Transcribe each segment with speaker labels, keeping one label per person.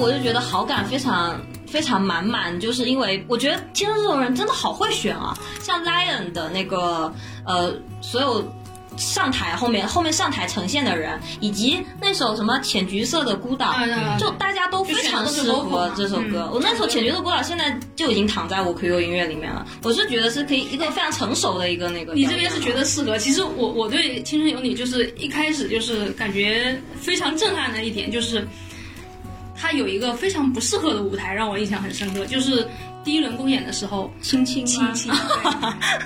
Speaker 1: 我就觉得好感非常非常满满，就是因为我觉得天生这种人真的好会选啊，像 Lion 的那个呃所有。上台后面后面上台呈现的人，以及那首什么浅橘色的孤岛，
Speaker 2: 啊对啊
Speaker 1: 就大家都非常适合这首歌。我那首浅橘色的孤岛现在就已经躺在我 QQ 音乐里面了。我是觉得是可以一个非常成熟的一个那个。
Speaker 2: 你这边是觉得适合？其实我我对《青春有你》就是一开始就是感觉非常震撼的一点就是，它有一个非常不适合的舞台让我印象很深刻，就是第一轮公演的时候，
Speaker 1: 亲亲
Speaker 2: 亲 亲。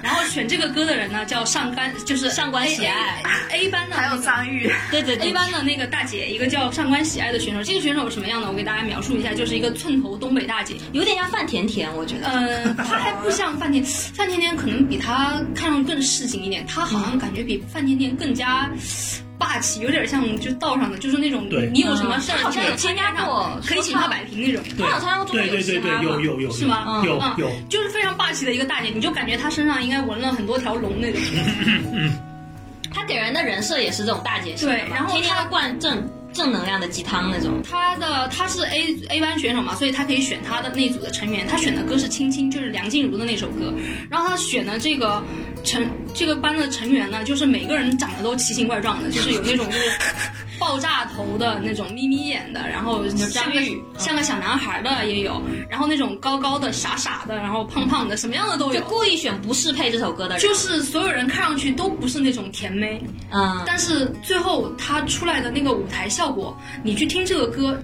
Speaker 2: 然后选这个歌的人呢叫上官，就是
Speaker 1: 上官喜爱
Speaker 2: A A 班的那个、
Speaker 3: 还有张宇，
Speaker 1: 对对
Speaker 2: A
Speaker 1: 对，
Speaker 2: 班的那个大姐，一个叫上官喜爱的选手。这个选手是什么样的？我给大家描述一下，就是一个寸头东北大姐。
Speaker 1: 有点像范甜甜，我觉得。
Speaker 2: 呃，她还不像范甜，范甜甜可能比她看上去更市井一点，她好像感觉比范甜甜更加霸气，有点像就道上的，就是那种
Speaker 4: 对
Speaker 2: 你有什么事儿，
Speaker 1: 嗯好像有参加过
Speaker 2: 可以请她摆平那种。
Speaker 4: 对
Speaker 1: 他好像要做
Speaker 4: 对对
Speaker 1: 有嘻
Speaker 4: 对
Speaker 1: 哈
Speaker 4: 对，有
Speaker 1: 吧
Speaker 4: 有有
Speaker 2: 是吗
Speaker 4: 有
Speaker 2: 嗯
Speaker 4: 有，
Speaker 2: 就是非常霸气的一个大姐，你就感觉她身上应该纹了很多条龙那种。
Speaker 1: 她给人的人设也是这种大姐型的嘛
Speaker 2: 对然后
Speaker 1: 天天
Speaker 2: 她
Speaker 1: 要灌正正能量的鸡汤那种。
Speaker 2: 她的她是 A A 班选手嘛，所以她可以选她的那组的成员。她选的歌是《青青》，就是梁静茹的那首歌。然后她选的这个成这个班的成员呢，就是每个人长得都奇形怪状的，就是有那种就是爆炸头的那种眯眯眼的，然后像个
Speaker 1: 张宇
Speaker 2: 像个小男孩的也有，然后那种高高的傻傻的，然后胖胖的，什么样的都
Speaker 1: 就
Speaker 2: 有。
Speaker 1: 故意选不适配这首歌的人，
Speaker 2: 就是所有人看上去都不是那种甜妹，
Speaker 1: 嗯，
Speaker 2: 但是最后他出来的那个舞台效果，你去听这个歌，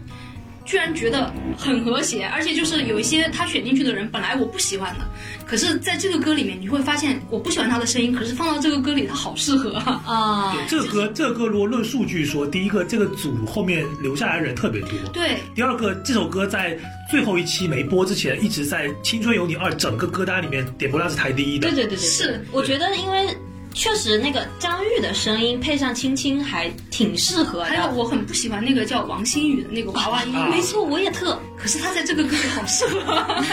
Speaker 2: 居然觉得很和谐，而且就是有一些他选进去的人本来我不喜欢的，可是在这个歌里面你会发现我不喜欢他的声音，可是放到这个歌里他好适合啊。
Speaker 1: 啊、
Speaker 4: 对这个歌这个歌如果论数据说，第一个这个组后面留下来的人特别多，
Speaker 2: 对，
Speaker 4: 第二个，这首歌在最后一期没播之前，一直在《青春有你二》整个歌单里面点播量是排第一的
Speaker 1: 对。对对对，对
Speaker 2: 是，
Speaker 1: 我觉得因为确实那个张玉的声音配上青青还挺适合
Speaker 2: 还有
Speaker 1: 的。嗯
Speaker 2: 我很不喜欢那个叫王心宇的那个娃娃音，
Speaker 4: 啊
Speaker 1: 没错，我也特
Speaker 2: 可是他在这个歌里好适合。啊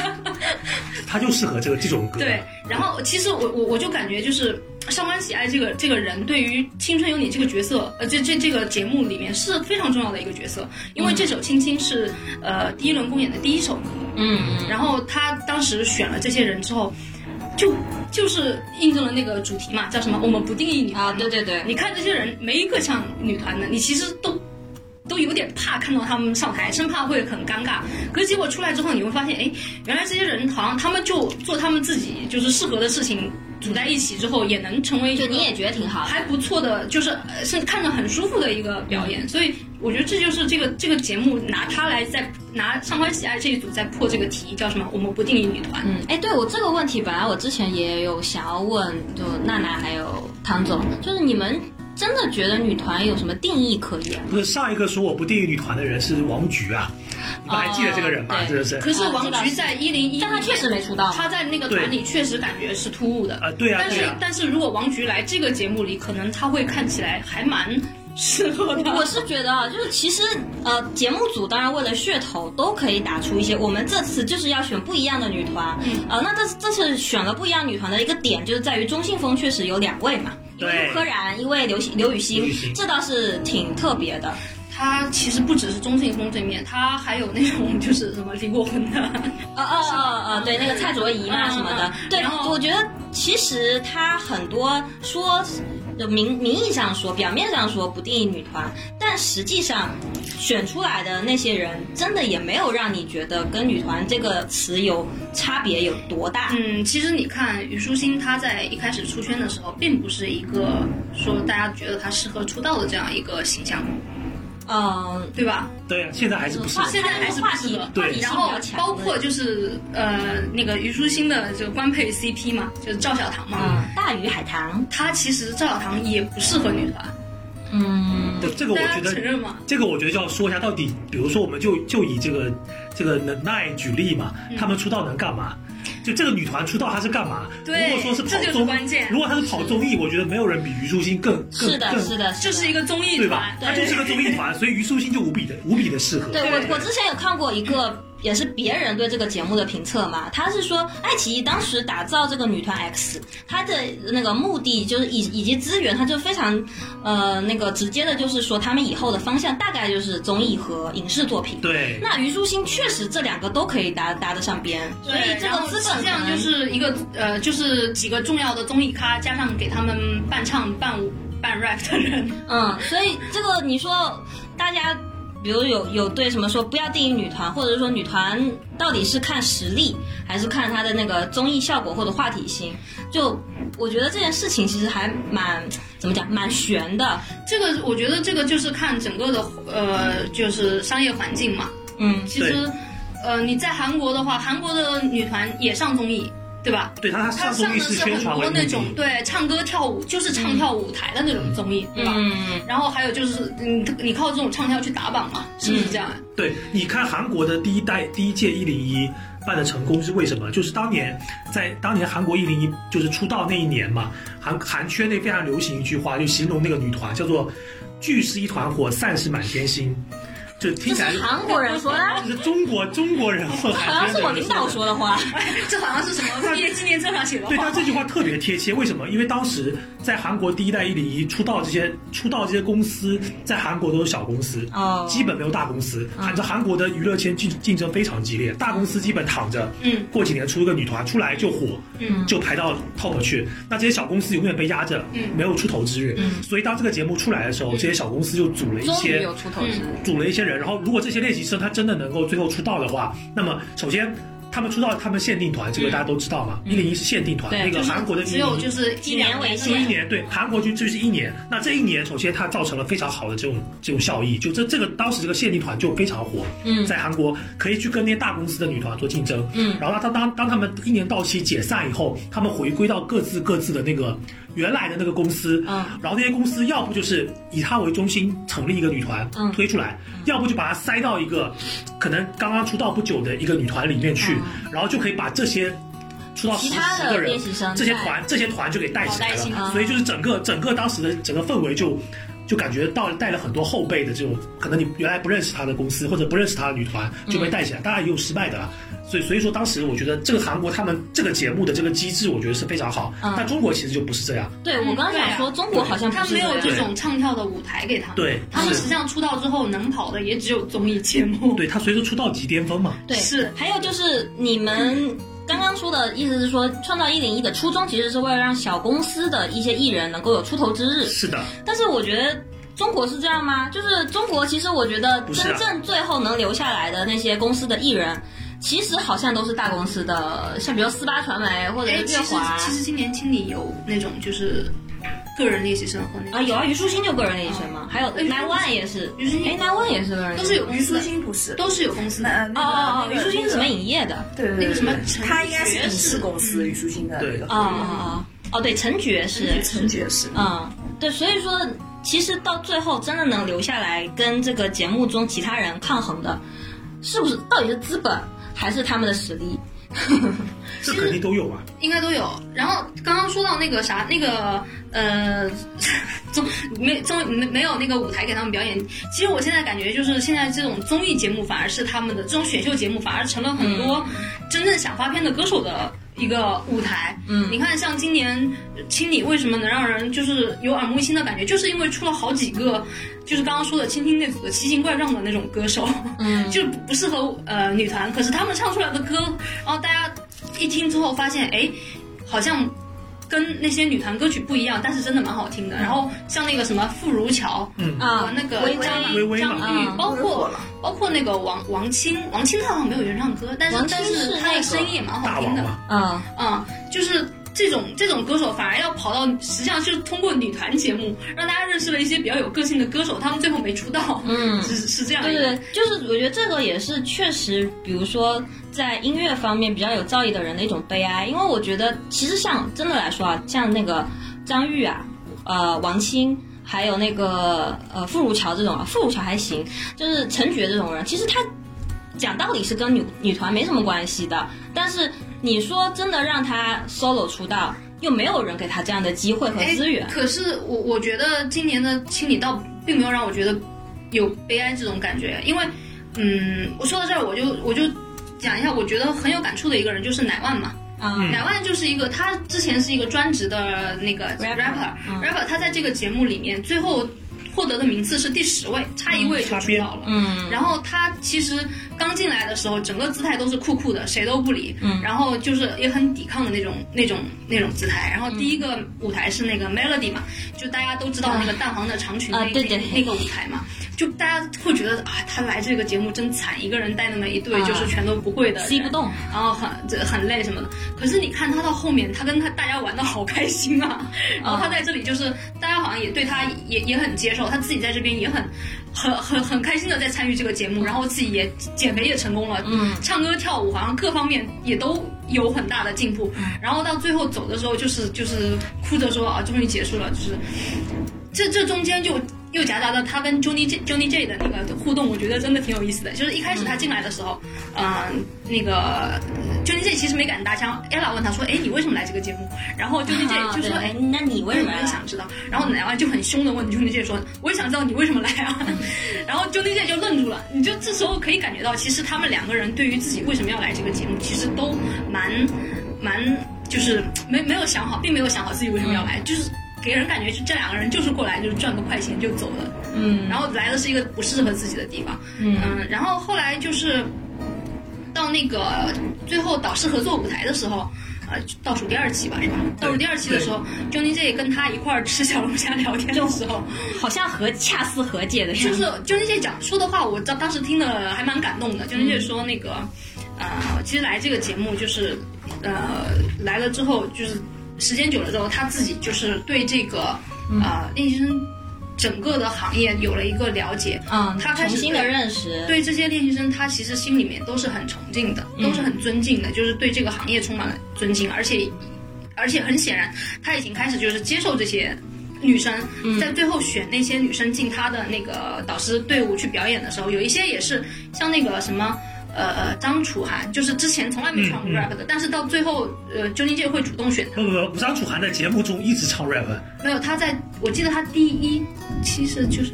Speaker 4: 它就适合这个这种歌。
Speaker 2: 对，
Speaker 1: 嗯
Speaker 2: 然后其实我我我就感觉就是上官喜爱这个这个人对于《青春有你》这个角色，呃，这这这个节目里面是非常重要的一个角色，因为这首《青青》是呃第一轮公演的第一首歌，
Speaker 1: 嗯嗯，
Speaker 2: 然后他当时选了这些人之后，就就是印证了那个主题嘛，叫什么？我们不定义女团
Speaker 1: 啊，
Speaker 2: 嘛
Speaker 1: 对对对，
Speaker 2: 你看这些人没一个像女团的，你其实都都有点怕看到他们上台，生怕会很尴尬。可是结果出来之后，你会发现，哎，原来这些人好像他们就做他们自己就是适合的事情，组在一起之后也能成为一
Speaker 1: 就
Speaker 2: 个
Speaker 1: 你也觉得挺好的。
Speaker 2: 还不错的，就是呃是看着很舒服的一个表
Speaker 1: 嗯
Speaker 2: 演。所以我觉得这就是这个这个节目拿它来在拿上官喜爱这一组在破这个题，叫什么？我们不定义女团。
Speaker 1: 嗯，哎，对我这个问题，本来我之前也有想要问，就娜娜还有唐总，就是你们真的觉得女团有什么定义可言吗？
Speaker 4: 不是上一个说我不定义女团的人是王菊啊，你们还记得这个人吗？
Speaker 1: 哦
Speaker 4: 真的是
Speaker 2: 可是
Speaker 1: 啊
Speaker 2: 王
Speaker 1: 这倒
Speaker 2: 菊
Speaker 1: 是
Speaker 2: 在一零一，
Speaker 1: 但她确实没出道
Speaker 2: 她在那个
Speaker 4: 对
Speaker 2: 团里确实感觉是突兀的
Speaker 4: 啊，对啊
Speaker 2: 但
Speaker 4: 对
Speaker 2: 是
Speaker 4: 啊，
Speaker 2: 但是如果王菊来这个节目里，可能她会看起来还蛮 适合 的。
Speaker 1: 我是觉得啊，就是其实呃，节目组当然为了噱头都可以打出一些，我们这次就是要选不一样的女团，
Speaker 2: 嗯
Speaker 1: 呃，那这次这次选了不一样女团的一个点就是在于中性风确实有两位嘛，一
Speaker 4: 对
Speaker 1: 位陆柯燃，一位刘刘雨
Speaker 4: 刘雨
Speaker 1: 昕
Speaker 4: 昕，
Speaker 1: 这倒是挺特别的。
Speaker 2: 她其实不只是中性风这面，她还有那种就是什么离过婚的，
Speaker 1: 呃呃呃呃，对，那个蔡卓宜嘛
Speaker 2: 嗯
Speaker 1: 什么的
Speaker 2: 嗯，
Speaker 1: 对
Speaker 2: 然，后
Speaker 1: 我觉得其实他很多说。就名名义上说，表面上说不定义女团，但实际上选出来的那些人，真的也没有让你觉得跟女团这个词有差别有多大。
Speaker 2: 嗯，其实你看虞书欣，她在一开始出圈的时候，并不是一个说大家觉得她适合出道的这样一个形象，
Speaker 1: 嗯，
Speaker 2: 对吧？
Speaker 4: 对啊，现在还是不是
Speaker 1: 话？
Speaker 2: 现在还是不
Speaker 1: 话
Speaker 2: 适
Speaker 1: 题
Speaker 2: 合
Speaker 1: 话题性比
Speaker 2: 然后
Speaker 1: 较强，
Speaker 2: 包括就是呃那个虞书欣的这个官配 CP 嘛，就是赵小棠嘛，
Speaker 1: 嗯，大鱼海棠，
Speaker 2: 她其实赵小棠也不适合女团，
Speaker 1: 嗯，
Speaker 4: 对这个我
Speaker 2: 大
Speaker 4: 觉
Speaker 2: 家承
Speaker 4: 得，
Speaker 2: 认吗？
Speaker 4: 这个我觉得就要说一下，到底比如说我们就就以这个这个能耐举例嘛，他们出道能干嘛？就这个女团出道她是干嘛？
Speaker 2: 对
Speaker 4: 如果说是
Speaker 2: 这就
Speaker 4: 跑
Speaker 2: 是
Speaker 4: 综
Speaker 2: 关键
Speaker 4: 如果她是跑综艺，我觉得没有人比虞书欣更更
Speaker 1: 是的，
Speaker 4: 更
Speaker 1: 是的，是
Speaker 2: 这
Speaker 1: 的
Speaker 2: 是一个综艺
Speaker 4: 对
Speaker 2: 团
Speaker 4: 吧？，他就是个综艺团，所以虞书欣就无比的无比的适合。
Speaker 1: 对
Speaker 2: 对
Speaker 1: 我，我之前有看过一个也是别人对这个节目的评测嘛，他是说爱奇艺当时打造这个女团 X，它的那个目的就是以以及资源，它就非常呃那个直接的，就是说他们以后的方向大概就是综艺和影视作品。
Speaker 4: 对，
Speaker 1: 那虞书欣确实这两个都可以搭搭得上边，所以这
Speaker 2: 然
Speaker 1: 个
Speaker 2: 后
Speaker 1: 资
Speaker 2: 实
Speaker 1: 本
Speaker 2: 际上
Speaker 1: 可能
Speaker 2: 就是一个呃，就是几个重要的综艺咖，加上给他们伴唱、伴舞、伴 rap 的人，
Speaker 1: 嗯，所以这个你说大家，比如有有对什么说不要定义女团，或者说女团到底是看实力还是看她的那个综艺效果或者话题性？就我觉得这件事情其实还蛮怎么讲，蛮悬的。
Speaker 2: 这个我觉得这个就是看整个的呃，就是商业环境嘛。
Speaker 1: 嗯
Speaker 2: 其实
Speaker 4: 对，
Speaker 2: 呃，你在韩国的话，韩国的女团也上综艺，对吧？
Speaker 4: 对他
Speaker 2: 她上
Speaker 4: 上综艺
Speaker 2: 的
Speaker 4: 是
Speaker 2: 是
Speaker 4: 宣
Speaker 2: 很
Speaker 4: 传为
Speaker 2: 多
Speaker 4: 目
Speaker 2: 那
Speaker 4: 的
Speaker 2: 种，对唱歌跳舞，就是唱跳舞台的那种综艺，对吧？
Speaker 1: 嗯，
Speaker 2: 然后还有就是你你靠这种唱跳去打榜嘛，是不是这样？啊
Speaker 1: 嗯
Speaker 4: 对，你看韩国的第一代第一届一零一办的成功是为什么？就是当年在当年韩国一零一就是出道那一年嘛，韩韩圈内非常流行一句话，就形容那个女团叫做“聚是一团火，散是满天星”，就听起来
Speaker 1: 这是韩国人说的，
Speaker 4: 就是中国中国人
Speaker 1: 好
Speaker 4: 和韩
Speaker 1: 像
Speaker 4: 圈
Speaker 1: 是
Speaker 4: 的
Speaker 1: 我
Speaker 4: 人
Speaker 1: 领导
Speaker 4: 的。
Speaker 1: 说的话。
Speaker 2: 这好像是什么毕业纪念册上写的
Speaker 4: 对，
Speaker 2: 话
Speaker 4: 但。这句话特别贴切，为什么？因为当时在韩国第一代一零一出道这些出道这些公司，在韩国都是小公司，
Speaker 1: 哦，
Speaker 4: 基本没有大公司。反正韩国的娱乐圈竞竞争非常激烈，大公司基本躺着，
Speaker 2: 嗯，
Speaker 4: 过几年出一个女团出来就火，
Speaker 2: 嗯，
Speaker 4: 就排到 top 去。那这些小公司永远被压着，
Speaker 2: 嗯
Speaker 4: 没有出头之日。所以当这个节目出来的时候，这些小公司就组了一
Speaker 1: 终于
Speaker 4: 些
Speaker 1: 有出头之日。
Speaker 4: 组了一些人。然后如果这些练习生他真的能够最后出道的话，那么首先。他们出道，他们限定团，这个大家都知道嘛。一零一是限定团，
Speaker 1: 对
Speaker 4: 那个
Speaker 2: 就是
Speaker 4: 韩国的
Speaker 2: 嗯只有
Speaker 4: 101
Speaker 2: 就是一两
Speaker 1: 一年为
Speaker 4: 就
Speaker 1: 限
Speaker 4: 一年，对韩国就就是一年。那这一年，首先它造成了非常好的这种这种效益，就这这个当时这个限定团就非常火，
Speaker 1: 嗯
Speaker 4: 在韩国可以去跟那些大公司的女团做竞争，
Speaker 1: 嗯
Speaker 4: 然后他当当他们一年到期解散以后，他们回归到各自各自的那个原来的那个公司，
Speaker 1: 嗯
Speaker 4: 然后那些公司要不就是以它为中心成立一个女团，
Speaker 1: 嗯
Speaker 4: 推出来，要不就把它塞到一个可能刚刚出道不久的一个女团里面去，然后就可以把这些。出道
Speaker 1: 嗯其
Speaker 4: 十
Speaker 1: 他
Speaker 4: 十
Speaker 1: 的
Speaker 4: 个人
Speaker 1: 练习生，
Speaker 4: 这些
Speaker 1: 在
Speaker 4: 团这些团就给带起
Speaker 2: 哦
Speaker 4: 来
Speaker 2: 好带起
Speaker 4: 了，
Speaker 1: 来
Speaker 4: 所以就是整个整个当时的整个氛围就就感觉到带了很多后辈的这种，可能你原来不认识他的公司或者不认识他的女团
Speaker 2: 嗯
Speaker 4: 就被带起来，当然也有失败的啦。所以所以说当时我觉得这个韩国他们这个节目的这个机制，我觉得是非常好，
Speaker 1: 嗯
Speaker 4: 但中国其实就不是这样。
Speaker 1: 对我刚刚想说，中国好像不
Speaker 2: 他
Speaker 1: 是
Speaker 2: 没有
Speaker 1: 这
Speaker 2: 这
Speaker 1: 样
Speaker 2: 种唱跳的舞台给他们，
Speaker 4: 对
Speaker 2: 他们
Speaker 4: 是
Speaker 2: 实际上出道之后能跑的也只有综艺节目。
Speaker 4: 对他随着出道即巅峰嘛，
Speaker 1: 对，
Speaker 2: 是嗯
Speaker 1: 还有就是你们刚刚说的意思是说，创造一零一的初衷其实是为了让小公司的一些艺人能够有出头之日，
Speaker 4: 是的，
Speaker 1: 但是我觉得。中国是这样吗？就是中国，其实我觉得
Speaker 4: 不是啊
Speaker 1: 真正最后能留下来的那些公司的艺人，其实好像都是大公司的，像比如四八传媒或者
Speaker 2: 哎，
Speaker 1: 是
Speaker 2: 其
Speaker 1: 月
Speaker 2: 实
Speaker 1: 华啊
Speaker 2: 其实今年青你有那种就是个人练习生和那种
Speaker 1: 啊，有啊，虞书欣就个人的医生嘛，还有
Speaker 2: 哎虞书
Speaker 1: Nine One 也是，
Speaker 2: 虞书欣
Speaker 1: 哎 Nine One 也是个人的
Speaker 2: 都
Speaker 1: 艺
Speaker 2: 是
Speaker 1: 生，
Speaker 2: 有公
Speaker 3: 虞
Speaker 2: 司
Speaker 3: 书
Speaker 2: 的，
Speaker 3: 欣不是，
Speaker 2: 都是有公司
Speaker 3: 那
Speaker 2: 的。
Speaker 3: 呃那
Speaker 1: 哦
Speaker 3: 个
Speaker 1: 哦哦，
Speaker 3: 那
Speaker 1: 虞
Speaker 3: 个
Speaker 1: 书欣是什么影业的？
Speaker 3: 对对对，
Speaker 2: 那个什么
Speaker 3: 对
Speaker 2: 陈
Speaker 3: 他应该是嗯
Speaker 2: 爵
Speaker 3: 影视
Speaker 2: 士
Speaker 3: 公司虞书欣的
Speaker 4: 对
Speaker 3: 那个
Speaker 1: 啊啊
Speaker 2: 嗯
Speaker 1: 啊！哦，对，陈爵是
Speaker 3: 陈爵士。
Speaker 1: 嗯，对，所以说其实到最后真的能留下来跟这个节目中其他人抗衡的，是不是到底是资本还是他们的实力？
Speaker 4: 这肯定都有啊。
Speaker 2: 应该都有。然后刚刚说到那个啥，那个呃， 综没综没没有那个舞台给他们表演。其实我现在感觉就是现在这种综艺节目反而是他们的这种选秀节目反而成了很多
Speaker 1: 嗯
Speaker 2: 真正想发片的歌手的。一个舞台，
Speaker 1: 嗯
Speaker 2: 你看，像今年呃青你为什么能让人就是有耳目一新的感觉，就是因为出了好几个，就是刚刚说的青青那组的奇形怪状的那种歌手，
Speaker 1: 嗯
Speaker 2: 就不适合呃女团，可是他们唱出来的歌，然后大家一听之后发现，哎，好像跟那些女团歌曲不一样，但是真的蛮好听的。然后像那个什么傅如乔。
Speaker 4: 嗯，
Speaker 1: 嗯啊
Speaker 2: 和，那个
Speaker 1: 微微
Speaker 2: 张
Speaker 4: 微啊微
Speaker 2: 张
Speaker 4: 嘛
Speaker 2: 宇
Speaker 1: 嗯，
Speaker 2: 包括
Speaker 3: 火了
Speaker 2: 包括那个王王清，王清她好像没有原唱歌，但是
Speaker 1: 王清
Speaker 2: 但
Speaker 1: 是
Speaker 2: 是她
Speaker 1: 那个
Speaker 2: 的声音也蛮
Speaker 4: 大
Speaker 2: 好听
Speaker 4: 王
Speaker 2: 的。
Speaker 4: 嘛，
Speaker 1: 嗯
Speaker 2: 啊、就是这种这种歌手反而要跑到，实际上就是通过女团节目让大家认识了一些比较有个性的歌手，他们最后没出道，
Speaker 1: 嗯，
Speaker 2: 是是这样一
Speaker 1: 对
Speaker 2: 个。
Speaker 1: 对，对就是我觉得这个也是确实，比如说在音乐方面比较有造诣的人的一种悲哀，因为我觉得其实像真的来说啊，像那个张玉啊，呃，王清。还有那个呃，傅如乔这种啊，傅如乔还行，就是陈珏这种人，其实他讲道理是跟女女团没什么关系的，但是你说真的让他 solo 出道，又没有人给他这样的机会和资源
Speaker 2: 哎。可是我我觉得今年的清理倒并没有让我觉得有悲哀这种感觉，因为，嗯，我说到这儿我就我就讲一下，我觉得很有感触的一个人就是乃万嘛。
Speaker 1: 啊、
Speaker 4: 嗯
Speaker 2: 乃万就是一个，他之前是一个专职的那个
Speaker 1: Rapper，嗯
Speaker 2: rapper，rapper，他在这个节目里面最后获得的名次是第十位，差一位就出道了。
Speaker 1: 嗯，
Speaker 2: 然后他其实刚进来的时候，整个姿态都是酷酷的，谁都不理，
Speaker 1: 嗯
Speaker 2: 然后就是也很抵抗的那种、那种、那种姿态。然后第一个舞台是那个 Melody 嘛，就大家都知道那个淡黄的长裙那、
Speaker 1: 嗯啊对对
Speaker 2: 那那个舞台嘛，就大家会觉得啊，他来这个节目真惨，一个人带那么一队
Speaker 1: 啊
Speaker 2: 就是全都不会的人，
Speaker 1: 吸不动，
Speaker 2: 然后很这很累什么的。可是你看他到后面，他跟他大家玩的好开心啊，然后他在这里就是大家好像也对他也也很接受，他自己在这边也很很很很开心的在参与这个节目，然后自己也减肥也成功了，
Speaker 1: 嗯，
Speaker 2: 唱歌跳舞好像各方面也都有很大的进步，然后到最后走的时候就是就是哭着说啊，终于结束了，就是这这中间就又夹杂着他跟 Johnny J Johnny J 的那个互动，我觉得真的挺有意思的。就是一开始他进来的时候，嗯、那个 Johnny J 其实没敢搭腔，ella 问他说，哎，你为什么来这个节目？然后 Johnny J 就说，哎、
Speaker 1: 哎，那你为什么
Speaker 2: 我
Speaker 1: 来
Speaker 2: 也
Speaker 1: 了？
Speaker 2: 想知道。然后奶娃就很凶的问 Johnny J 说：“我也想知道你为什么来啊？” 然后 Johnny J 就愣住了。你就这时候可以感觉到，其实他们两个人对于自己为什么要来这个节目，其实都蛮蛮就是没没有想好，并没有想好自己为什么要来，
Speaker 1: 嗯
Speaker 2: 就是给人感觉就这两个人就是过来就是赚个快钱就走了。
Speaker 1: 嗯
Speaker 2: 然后来的是一个不适合自己的地方，
Speaker 1: 嗯
Speaker 2: 然后后来就是到那个最后导师合作舞台的时候。呃，倒数第二期吧，是吧？倒数第二期的时候，Johnny J 跟他一块儿吃小龙虾聊天的时候，
Speaker 1: 好像和恰似和解的样子，
Speaker 2: 就是 Johnny J 讲说的话，我当当时听的还蛮感动的。Johnny J 说那个，呃，其实来这个节目就是，呃，来了之后就是时间久了之后，他自己就是对这个呃练习生整个的行业有了一个了解，
Speaker 1: 嗯，
Speaker 2: 他开
Speaker 1: 重
Speaker 2: 始
Speaker 1: 新的认识，
Speaker 2: 对这些练习生，他其实心里面都是很崇敬的，都是
Speaker 4: 嗯
Speaker 2: 很尊敬的，就是对这个行业充满了尊敬，而且，而且很显然，他已经开始就是接受这些女生，
Speaker 4: 嗯
Speaker 2: 在最后选那些女生进他的那个导师队伍去表演的时候，有一些也是像那个什么。呃呃，张楚涵就是之前从来没唱过
Speaker 4: 嗯嗯
Speaker 2: rap 的，但是到最后，呃，究竟界会主动选
Speaker 4: 不不不，吴张楚涵在节目中一直唱 rap，
Speaker 2: 没有，他在我记得他第一期是就是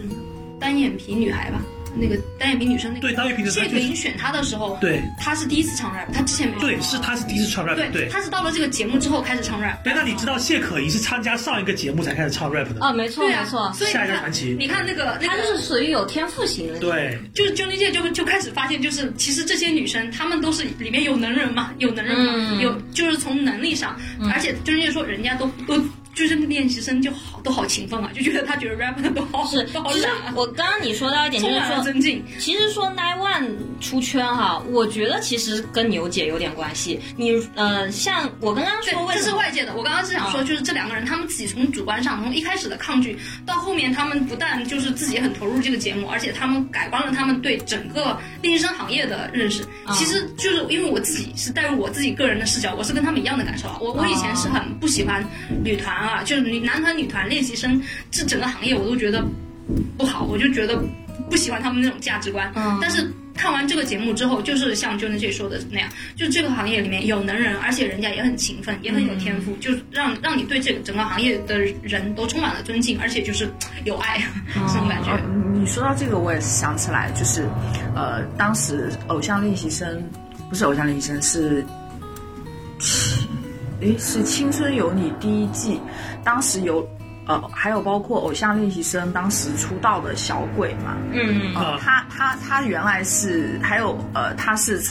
Speaker 2: 单眼皮女孩吧，那个单眼皮女生那个。
Speaker 4: 对，大月平时
Speaker 2: 谢
Speaker 4: 他就是
Speaker 2: 玲选他的时候，
Speaker 4: 对
Speaker 2: 他是第一次唱 rap，他之前没
Speaker 4: 对，是他是第一次唱 rap，
Speaker 2: 对
Speaker 4: 对。
Speaker 2: 他是到了这个节目之后开始唱 rap。
Speaker 4: 哎，那你知道谢可寅是参加上一个节目才开始唱 rap 的？
Speaker 1: 啊，没错
Speaker 2: 对啊，
Speaker 1: 没错，
Speaker 2: 所以你
Speaker 4: 下一个
Speaker 2: 看
Speaker 4: 传奇，
Speaker 2: 你看那个那
Speaker 1: 他就
Speaker 2: 个。
Speaker 1: 是属于有天赋型的，
Speaker 4: 对，
Speaker 2: 就是 Johnny J 就就开始发现，就是其实这些女生她们都是里面有能人嘛，有能人嘛，
Speaker 1: 嗯
Speaker 2: 有就是从能力上，而且 Johnny J 说人家都都就是练习生就好都好勤奋啊，就觉得他觉得 rap 都好
Speaker 1: 是，
Speaker 2: 都好
Speaker 1: 其实
Speaker 2: 懒啊，
Speaker 1: 我刚刚你说到一点，就
Speaker 2: 充
Speaker 1: 是
Speaker 2: 满了
Speaker 1: 说，
Speaker 2: 尊敬。
Speaker 1: 其实说 Nine One 出圈哈、我觉得其实跟牛姐有点关系。你呃，像我刚刚
Speaker 2: 对
Speaker 1: 说，为
Speaker 2: 这
Speaker 1: 什
Speaker 2: 是
Speaker 1: 么
Speaker 2: 外界的。我刚刚是想说，就是这两个人，他们自己从主观上，从一开始的抗拒，到后面他们不但就是自己很投入这个节目，而且他们改观了他们对整个练习生行业的认识。其实就是因为我自己是带入我自己个人的视角，我是跟他们一样的感受啊。我我以前是很不喜欢女团啊，就是女男团、女团、练习生这整个行业，我都觉得不好，我就觉得不喜欢他们那种价值观。
Speaker 1: 嗯
Speaker 2: 但是看完这个节目之后，就是像 j o n J 说的那样，就是这个行业里面有能人，而且人家也很勤奋，也很有天赋，就是让让你对这个整个行业的人都充满了尊敬，而且就是有爱、 这种感觉。
Speaker 3: 哦你你说到这个，我也是想起来，就是，呃，当时偶像练习生不是偶像练习生是，诶，是《青春有你》第一季，当时有，呃，还有包括偶像练习生当时出道的小鬼嘛，
Speaker 1: 嗯
Speaker 4: 啊
Speaker 3: 他他他原来是还有呃他是，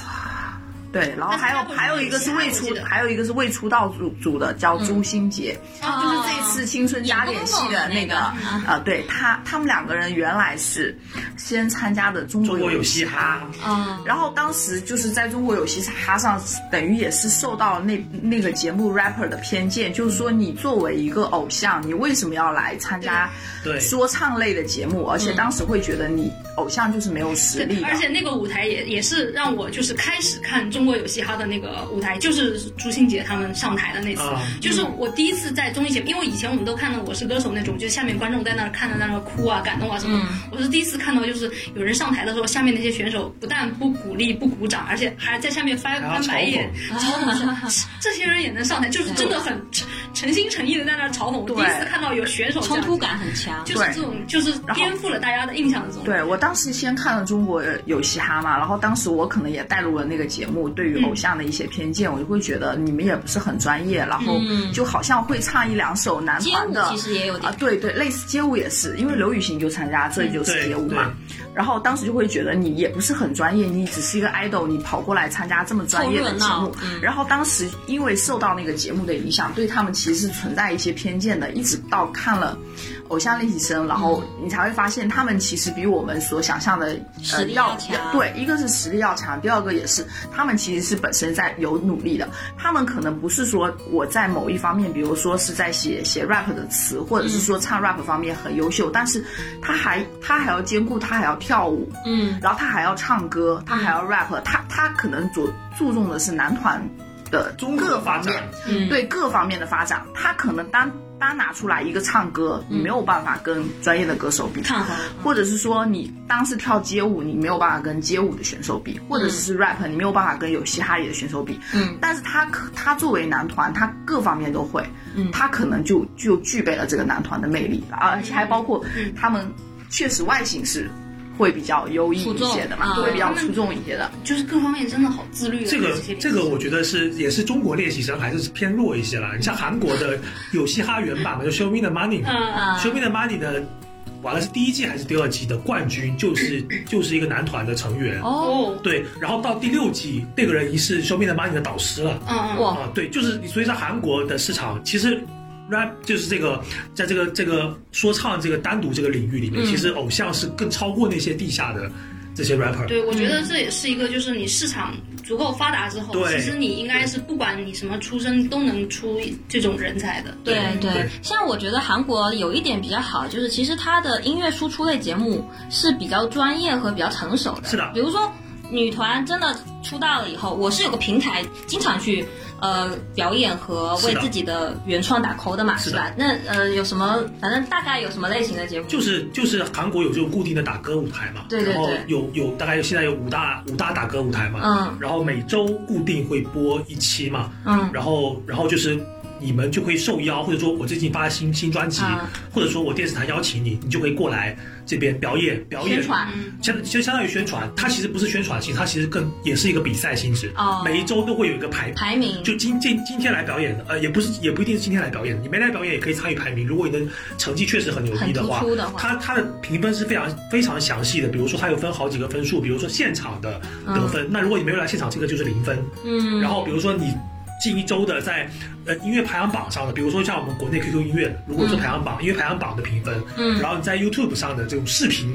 Speaker 3: 对，然后还有
Speaker 2: 但是他会
Speaker 3: 还有一个是未
Speaker 2: 我
Speaker 3: 出
Speaker 2: 记得，
Speaker 3: 还有一个是未出道组组的叫朱星杰，
Speaker 1: 哦
Speaker 3: 就是这次青春加点戏的那
Speaker 1: 演
Speaker 3: 个
Speaker 1: 过梦的那
Speaker 3: 呃，对他他们两个人原来是先参加的中国
Speaker 4: 中国有嘻
Speaker 3: 嘻
Speaker 4: 哈，
Speaker 2: 嗯
Speaker 1: 啊
Speaker 3: 然后当时就是在中国有嘻哈上，等于也是受到了那那个节目 rapper 的偏见，就是说你作为一个偶像，你为什么要来参加
Speaker 4: 对嗯
Speaker 3: 说唱类的节目？而且当时会觉得你偶像就是没有实力
Speaker 2: 对，
Speaker 3: 的
Speaker 2: 而。且那个舞台也也是让我就是开始看中国有嘻哈的那个舞台，就是朱星杰他们上台的那次，
Speaker 4: 啊
Speaker 2: 就是我第一次在综艺节目，因为以前我们都看到《我是歌手》那种，就是下面观众在那儿看着在那儿哭啊、感动啊什么的。我是第一次看到，就是有人上台的时候，下面那些选手不但不鼓励、不鼓掌，而且还在下面翻
Speaker 4: 还要
Speaker 2: 翻白眼，嘲讽说这些人也能上台，就是真的很诚心诚意的在那儿嘲讽。我第一次
Speaker 3: 对
Speaker 2: 看到有选手这
Speaker 1: 冲
Speaker 2: 样
Speaker 1: 突感很强。
Speaker 2: 就是这种，就是
Speaker 3: 然后
Speaker 2: 颠覆了大家的印象的这种。
Speaker 3: 对我当时先看了中国有嘻哈嘛，然后当时我可能也带入了那个节目对
Speaker 1: 嗯
Speaker 3: 于偶像的一些偏见，我就会觉得你们也不是很专业，然后
Speaker 1: 嗯
Speaker 3: 就好像会唱一两首男
Speaker 1: 街
Speaker 3: 团
Speaker 1: 舞
Speaker 3: 的
Speaker 1: 其实也有
Speaker 3: 啊
Speaker 1: 点，，
Speaker 3: 对对，类似街舞也是，因为刘雨昕就参加这就是街
Speaker 4: 对
Speaker 3: 舞
Speaker 1: 嗯
Speaker 4: 对
Speaker 3: 嘛，然后当时就会觉得你也不是很专业，你只是一个 idol，你跑过来参加这么专业的节
Speaker 1: 凑热
Speaker 3: 目
Speaker 1: 闹。嗯
Speaker 3: 然后当时因为受到那个节目的影响，对他们其实是存在一些偏见的。一直到看了《偶像练习生》，然
Speaker 1: 嗯
Speaker 3: 后你才会发现他们其实比我们所想象的
Speaker 1: 实
Speaker 3: 呃
Speaker 1: 力要
Speaker 3: 要
Speaker 1: 强
Speaker 3: 对，一个是实力要强，第二个也是他们其实是本身在有努力的。他们可能不是说我在某一方面，比如说是在写写 rap 的词，或者
Speaker 1: 嗯
Speaker 3: 是说唱 rap 方面很优秀，但是他还他还要兼顾他还要跳舞，
Speaker 1: 嗯，
Speaker 3: 然后他还要唱歌，他还要 rap，、他他可能着注重的是男团的
Speaker 4: 综合
Speaker 3: 各
Speaker 4: 发
Speaker 3: 方
Speaker 4: 展
Speaker 3: 面，
Speaker 1: 嗯
Speaker 3: 对各方面的发展，他可能单单拿出来一个唱歌，
Speaker 1: 嗯
Speaker 3: 你没有办法跟专业的歌手比。
Speaker 1: 看回
Speaker 3: 或者是说你当时跳街舞，你没有办法跟街舞的选手比，或者是 rap，你没有办法跟有嘻哈里的选手比。
Speaker 1: 嗯，
Speaker 3: 但是他可他作为男团，他各方面都会，
Speaker 1: 嗯
Speaker 3: 他可能就就具备了这个男团的魅力，而且还包括
Speaker 1: 嗯
Speaker 3: 他们确实外形是会比较优异
Speaker 1: 出
Speaker 3: 一
Speaker 1: 众
Speaker 3: 些的嘛，
Speaker 1: 啊
Speaker 3: 会比较出众一些的。
Speaker 2: 就是各方面真的好自律啊。
Speaker 4: 这个
Speaker 2: 些
Speaker 4: 这个我觉得是也是中国练习生还是偏弱一些啦。你像韩国的有嘻哈原版嘛，就 Show Me the Money，嘛
Speaker 2: 嗯，
Speaker 1: 啊
Speaker 4: Show Me the Money 的，完了是第一季还是第二季的冠军，就是就是一个男团的成员。
Speaker 1: 哦，
Speaker 2: 哦，
Speaker 4: 对，然后到第六季，那个人已是 Show Me the Money 的导师了。
Speaker 2: 嗯嗯，
Speaker 1: 哇，
Speaker 4: 啊，对，就是所以在韩国的市场，其实 rap 就是这个，在这个这个说唱这个单独这个领域里面，
Speaker 1: 嗯
Speaker 4: 其实偶像是更超过那些地下的这些 rapper。
Speaker 2: 对，我觉得这也是一个，就是你市场足够发达之后，
Speaker 4: 对
Speaker 2: 其实你应该是不管你什么出身，都能出这种人才的。
Speaker 1: 对
Speaker 4: 对
Speaker 1: 对，像我觉得韩国有一点比较好，就是其实它的音乐输出类节目是比较专业和比较成熟的。
Speaker 4: 是的
Speaker 1: 比如说女团真的出道了以后，我是有个平台，经常去呃表演和为
Speaker 4: 是的
Speaker 1: 自己的原创打 call 的嘛，是
Speaker 4: 是的
Speaker 1: 吧？那呃有什么，反正大概有什么类型的节目？
Speaker 4: 就是就是韩国有这种固定的打歌舞台嘛，
Speaker 1: 对对
Speaker 4: 然后
Speaker 1: 对
Speaker 4: 有有大概有现在有五大五大打歌舞台嘛，
Speaker 1: 嗯
Speaker 4: 然后每周固定会播一期嘛，
Speaker 1: 嗯
Speaker 4: 然后然后就是你们就会受邀，或者说我最近发新新专辑，
Speaker 1: 啊
Speaker 4: 或者说我电视台邀请你，你就可以过来这边表演表演
Speaker 1: 宣传
Speaker 2: 嗯，
Speaker 4: 相其实相当于宣传，它其实不是宣传性，它其实更也是一个比赛性质。
Speaker 1: 哦
Speaker 4: 每一周都会有一个排，
Speaker 1: 排名
Speaker 4: 就今今今天来表演的，呃，也不是也不一定是今天来表演的，你没来表演也可以参与排名。如果你的成绩确实很牛逼的话
Speaker 1: 很突出的话，
Speaker 4: 它它的评分是非常非常详细的，比如说它有分好几个分数，比如说现场的得分，那如果你没有来现场，这个就是零分。
Speaker 1: 嗯，
Speaker 4: 然后比如说你近一周的在呃音乐排行榜上的，比如说像我们国内 QQ 音乐，如果做排行榜、音乐排行榜的评分，
Speaker 1: 嗯
Speaker 4: 然后你在 YouTube 上的这种视频。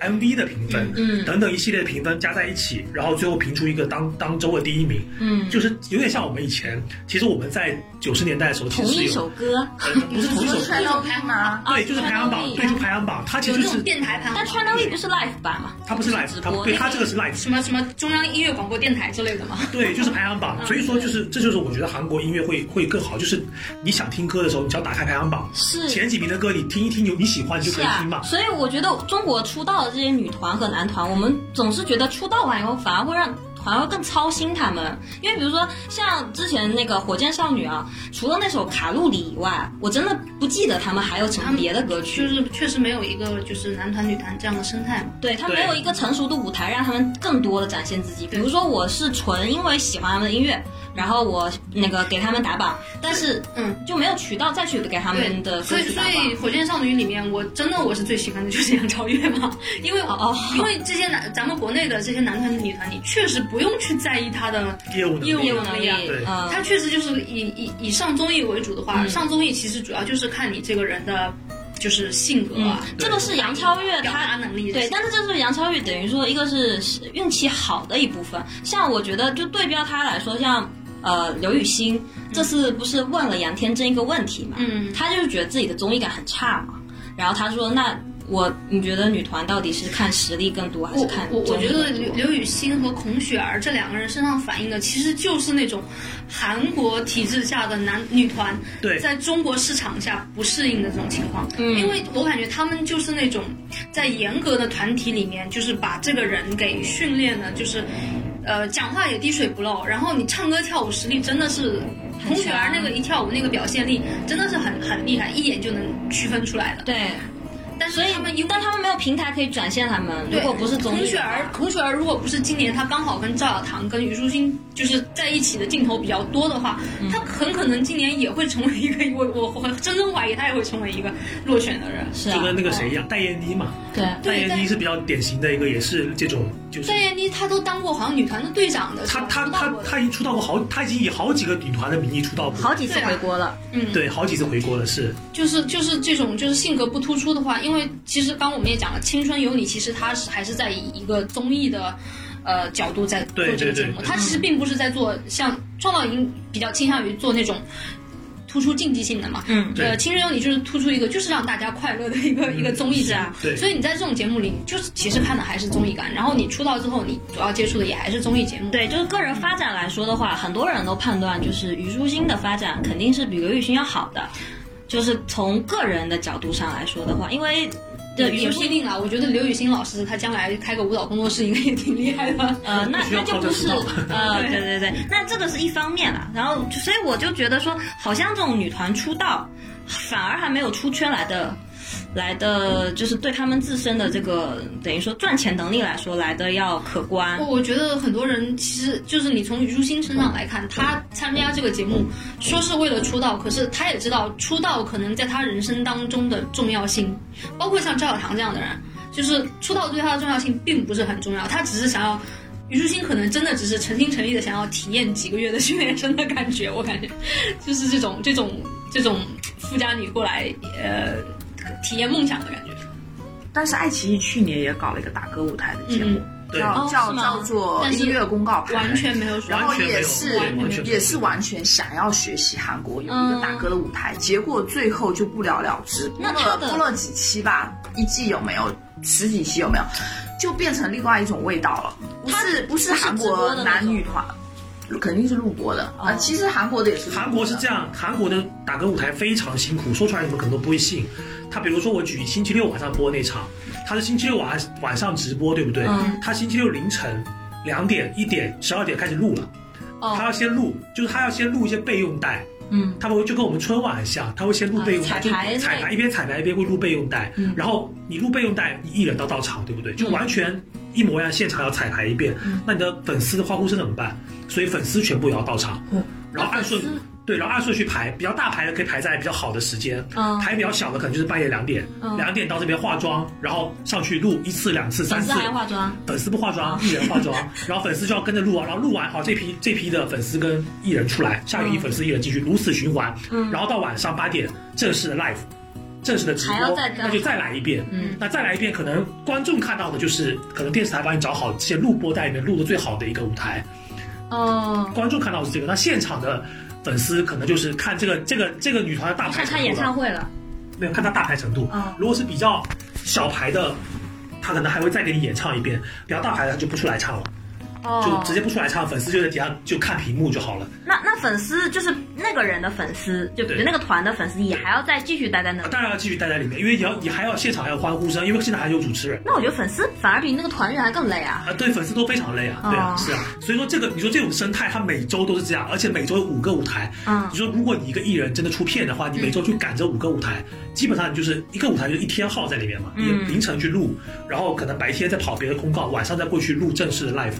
Speaker 4: MV 的评分，
Speaker 1: 嗯嗯
Speaker 4: 等等一系列的评分加在一起，然后最后评出一个当当周的第一名，
Speaker 1: 嗯，
Speaker 4: 就是有点像我们以前，其实我们在九十年代的时候，其
Speaker 1: 同
Speaker 4: 实是
Speaker 1: 一
Speaker 4: 有
Speaker 1: 首歌，
Speaker 4: 呃不是同一首
Speaker 3: 说
Speaker 4: 歌，
Speaker 3: 穿到兵吗？
Speaker 1: 啊
Speaker 4: 对，就是排行榜
Speaker 1: 川，
Speaker 4: 对，就排行榜，它其
Speaker 2: 有
Speaker 4: 实
Speaker 2: 那
Speaker 4: 就
Speaker 2: 种
Speaker 4: 是
Speaker 2: 电台盘，
Speaker 1: 但 t r 力不是 live 版嘛？
Speaker 4: 它不是 live，
Speaker 1: 直
Speaker 4: 它
Speaker 1: 播
Speaker 4: 对它这个是 live，
Speaker 2: 什么什么中央音乐广播电台之类的嘛。
Speaker 4: 对，就是排行榜。所以说，就是这就是我觉得韩国音乐会会更好，就是你想听歌的时候，你只要打开排行榜，
Speaker 1: 是
Speaker 4: 前几名的歌你听一听，有你喜欢就可
Speaker 1: 是
Speaker 4: 以
Speaker 1: 啊
Speaker 4: 听嘛，。
Speaker 1: 所以我觉得中国出道的这些女团和男团，我们总是觉得出道完以后反而会让反而会更操心他们，因为比如说像之前那个火箭少女啊，除了那首《卡路里》以外，我真的不记得他们还有什么别的歌
Speaker 2: 就
Speaker 1: 曲。
Speaker 2: 是确实没有一个就是男团女团这样的生态嘛。
Speaker 1: 对他没
Speaker 4: 对
Speaker 1: 有一个成熟的舞台，让他们更多的展现自己。比如说，我是纯因为喜欢他们的音乐，然后我那个给他们打榜，但是
Speaker 2: 嗯，
Speaker 1: 就没有渠道再去给他们的
Speaker 2: 对，
Speaker 1: 歌
Speaker 2: 所以
Speaker 1: 曲
Speaker 2: 所
Speaker 1: 打榜。
Speaker 2: 以《火箭少女》里面，我真的我是最喜欢的就是杨超越嘛，因为
Speaker 1: 哦
Speaker 2: 因为这些男咱们国内的这些男团女团，你确实不用去在意他的
Speaker 4: 业务能
Speaker 2: 业务
Speaker 4: 力
Speaker 2: 能，力啊。
Speaker 4: 对
Speaker 1: 嗯，
Speaker 2: 他确实就是以以以上综艺为主的话，上综艺其实主要就是看你这个人的，就是性格啊，
Speaker 1: 嗯这个是杨超越
Speaker 2: 表
Speaker 1: 她
Speaker 2: 达能力。
Speaker 1: 嗯对，但是这是杨超越，等于说一个是是运气好的一部分。像我觉得，就对标她来说，像呃刘雨昕，这次不是问了杨天真一个问题嘛？
Speaker 2: 嗯
Speaker 1: 她就是觉得自己的综艺感很差嘛。然后她说：“那我你觉得女团到底是看实力更多，还是
Speaker 2: 我
Speaker 1: 看
Speaker 2: 我我
Speaker 1: 综艺
Speaker 2: 觉得
Speaker 1: 更多
Speaker 2: 刘刘雨昕和孔雪儿这两个人身上反映的其实就是那种韩国体制下的男女团
Speaker 4: 对
Speaker 2: 在中国市场下不适应的这种情况。
Speaker 1: 嗯
Speaker 2: 因为我感觉他们就是那种在严格的团体里面，就是把这个人给训练的，就是呃讲话也滴水不漏，然后你唱歌跳舞实力真的是
Speaker 1: 很
Speaker 2: 孔雪儿
Speaker 1: 强
Speaker 2: 那个一跳舞那个表现力真的是很很厉害，一眼就能区分出来的。
Speaker 1: 对，
Speaker 2: 但是
Speaker 1: 所以
Speaker 2: 他们因为
Speaker 1: 但他们没有平台可以展现他们，如
Speaker 2: 对
Speaker 1: 果不是综艺
Speaker 2: 孔
Speaker 1: 的
Speaker 2: 雪
Speaker 1: 话
Speaker 2: 儿，孔雪儿如果不是今年她刚好跟赵小棠、跟虞书欣就是在一起的镜头比较多的话，
Speaker 1: 嗯
Speaker 2: 她很可能今年也会成为一个我我我真正怀疑她也会成为一个落选的人。
Speaker 1: 是
Speaker 4: 就跟
Speaker 1: 啊，
Speaker 4: 那个谁一样，戴燕妮嘛，
Speaker 1: 对，
Speaker 4: 戴
Speaker 2: 对
Speaker 4: 燕妮是比较典型的一个，也是这种就是
Speaker 2: 戴燕妮她都当过好像女团的队长的，
Speaker 4: 她她
Speaker 2: 出道
Speaker 4: 她
Speaker 2: 过的
Speaker 4: 她已经出道过好，她已经以好几个女团的名义出道过，
Speaker 1: 好几次
Speaker 2: 对啊
Speaker 1: 回国了，
Speaker 2: 嗯，
Speaker 4: 对，好几次回国了，是
Speaker 2: 就是就是这种就是性格不突出的话，因为其实刚我们也讲了，《青春有你》其实它是还是在以一个综艺的。呃，角度在做
Speaker 4: 对
Speaker 2: 这个
Speaker 4: 对
Speaker 2: 节
Speaker 4: 对
Speaker 2: 目，
Speaker 4: 对
Speaker 2: 它其实并不是在做像创造营比较倾向于做那种突出竞技性的嘛。
Speaker 1: 嗯
Speaker 4: 对嗯
Speaker 2: 呃，《青春有你》就是突出一个，就是让大家快乐的一个、一个综艺
Speaker 1: 是啊
Speaker 2: 节目
Speaker 4: 对
Speaker 2: 所以你在这种节目里，你就是其实看的还是综艺感。然后你出道之后，你主要接触的也还是综艺节目。
Speaker 1: 对，就是个人发展来说的话，很多人都判断就是虞书欣的发展肯定是比刘雨欣要好的，就是从个人的角度上来说的话，因为对虞
Speaker 2: 也
Speaker 1: 书
Speaker 2: 不一
Speaker 1: 欣。
Speaker 2: 定啦。啊我觉得刘雨欣老师她将来开个舞蹈工作室，应该也挺厉害的。
Speaker 1: 呃，那
Speaker 4: 需
Speaker 1: 那
Speaker 4: 要
Speaker 1: 就
Speaker 4: 靠
Speaker 1: 不
Speaker 4: 着
Speaker 1: 是
Speaker 4: 知道
Speaker 1: 呃，对对对，那这个是一方面啦。然后，所以我就觉得说，好像这种女团出道，反而还没有出圈来的，来的就是对他们自身的这个等于说赚钱能力来说来的要可观
Speaker 2: 我。我觉得很多人其实就是你从虞书欣身上来看，她参加这个节目说是为了出道，可是她也知道出道可能在她人生当中的重要性，包括像赵小棠这样的人，就是出道对她的重要性并不是很重要，她只是想要。虞书欣可能真的只是诚心诚意的想要体验几个月的训练生的感觉，我感觉就是这种这种这种富家女过来呃体验梦想的感觉。
Speaker 3: 但是爱奇艺去年也搞了一个打歌舞台的节目，
Speaker 4: 嗯对，
Speaker 3: 叫
Speaker 1: 哦
Speaker 3: 叫
Speaker 1: 是吗
Speaker 3: 叫做
Speaker 2: 但是
Speaker 3: 音乐公告牌，
Speaker 2: 完全没有说，
Speaker 3: 然后
Speaker 4: 完全没有
Speaker 3: 也是
Speaker 2: 完全没有
Speaker 3: 也是完全想要学习韩国有一
Speaker 1: 嗯
Speaker 3: 个打歌的舞台，结果最后就不了了之，播
Speaker 1: 那他
Speaker 3: 了
Speaker 1: 的
Speaker 3: 播了几期吧，一季有没有，十几期有没有，就变成另外一种味道了，不是不是
Speaker 1: 不是
Speaker 3: 韩
Speaker 1: 直播
Speaker 3: 国
Speaker 1: 的那
Speaker 3: 男
Speaker 1: 种
Speaker 3: 女团，肯定是录播的啊、
Speaker 1: 哦
Speaker 3: 其实韩国的也是录嗯播的
Speaker 4: 韩国是这样，韩国的打歌舞台非常辛苦，说出来你们可能都不会信。他比如说我举星期六晚上播那场，他是星期六晚晚上直播，对不对？
Speaker 1: 嗯
Speaker 4: 他星期六凌晨两点、一点、十二点开始录了。
Speaker 1: 哦
Speaker 4: 他要先录，就是他要先录一些备用带，
Speaker 1: 嗯，
Speaker 4: 他会就跟我们春晚很像，他会先录备用带，
Speaker 1: 啊
Speaker 4: 就
Speaker 1: 彩排
Speaker 4: 彩排一边彩排一边会录备用带，
Speaker 1: 嗯
Speaker 4: 然后你录备用带，你艺人到到场，对不对？就完全一模一样，现场要彩排一遍，
Speaker 1: 嗯
Speaker 4: 那你的粉丝的欢呼声怎么办？所以粉丝全部也要到场，
Speaker 3: 嗯
Speaker 4: 然后按顺对，然后按顺序排，比较大牌的可以排在比较好的时间，
Speaker 1: 嗯
Speaker 4: 排比较小的可能就是半夜两点，
Speaker 1: 嗯
Speaker 4: 两点到这边化妆，然后上去录一次、两次、三
Speaker 1: 粉丝
Speaker 4: 次，
Speaker 1: 还要化妆，
Speaker 4: 粉丝不化妆，艺人化 妆，然后粉丝就要跟着录啊，然后录完好这批这批的粉丝跟艺人出来，下一批粉丝艺人继续如此循环，
Speaker 1: 嗯
Speaker 4: 然后到晚上八点正式的 live，正式的直
Speaker 1: 还要
Speaker 4: 播
Speaker 1: 再，
Speaker 4: 那就再来一遍。
Speaker 1: 嗯，
Speaker 4: 那再来一遍，可能观众看到的就是，可能电视台帮你找好先录播带里面录的最好的一个舞台，
Speaker 1: 哦，
Speaker 4: 观众看到的是这个，那现场的粉丝可能就是看这个这个这个女团的大牌
Speaker 1: 像
Speaker 4: 程
Speaker 1: 看
Speaker 4: 度
Speaker 1: 演
Speaker 4: 了
Speaker 1: 唱会了，
Speaker 4: 没有看他大牌程度。
Speaker 1: 嗯
Speaker 4: 如果是比较小牌的，他可能还会再给你演唱一遍；比较大牌的，他就不出来唱了，就
Speaker 1: 哦
Speaker 4: 直接不出来唱，粉丝就在底下就看屏幕就好了。
Speaker 1: 那那粉丝就是那个人的粉丝，就比如
Speaker 4: 对
Speaker 1: 那个团的粉丝，也还要再继续待在那里。
Speaker 4: 当然要继续待在里面，因为你要你还要现场还有欢呼声，因为现场还有主持人。
Speaker 1: 那我觉得粉丝反而比那个团员还更累啊。
Speaker 4: 啊，对粉丝都非常累啊，对啊，
Speaker 1: 哦
Speaker 4: 是啊，所以说这个你说这种生态，它每周都是这样，而且每周有五个舞台。
Speaker 1: 嗯
Speaker 4: 你说如果你一个艺人真的出片的话，你每周去赶着五个舞台，基本上你就是一个舞台就是一天耗在里面嘛，你
Speaker 1: 嗯
Speaker 4: 凌晨去录，然后可能白天再跑别的公告，晚上再过去录正式的 live，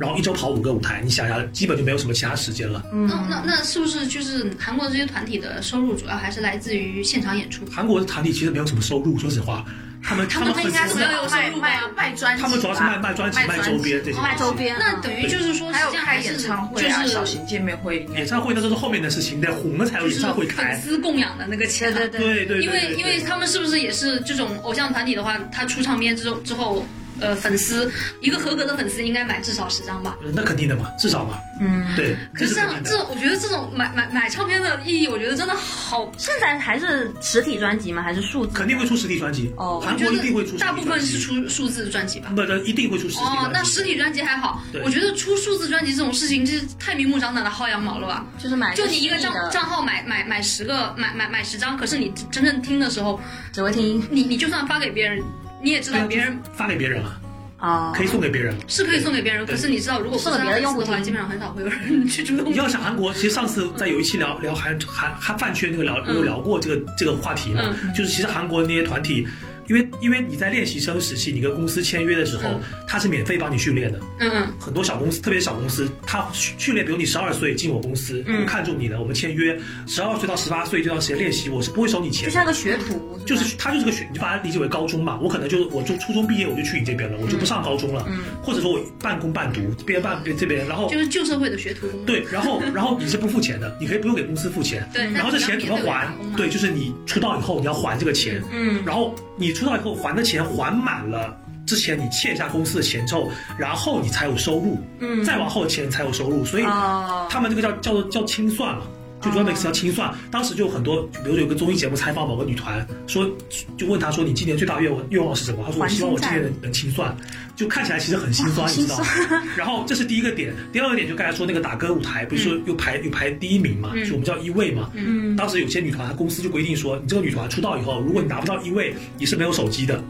Speaker 4: 然后一周跑五个舞台，你想想基本就没有什么其他时间了。
Speaker 1: 嗯
Speaker 2: 那那那是不是就是韩国这些团体的收入主要还是来自于现场演出？
Speaker 4: 韩国的团体其实没有什么收入，说实话，他们他们
Speaker 2: 他
Speaker 4: 很
Speaker 2: 们应该是
Speaker 4: 多
Speaker 2: 没有
Speaker 3: 卖卖卖专辑吧，
Speaker 4: 他们主要是卖卖专辑、卖周边这些。
Speaker 1: 卖周边，
Speaker 2: 那等于就是说，
Speaker 3: 啊还
Speaker 2: 实
Speaker 3: 有
Speaker 2: 际上
Speaker 3: 开
Speaker 2: 还是
Speaker 3: 演唱会啊、
Speaker 2: 就是
Speaker 3: 小型见面会，
Speaker 4: 演唱会那都是后面的事情，得红了才有
Speaker 2: 就
Speaker 4: 演
Speaker 2: 是
Speaker 4: 唱会
Speaker 2: 粉
Speaker 4: 开。
Speaker 2: 丝供养的那个钱
Speaker 1: 对
Speaker 2: 啊。
Speaker 1: 对对，
Speaker 4: 对对，
Speaker 2: 因为因为他们是不是也是这种偶像团体的话，他出唱片之后之后，呃，粉丝一个合格的粉丝应该买至少十张吧。
Speaker 4: 那肯定的嘛，至少嘛，
Speaker 1: 嗯，
Speaker 4: 对，
Speaker 2: 可
Speaker 4: 这
Speaker 2: 是
Speaker 4: 是
Speaker 2: 这
Speaker 4: 肯
Speaker 2: 样，
Speaker 4: 定
Speaker 2: 这
Speaker 4: 的。
Speaker 2: 我觉得这种买买买唱片的意义，我觉得真的好
Speaker 1: 现在还是实体专辑吗？还是数字？
Speaker 4: 肯定会出实体专辑，
Speaker 1: 哦
Speaker 4: 韩
Speaker 2: 我觉
Speaker 4: 国一定会
Speaker 2: 得
Speaker 4: 出实体专辑，
Speaker 2: 大部分是出数字专辑吧。
Speaker 4: 不，不一定会出实体专辑。
Speaker 2: 哦，那实体专辑还好
Speaker 4: 对，
Speaker 2: 我觉得出数字专辑这种事情，这是太明目张胆的薅羊毛了吧？
Speaker 1: 就是买
Speaker 2: 就你一个
Speaker 1: 实体
Speaker 2: 账
Speaker 1: 的，
Speaker 2: 账号买买买十个买买买十张，可是你真正听的时候，
Speaker 1: 只会听音。
Speaker 2: 你你就算发给别人，你也知道
Speaker 4: 对
Speaker 2: 别人
Speaker 4: 发给别人啊，
Speaker 1: 哦
Speaker 3: 啊
Speaker 4: 可以送给别人。
Speaker 2: 是可以送给别人，
Speaker 4: 对
Speaker 2: 可是你知道，如果不是
Speaker 1: 送给别的用户
Speaker 2: 的话，
Speaker 1: 听
Speaker 2: 基本上很少会有人嗯去主动
Speaker 4: 你。要想韩国，其实上次在有一期聊聊韩韩韩饭圈那个聊
Speaker 2: 嗯
Speaker 4: 有聊过这个这个话题嘛，就是其实韩国那些团体。因为因为你在练习生时期，你跟公司签约的时候
Speaker 2: 嗯，
Speaker 4: 他是免费帮你训练的。
Speaker 2: 嗯嗯
Speaker 4: 很多小公司，特别小公司，他训练，比如你十二岁进我公司，
Speaker 1: 嗯
Speaker 4: 我看中你了，我们签约，十二岁到十八岁这段时间练习，我是不会收你钱
Speaker 1: 就
Speaker 4: 的。
Speaker 1: 像个学徒，
Speaker 4: 就
Speaker 1: 吧
Speaker 4: 是他就是个学，你就把它理解为高中嘛。我可能就是我就初中毕业我就去你这边了，我就不上高中了，
Speaker 1: 嗯
Speaker 4: 或者说我半工半读，边半边这边，然后
Speaker 2: 就是旧社会的学徒工。
Speaker 4: 哦对，然后然后你是不付钱的，你可以不用给公司付钱，
Speaker 2: 对，
Speaker 4: 然后这钱怎么还？对，就是你出道以后你要还这个钱，
Speaker 1: 嗯，
Speaker 4: 然后你出道以后还的钱还满了。之前你欠下公司的钱之后，然后你才有收入，
Speaker 1: 嗯
Speaker 4: 再往后钱才有收入，所以
Speaker 1: 哦，
Speaker 4: 他们这个叫叫做叫清算嘛，就专门叫清算。当时就有很多，比如说有个综艺节目采访某个女团，说就问她说你今年最大愿望愿望是什么？她说我
Speaker 1: 还清哦
Speaker 4: 希望我今年能能清算，就看起来其实很心酸，你知道吗？ 然后这是第一个点，第二个点就刚才说那个打歌舞台，不是说又排又排第一名嘛，就我们叫一位嘛。
Speaker 1: 嗯
Speaker 4: 当时有些女团，她公司就规定说，你这个女团出道以后，如果你拿不到一位，你是没有手机的，
Speaker 1: 嗯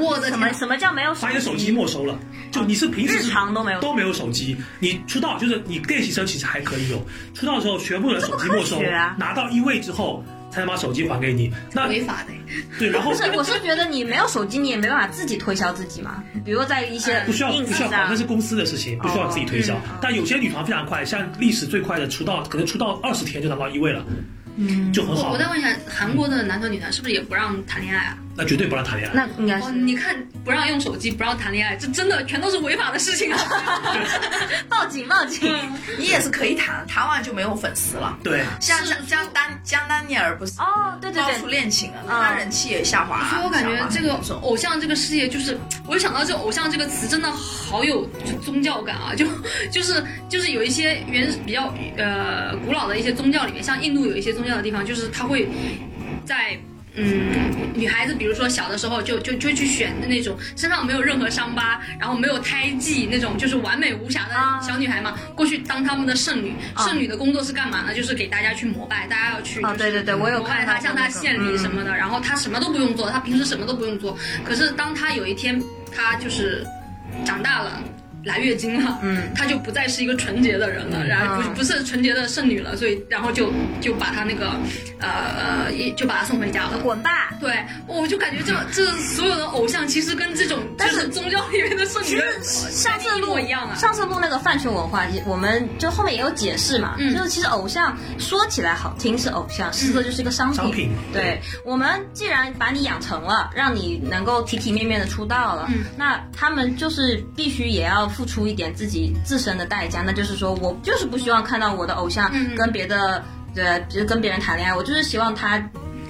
Speaker 2: 我的
Speaker 1: 什么
Speaker 2: 天
Speaker 1: 什么叫没有
Speaker 4: 把你的手机没收了。就你是平
Speaker 1: 日
Speaker 4: 时是
Speaker 1: 常都没有，
Speaker 4: 都没有手机，你出道就是你练习生其实还可以有，出道的时候全部人手机没收
Speaker 1: 这不科学啊，
Speaker 4: 拿到一位之后才能把手机还给你。那
Speaker 2: 违法的。
Speaker 4: 对，然后
Speaker 1: 不是，我是觉得你没有手机，你也没办法自己推销自己嘛。比如在一些
Speaker 4: 不需要
Speaker 1: ins 啊
Speaker 4: 不需要还，
Speaker 1: 上
Speaker 4: 那是公司的事情，不需要自己推销
Speaker 1: 哦嗯。
Speaker 4: 但有些女团非常快，像历史最快的出道，可能出道二十天就拿到一位了，
Speaker 1: 嗯，
Speaker 4: 就很
Speaker 2: 我
Speaker 4: 好
Speaker 2: 我，再问一下，韩国的男团女团是不是也不让谈恋爱啊？
Speaker 4: 那绝对不让谈恋爱。
Speaker 1: 那应该
Speaker 2: 哦，
Speaker 1: 是
Speaker 2: 你看不让用手机，不让谈恋爱，这真的全都是违法的事情啊！
Speaker 1: 报警报警，
Speaker 2: 嗯
Speaker 3: 你也是可以谈，谈完就没有粉丝了。
Speaker 4: 对，
Speaker 3: 像
Speaker 2: 是
Speaker 3: 像江丹江丹尼尔不是
Speaker 1: 哦，对对
Speaker 3: 爆出
Speaker 1: 对，
Speaker 3: 恋情了，啊
Speaker 1: 嗯
Speaker 3: 他人气也下滑。
Speaker 2: 所以我感
Speaker 3: 下
Speaker 2: 觉
Speaker 3: 滑
Speaker 2: 这个偶像这个事业，就是我一想到这“偶像”这个词，真的好有宗教感啊！就就是就是有一些原比较呃古老的一些宗教里面，像印度有一些宗教的地方，就是他会在。嗯，女孩子比如说小的时候就就就去选的那种身上没有任何伤疤，然后没有胎记那种就是完美无瑕的
Speaker 1: 啊
Speaker 2: 小女孩嘛，过去当他们的圣女。
Speaker 1: 啊
Speaker 2: 圣女的工作是干嘛呢？就是给大家去膜拜，大家要去、就
Speaker 1: 啊
Speaker 2: 是
Speaker 1: 对对对我有
Speaker 2: 膜
Speaker 1: 看
Speaker 2: 拜
Speaker 1: 到
Speaker 2: 她，向她
Speaker 1: 那个
Speaker 2: 献礼
Speaker 1: 嗯
Speaker 2: 什么的。然后她什么都不用做，她平时什么都不用做。可是当她有一天，她就是长大了，来月经了，
Speaker 1: 嗯，
Speaker 2: 她就不再是一个纯洁的人了，然
Speaker 1: 嗯
Speaker 2: 后不不是纯洁的圣女了，所以然后就就把她那个呃一就把她送回家了。
Speaker 1: 滚吧！
Speaker 2: 对，我就感觉这这所有的偶像其实跟这种就
Speaker 1: 嗯但是
Speaker 2: 是宗教里面的圣女
Speaker 1: 其
Speaker 2: 的
Speaker 1: 实上次
Speaker 2: 一
Speaker 1: 录
Speaker 2: 模一样啊。
Speaker 1: 上次录那个饭圈文化，我们就后面也有解释嘛，
Speaker 2: 嗯
Speaker 1: 就是其实偶像说起来好听是偶像，实则就是一个商品。
Speaker 4: 商品
Speaker 1: 对我们既然把你养成了，让你能够体体面面的出道了，
Speaker 2: 嗯
Speaker 1: 那他们就是必须也要付出一点自己自身的代价，那就是说我就是不希望看到我的偶像
Speaker 2: 嗯
Speaker 1: 跟别的，呃，就是跟别人谈恋爱，我就是希望他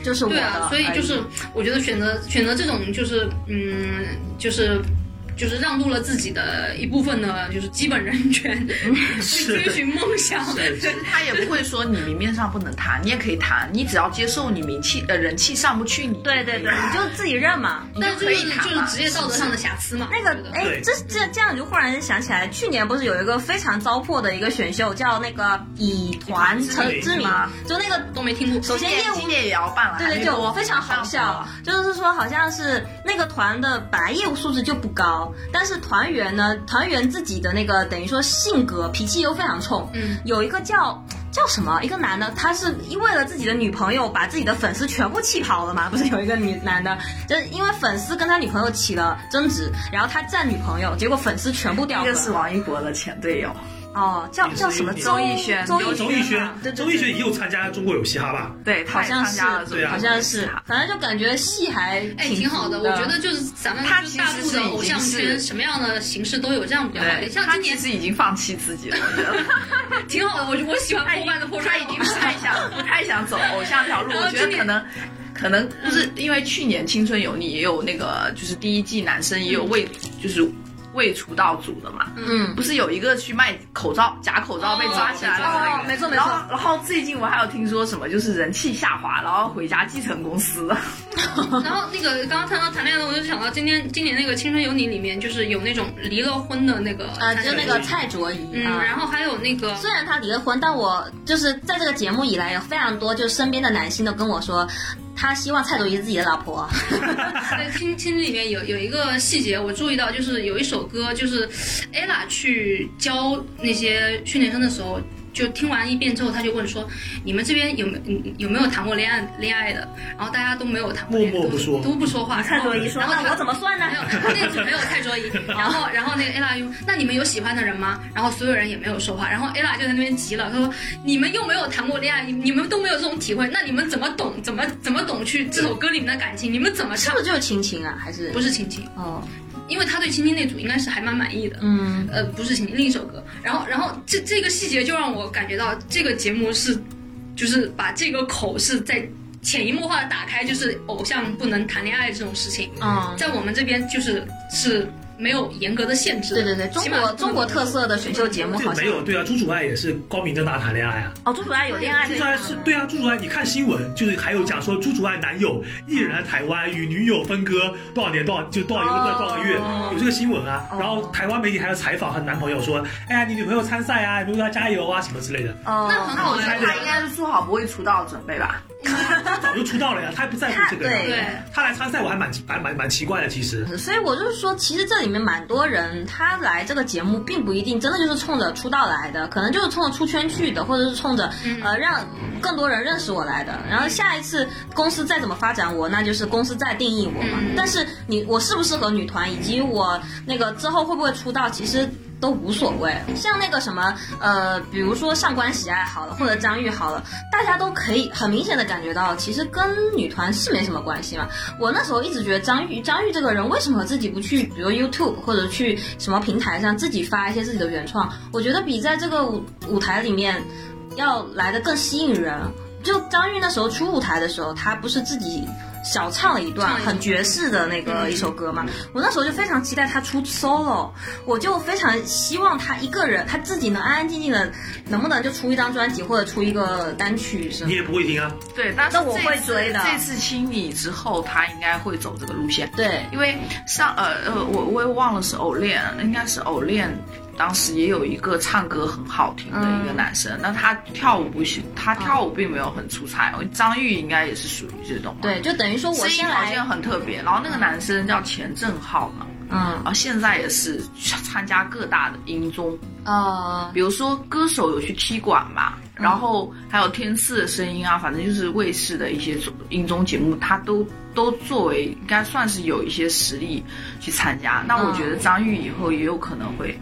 Speaker 1: 就是我
Speaker 2: 对
Speaker 1: 的，
Speaker 2: 啊，所以就是我觉得选择选择这种就是嗯就是。就是让渡了自己的一部分的，就是基本人 权，去
Speaker 4: 是
Speaker 2: 追寻梦想。
Speaker 3: 对他也不会说你明面上不能谈，你也可以谈，你只要接受你名气呃人气上不去你，
Speaker 1: 对对对，你就自己认嘛。
Speaker 3: 你
Speaker 2: 但
Speaker 3: 就
Speaker 2: 这
Speaker 3: 可
Speaker 2: 就是
Speaker 3: 以谈
Speaker 2: 就是
Speaker 3: 嘛
Speaker 2: 职业道德上的瑕疵嘛。
Speaker 1: 那
Speaker 2: 我觉
Speaker 1: 个，
Speaker 2: 得
Speaker 1: 哎
Speaker 4: 对，
Speaker 1: 这这这样就忽然想起来，去年不是有一个非常糟粕的一个选秀，叫那个以团
Speaker 3: 以团之
Speaker 1: 成
Speaker 3: 名
Speaker 1: 之名
Speaker 3: 吗，
Speaker 1: 就那个
Speaker 2: 都没听过。
Speaker 1: 首先业务
Speaker 3: 今年也要办了，
Speaker 1: 对
Speaker 3: 还
Speaker 1: 对，
Speaker 3: 没
Speaker 1: 就
Speaker 3: 多
Speaker 1: 非常好
Speaker 3: 啊
Speaker 1: 笑，，就是说好像是那个团的本来业务素质就不高，但是团员呢，团员自己的那个等于说性格脾气又非常冲。
Speaker 2: 嗯，
Speaker 1: 有一个叫叫什么一个男的，他是因为了自己的女朋友把自己的粉丝全部气跑了嘛？不是有一个女男的，就是因为粉丝跟他女朋友起了争执，然后他站女朋友，结果粉丝全部掉
Speaker 3: 那
Speaker 1: 粉
Speaker 3: 个。是王一博的前队友，
Speaker 1: 哦，叫叫什么周
Speaker 3: 周逸轩
Speaker 1: 周
Speaker 4: 周
Speaker 1: 逸
Speaker 4: 逸
Speaker 1: 轩
Speaker 4: 轩
Speaker 1: 嘛，对，对
Speaker 4: 周逸轩也有参加中国有嘻哈吧？
Speaker 3: 对，他
Speaker 1: 好
Speaker 3: 也
Speaker 1: 像
Speaker 3: 参
Speaker 1: 是
Speaker 3: 加了这
Speaker 4: 对
Speaker 3: 个，
Speaker 4: 啊
Speaker 1: 好像是，反正就感觉戏还
Speaker 2: 哎，
Speaker 1: 挺
Speaker 2: 挺好
Speaker 1: 的
Speaker 2: 的。，我觉得就是咱们
Speaker 3: 他
Speaker 2: 就
Speaker 3: 其
Speaker 2: 大
Speaker 3: 实
Speaker 2: 陆
Speaker 3: 是
Speaker 2: 的
Speaker 3: 已
Speaker 2: 偶
Speaker 3: 经
Speaker 2: 像
Speaker 3: 是
Speaker 2: 圈什么样的形式都有，这样比较好一
Speaker 3: 对，
Speaker 2: 点。像
Speaker 3: 他
Speaker 2: 今
Speaker 3: 其
Speaker 2: 年
Speaker 3: 实已经放弃自己了，我觉得
Speaker 2: 挺好的，我就我喜欢破罐子破
Speaker 3: 他
Speaker 2: 摔
Speaker 3: 已经不太想不太想走偶像这 条路，
Speaker 2: 然后
Speaker 3: 我觉得
Speaker 2: 今
Speaker 3: 可
Speaker 2: 年
Speaker 3: 能。可能不是因为去年《青春有你》也有那个，就是第一季男生也有未就是未出道组的嘛，
Speaker 1: 嗯，
Speaker 3: 不是有一个去卖口罩、假口罩被抓起来的那个？
Speaker 1: 哦没错没错
Speaker 3: 然后然后最近我还有听说什么，就是人气下滑，然后回家继承公司了。
Speaker 2: 然后那个刚刚谈到谈恋爱的，我就想到今天今年那个《青春有你》里面，就是有那种离了婚的那个
Speaker 3: 啊
Speaker 1: 呃，就
Speaker 2: 参
Speaker 1: 那
Speaker 2: 赛
Speaker 1: 个蔡卓宜
Speaker 2: 嗯，
Speaker 1: 啊。
Speaker 2: 然后还有那个
Speaker 1: 虽然他离了婚，但我就是在这个节目以来，有非常多就是身边的男性都跟我说，他希望蔡卓宜是自己的老婆，
Speaker 2: 在亲亲里面有有一个细节，我注意到，就是有一首歌，就是 Ella 去教那些训练生的时候，就听完一遍之后，他就问说：“你们这边有没有有没有谈过恋爱恋爱的？”然后大家都没有谈过恋爱，
Speaker 4: 默默不说
Speaker 2: 都都不说哦话。
Speaker 1: 蔡卓宜说
Speaker 2: 然后
Speaker 1: 那我怎
Speaker 2: 么？
Speaker 1: 么算呢
Speaker 2: 没？有，那个组没有蔡卓宜， 然后然后那个 Ella 又，那你们有喜欢的人吗？然后所有人也没有说话，然后 Ella 就在那边急了，她说你们又没有谈过恋爱，你你们都没有这种体会，那你们怎么懂怎么怎么懂去这首歌里面的感情？你们怎么
Speaker 1: 是
Speaker 2: 唱
Speaker 1: 不？是就是亲亲啊？还是
Speaker 2: 不是亲亲，
Speaker 1: 哦，
Speaker 2: 因为他对青青那组应该是还蛮满意的。
Speaker 1: 嗯，
Speaker 2: 呃，不是青青，另一首歌。然后，然后这这个细节就让我感觉到这个节目是，就是把这个口是在潜移默化的打开，就是偶像不能谈恋爱这种事情，
Speaker 1: 嗯，
Speaker 2: 在我们这边就是是没有严格的限制的。
Speaker 1: 对对对，中
Speaker 2: 起码
Speaker 1: 国中国特色的选秀节目
Speaker 4: 这
Speaker 1: 好
Speaker 4: 个
Speaker 1: 像
Speaker 4: 没有对啊，朱主爱也是光明正大谈恋爱啊。
Speaker 1: 哦，朱主爱有恋爱
Speaker 4: 朱
Speaker 1: 对
Speaker 4: 主
Speaker 1: 象
Speaker 4: 爱
Speaker 1: 吗
Speaker 4: 是对啊，朱主爱，你看新闻就是还有讲说朱主爱男友毅然来台湾与女友分割多少年多少就多少
Speaker 1: 哦
Speaker 4: 个多少个月，有这个新闻啊。
Speaker 1: 哦
Speaker 4: 然后台湾媒体还有采访她男朋友说，哎呀，你女朋友参赛啊，你为她加油啊什么之类的，
Speaker 1: 哦，
Speaker 2: 那很
Speaker 3: 那
Speaker 2: 好
Speaker 3: 我觉
Speaker 2: 玩
Speaker 3: 得他应该是做好不会出道的准备吧。
Speaker 4: 早就出道了呀，她不在乎这个
Speaker 1: 她
Speaker 4: 呀。
Speaker 1: 对嗯
Speaker 2: 对，
Speaker 4: 她来参赛我还蛮蛮蛮蛮奇怪的，其实。
Speaker 1: 所以我就是说，其实这里面蛮多人，他来这个节目并不一定真的就是冲着出道来的，可能就是冲着出圈去的，或者是冲着呃让更多人认识我来的。然后下一次公司再怎么发展我，那就是公司再定义我嘛
Speaker 2: 嗯。
Speaker 1: 但是你我适不适合女团，以及我那个之后会不会出道，其实。都无所谓，像那个什么，呃，比如说上官喜爱好了，或者张玉好了，大家都可以很明显的感觉到，其实跟女团是没什么关系嘛。我那时候一直觉得张玉张玉这个人为什么自己不去，比如 YouTube 或者去什么平台上自己发一些自己的原创，我觉得比在这个舞舞台里面要来的更吸引人。就张玉那时候出舞台的时候，她不是自己小唱了一段
Speaker 2: 唱了一
Speaker 1: 很爵士的那个一首歌嘛？我那时候就非常期待她出 solo，我就非常希望她一个人，她自己能安安静静的，能不能就出一张专辑或者出一个单曲什么
Speaker 4: 你？也不会听啊，
Speaker 3: 对，但是
Speaker 1: 那我
Speaker 3: 这
Speaker 1: 会
Speaker 3: 次
Speaker 1: 追的
Speaker 3: 这次清理之后，他应该会走这个路线。
Speaker 1: 对，
Speaker 3: 因为上呃呃，我我也忘了是偶练，应该是偶练。当时也有一个唱歌很好听的一个男生，那、他跳舞不行，他跳舞并没有很出彩。张玉应该也是属于这种嘛，
Speaker 1: 对，就等于说我
Speaker 3: 声音
Speaker 1: 先
Speaker 3: 条
Speaker 1: 来
Speaker 3: 件，很特别。然后那个男生叫钱正浩嘛，
Speaker 1: 嗯
Speaker 3: 然后现在也是参加各大的音综，
Speaker 1: 呃，
Speaker 3: 比如说歌手有去踢馆嘛，
Speaker 4: 嗯
Speaker 3: 然后还有天赐的声音啊，反正就是卫视的一些音综节目，他都都作为应该算是有一些实力去参加。那我
Speaker 4: 嗯
Speaker 3: 觉得张玉以后也有可能会，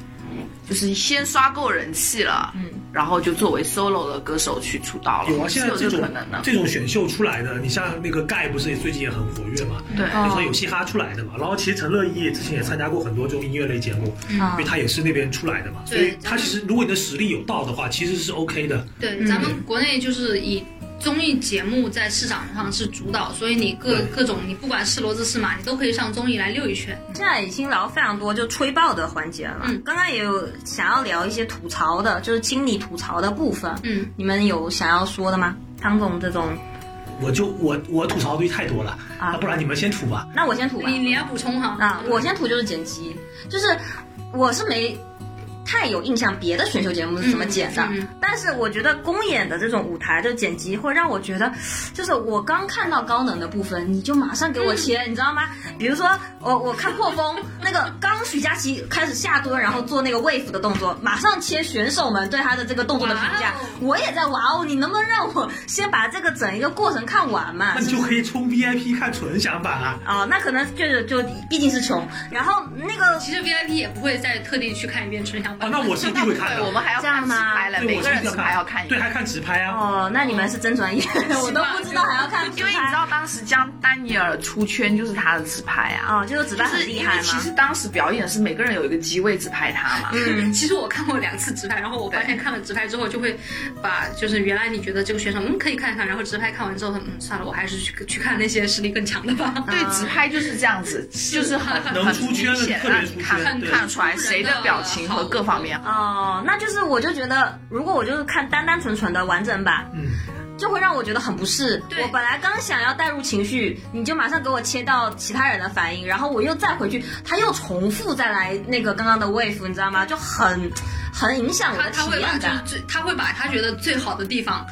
Speaker 3: 就是先刷够人气了，
Speaker 1: 嗯，
Speaker 3: 然后就作为 solo 的歌手去出道了，
Speaker 4: 有啊，
Speaker 3: 是
Speaker 4: 现在
Speaker 3: 有
Speaker 4: 这
Speaker 3: 哦这
Speaker 4: 种
Speaker 3: 可能的。
Speaker 4: 这种选秀出来的，你像那个盖不是最近也很活跃嘛，
Speaker 3: 对，
Speaker 1: 哦
Speaker 4: 就说有嘻哈出来的嘛，然后其实陈乐意之前也参加过很多这种音乐类节目，因为
Speaker 1: 嗯
Speaker 4: 他也是那边出来的嘛，所
Speaker 2: 对
Speaker 4: 以
Speaker 2: 咱
Speaker 4: 他
Speaker 2: 们
Speaker 4: 其实如果你的实力有到的话，其实是 OK 的。
Speaker 2: 对，
Speaker 1: 嗯
Speaker 2: 咱们国内就是以综艺节目在市场上是主导，所以你各
Speaker 4: 对
Speaker 2: 各种你不管是骡子是马，你都可以上综艺来溜一圈。
Speaker 1: 现在已经聊非常多就吹爆的环节了。
Speaker 2: 嗯
Speaker 1: 刚刚也有想要聊一些吐槽的，就是清理吐槽的部分。
Speaker 2: 嗯，
Speaker 1: 你们有想要说的吗？汤总这种，
Speaker 4: 我就我我吐槽的东西太多了，
Speaker 1: 啊
Speaker 4: 那不然你们先吐吧。
Speaker 1: 那我先吐吧
Speaker 2: 你。你要补充哈
Speaker 1: 啊，我先吐就是剪辑，就是我是没太有印象别的选秀节目是怎么剪的，
Speaker 2: 嗯嗯嗯
Speaker 1: 但是我觉得公演的这种舞台的剪辑会让我觉得，就是我刚看到高能的部分，你就马上给
Speaker 2: 嗯
Speaker 1: 我切，你知道吗？比如说我我看破风那个刚许佳琪开始下蹲，然后做那个 wave 的动作，马上切选手们对他的这个动作的评价
Speaker 2: 哇哦，
Speaker 1: 我也在哇哦，你能不能让我先把这个整一个过程看完嘛？
Speaker 4: 那你就可以冲 VIP 看纯享版啊。
Speaker 1: 啊、那可能就是就毕竟是穷，然后那个
Speaker 2: 其实 VIP 也不会再特地去看一遍纯享
Speaker 4: 啊，
Speaker 1: 哦
Speaker 2: 版。
Speaker 4: 那我是一定会看
Speaker 3: 对，
Speaker 4: 的。
Speaker 3: 我们还要
Speaker 1: 这样
Speaker 3: 看直
Speaker 1: 吗
Speaker 3: 拍了，
Speaker 4: 对
Speaker 3: 每
Speaker 4: 我
Speaker 3: 个
Speaker 4: 是一
Speaker 3: 人
Speaker 4: 定
Speaker 3: 直拍
Speaker 4: 要看，
Speaker 3: 要看一
Speaker 4: 对，
Speaker 3: 遍。
Speaker 4: 还看直拍啊。
Speaker 1: 哦，那你们是真专业，我都不知道还要看直
Speaker 3: 因为你知
Speaker 1: 拍。
Speaker 3: 道当时江丹尼尔出圈就是他的直拍啊，
Speaker 1: 哦，就是直拍
Speaker 3: 就
Speaker 1: 很
Speaker 3: 是
Speaker 1: 厉
Speaker 3: 因
Speaker 1: 害
Speaker 3: 为其实
Speaker 1: 吗？
Speaker 3: 当时表演是每个人有一个机位直拍他嘛，
Speaker 1: 嗯，
Speaker 2: 其实我看过两次直拍，然后我发现看了直拍之后，就会把就是原来你觉得这个选手嗯可以看一看，然后直拍看完之后，嗯算了，我还是去去看那些实力更强的 吧。
Speaker 3: 对，直拍就是这样子，嗯就是很
Speaker 4: 能
Speaker 3: 很
Speaker 4: 出
Speaker 3: 明
Speaker 4: 圈的
Speaker 3: 显
Speaker 4: 特别
Speaker 3: 让你
Speaker 4: 出
Speaker 3: 看
Speaker 4: 圈对
Speaker 3: 看出来谁的表情和各方面。
Speaker 1: 哦，那就是我就觉得，如果我就是看单单纯纯的完整版，
Speaker 4: 嗯，
Speaker 1: 就会让我觉得很不适。
Speaker 2: 对
Speaker 1: 我本来刚想要带入情绪，你就马上给我切到其他人的反应，然后我又再回去，他又重复再来那个刚刚的 wave，你知道吗？就很很影响我
Speaker 2: 他
Speaker 1: 的
Speaker 2: 他
Speaker 1: 体
Speaker 2: 会把
Speaker 1: 验
Speaker 2: 就是
Speaker 1: 感。
Speaker 2: 最他会把他觉得最好的地方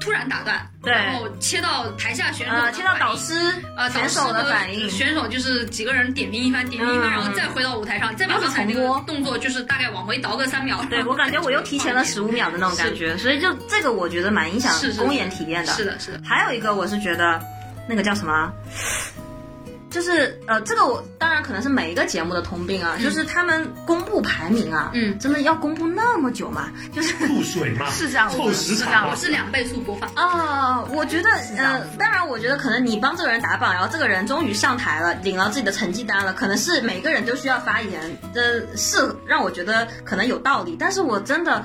Speaker 2: 突然打断，
Speaker 1: 对
Speaker 2: 然后切到台下选手
Speaker 1: 呃，
Speaker 2: 的
Speaker 1: 接到
Speaker 2: 反
Speaker 1: 导
Speaker 2: 应
Speaker 1: 师
Speaker 2: 呃
Speaker 1: 选手
Speaker 2: 手
Speaker 1: 的反应，
Speaker 2: 选手就是几个人点评一番，点评一番，
Speaker 1: 嗯
Speaker 2: 然后再回到舞台上，再把
Speaker 1: 然后
Speaker 2: 刚才那
Speaker 1: 重
Speaker 2: 个
Speaker 1: 播
Speaker 2: 动作就是大概往回倒个三秒。
Speaker 1: 对我感觉我又提前了十
Speaker 2: 五。
Speaker 1: 五秒的那种感觉，所以就这个我觉得蛮影响
Speaker 2: 是是是
Speaker 1: 公演体验的。
Speaker 2: 是的，是的，
Speaker 1: 还有一个我是觉得那个叫什么啊，就是呃，这个我当然可能是每一个节目的通病啊，
Speaker 2: 嗯
Speaker 1: 就是他们公布排名啊，
Speaker 2: 嗯
Speaker 1: 真的要公布那么久吗？就是
Speaker 4: 注水嘛，
Speaker 3: 是这样子
Speaker 4: 凑
Speaker 3: 的，
Speaker 4: 时
Speaker 3: 是这
Speaker 4: 长
Speaker 3: 样
Speaker 4: 嘛
Speaker 2: 我。是两倍速播放。
Speaker 1: 啊、我觉得，
Speaker 3: 是这样
Speaker 1: 呃
Speaker 3: 子，
Speaker 1: 当然，我觉得可能你帮这个人打榜，然后这个人终于上台了，领到自己的成绩单了，可能是每个人都需要发言，呃，是让我觉得可能有道理，但是我真的。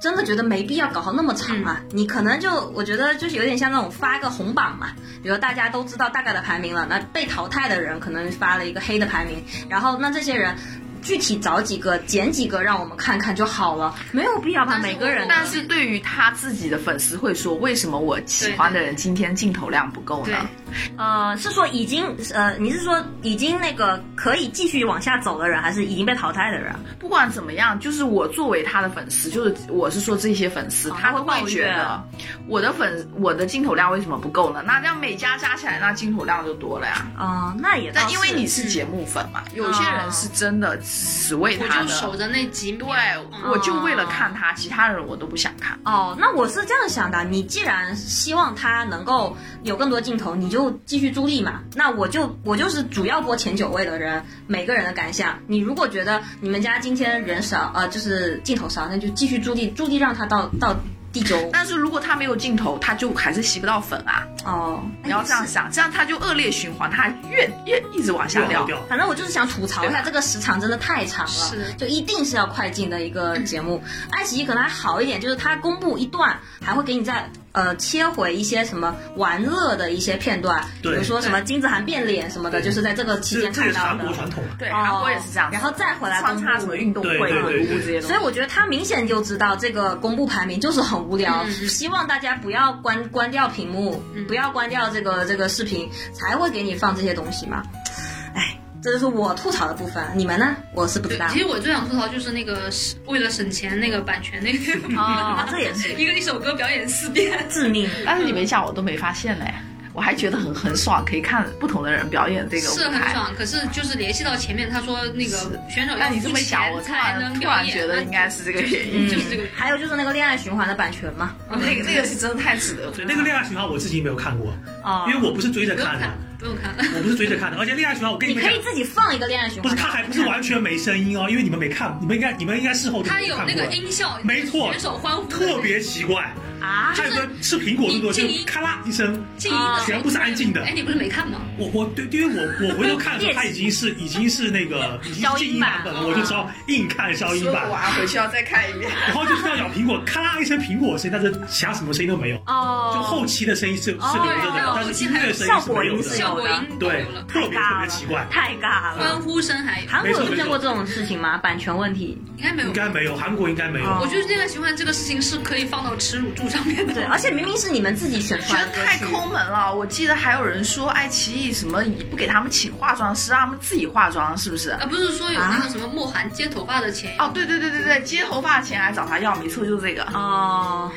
Speaker 1: 真的觉得没必要搞好那么长啊！你可能就我觉得就是有点像那种发个红榜嘛，比如大家都知道大概的排名了，那被淘汰的人可能发了一个黑的排名，然后那这些人具体找几个捡几个让我们看看就好了，没有必要把
Speaker 2: 但是
Speaker 1: 每个人的
Speaker 2: 我
Speaker 3: 但是对于他自己的粉丝会说，为什么我喜欢的人今天镜头量不够
Speaker 2: 对
Speaker 3: 呢？
Speaker 1: 呃，是说已经呃，你是说已经那个可以继续往下走的人，还是已经被淘汰的人？
Speaker 3: 不管怎么样，就是我作为他的粉丝，就是我是说这些粉丝，
Speaker 1: 哦
Speaker 3: 他
Speaker 1: 他会抱
Speaker 3: 会
Speaker 1: 怨
Speaker 3: 觉得我的粉我的镜头量为什么不够呢？那这样每家加起来，那镜头量就多了呀。
Speaker 1: 哦、那也倒
Speaker 3: 但因为
Speaker 1: 是嗯
Speaker 3: 你是节目粉嘛，有些人是真的只为
Speaker 2: 我
Speaker 3: 他
Speaker 2: 就守
Speaker 3: 的，
Speaker 2: 着那几秒嗯
Speaker 3: 对，，我就为了看他，其他人我都不想看。
Speaker 1: 哦，那我是这样想的，你既然希望他能够有更多镜头，你就继续助力嘛。那我就我就是主要播前九位的人，每个人的感想。你如果觉得你们家今天人少，呃，就是镜头少，那就继续助力，助力让他到到第九。
Speaker 3: 但是如果他没有镜头，他就还是吸不到粉啊！
Speaker 1: 哦，
Speaker 3: 你要这样想，这样他就恶劣循环，他越越一直往下
Speaker 4: 掉
Speaker 3: 掉。
Speaker 4: 掉。
Speaker 1: 反正我就是想吐槽一
Speaker 3: 对
Speaker 1: 下，
Speaker 3: 吧
Speaker 1: 这个时长真的太长了，
Speaker 2: 是的
Speaker 1: 就一定是要快进的一个节目。 爱奇艺可能还好一点，就是它公布一段，还会给你再呃切回一些什么玩乐的一些片段，比
Speaker 4: 对
Speaker 1: 如说什么金子涵变脸什么的，
Speaker 4: 对
Speaker 1: 就是在这个期
Speaker 4: 这
Speaker 1: 间
Speaker 4: 这个
Speaker 1: 看
Speaker 4: 是
Speaker 1: 到
Speaker 4: 韩
Speaker 1: 的
Speaker 4: 国。传统啊，
Speaker 3: 对，
Speaker 1: 哦
Speaker 3: 韩国也是这样子，
Speaker 1: 然后再回来
Speaker 3: 穿插
Speaker 1: 公
Speaker 3: 什
Speaker 1: 布
Speaker 3: 么运动会、
Speaker 1: 啊
Speaker 4: 对对
Speaker 3: 舞
Speaker 4: 对
Speaker 3: 步这些东
Speaker 1: 所
Speaker 3: 西
Speaker 1: 以。我觉得它明显就知道这个公布排名就是很无聊，
Speaker 2: 嗯
Speaker 1: 希望大家不要关关掉屏幕，
Speaker 2: 嗯
Speaker 1: 不要关掉这个这个视频，才会给你放这些东西嘛。哎，这就是我吐槽的部分，你们呢？我是不知
Speaker 2: 对
Speaker 1: 道，。
Speaker 2: 其实我最想吐槽就是那个是为了省钱那个版权那 个，
Speaker 1: 哦，这也是
Speaker 2: 一个一首歌表演四遍，
Speaker 1: 致命。
Speaker 3: 但是你没讲，我都没发现嘞，我还觉得很很爽，可以看不同的人表演这个舞
Speaker 2: 是很
Speaker 3: 台。
Speaker 2: 爽。可是就是联系到前面他说那个选手
Speaker 3: 那
Speaker 2: 要
Speaker 3: 你这
Speaker 2: 付
Speaker 3: 么讲，
Speaker 2: 钱
Speaker 3: 我突
Speaker 2: 才
Speaker 3: 然
Speaker 2: 能
Speaker 3: 突
Speaker 2: 表
Speaker 3: 然
Speaker 2: 演，
Speaker 3: 觉得应该是这个原因，
Speaker 2: 那嗯就是这个。
Speaker 1: 嗯还有就是那个恋爱循环的版权嘛。
Speaker 3: 那个那个是真的太值得了。
Speaker 4: 对那个恋爱循环我自己没有看过，
Speaker 1: 哦
Speaker 4: 因为我不是追着
Speaker 2: 不用
Speaker 4: 看
Speaker 2: 看
Speaker 4: 的，，
Speaker 2: 不用看了。
Speaker 4: 我不是追着看的，而且恋爱循环我跟
Speaker 1: 你
Speaker 4: 们
Speaker 1: 可
Speaker 4: 讲，
Speaker 1: 以自己放一个恋爱循
Speaker 4: 不
Speaker 1: 环。
Speaker 4: 是它还不是完全没声音哦，因为你们没看，你们应该你们应该事后都
Speaker 2: 他
Speaker 4: 没
Speaker 2: 有
Speaker 4: 看
Speaker 2: 那
Speaker 4: 过
Speaker 2: 个，音效，
Speaker 4: 没错
Speaker 2: 选手欢呼的
Speaker 4: 特别奇怪，
Speaker 1: 啊？
Speaker 4: 还有个吃苹果动作，就
Speaker 2: 你静音
Speaker 4: 咔啦一声，
Speaker 2: 静音的时候
Speaker 4: 全部是安静的
Speaker 2: 哎，你不是没看吗？
Speaker 4: 我我对，因为我我回头看的时候，它已经是已经是那个已经是静音版本了，
Speaker 2: 啊
Speaker 1: 消音版
Speaker 4: 我就只好硬看消音
Speaker 3: 说
Speaker 4: 版
Speaker 3: 我，啊，回去要再看一遍。
Speaker 4: 然后就听到咬苹果咔啦一声苹果声，但是其他什么声音都没有，
Speaker 1: 哦，
Speaker 4: 就后期的声音是是留
Speaker 2: 哦
Speaker 4: 着
Speaker 1: 对
Speaker 4: 的，但是音乐声
Speaker 1: 效
Speaker 4: 音是
Speaker 1: 果
Speaker 4: 没
Speaker 1: 音
Speaker 4: 有
Speaker 1: 是
Speaker 4: 的，
Speaker 2: 效果音都
Speaker 4: 对
Speaker 2: 有了，，
Speaker 4: 特别特别奇怪。
Speaker 1: 太尬了。
Speaker 2: 欢呼声还有，
Speaker 1: 嗯韩国有
Speaker 4: 没错
Speaker 1: 出现过这种事情吗？版权问题。
Speaker 2: 应该没有
Speaker 4: 应。该没有，韩国应该没
Speaker 1: 哦
Speaker 4: 有。
Speaker 2: 我觉得恋爱循环这个事情是可以放到耻辱柱上面的。
Speaker 1: 对，而且明明是你们自己选出
Speaker 3: 觉
Speaker 1: 来
Speaker 3: 得
Speaker 1: 的歌
Speaker 3: 太
Speaker 1: 曲。
Speaker 3: 抠门了，我记得还有人说爱奇艺什么不给他们请化妆师，让他们自己化妆，是不 是？
Speaker 2: 啊，不是说有那个什么莫寒接头发的钱，
Speaker 3: 哦，对对对对对，接头发的钱还找他要，没错，就是这个。
Speaker 1: 哦，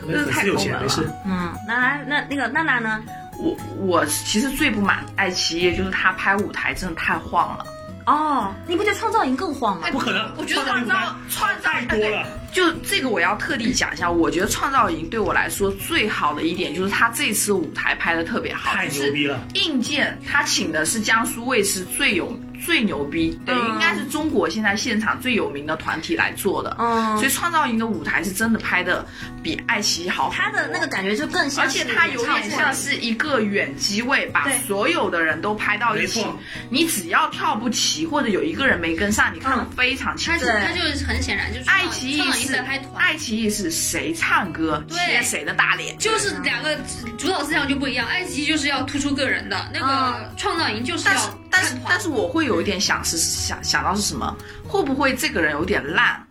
Speaker 4: 可能粉丝有钱，没事。
Speaker 1: 嗯，那来那那个娜娜呢？
Speaker 3: 我我其实最不满爱奇艺就是他拍舞台真的太晃了，
Speaker 1: 哦，你不觉得创造营更晃吗
Speaker 2: 哎？
Speaker 4: 不可能，
Speaker 2: 我觉得
Speaker 4: 创
Speaker 3: 创
Speaker 4: 造
Speaker 3: 造创造
Speaker 4: 太多了，
Speaker 3: 就这个我要特地讲一下，我觉得创造营对我来说最好的一点就是他这次舞台拍的特别好，
Speaker 4: 太牛逼了。
Speaker 3: 硬件他请的是江苏卫视最有最牛逼，
Speaker 1: 嗯
Speaker 3: 等于应该是中国现在现场最有名的团体来做的。
Speaker 1: 嗯
Speaker 3: 所以创造营的舞台是真的拍的比爱奇艺好很多，
Speaker 1: 他的那个感觉就更像
Speaker 3: 而
Speaker 1: 是
Speaker 3: 且
Speaker 1: 演唱
Speaker 3: 它
Speaker 1: 会，
Speaker 3: 有点像是一个远机位，把
Speaker 1: 对
Speaker 3: 所有的人都拍到一
Speaker 4: 没
Speaker 3: 起
Speaker 4: 错。
Speaker 3: 你只要跳不齐，或者有一个人没跟上，你看
Speaker 1: 嗯
Speaker 3: 得非常清
Speaker 2: 他
Speaker 3: 楚。
Speaker 1: 对
Speaker 2: 他就是很显然就是
Speaker 3: 爱奇艺
Speaker 2: 创造营
Speaker 3: 是
Speaker 2: 在拍团，
Speaker 3: 爱奇艺是谁唱歌
Speaker 2: 对
Speaker 3: 切谁的大脸，
Speaker 2: 就是两个主导思想就不一样。爱奇艺就是要突出个人的，那个创造营就是
Speaker 3: 嗯但是
Speaker 2: 要
Speaker 3: 但是
Speaker 2: 看团
Speaker 3: 但。是我会有一点想是想想到是什么？会不会这个人有点烂？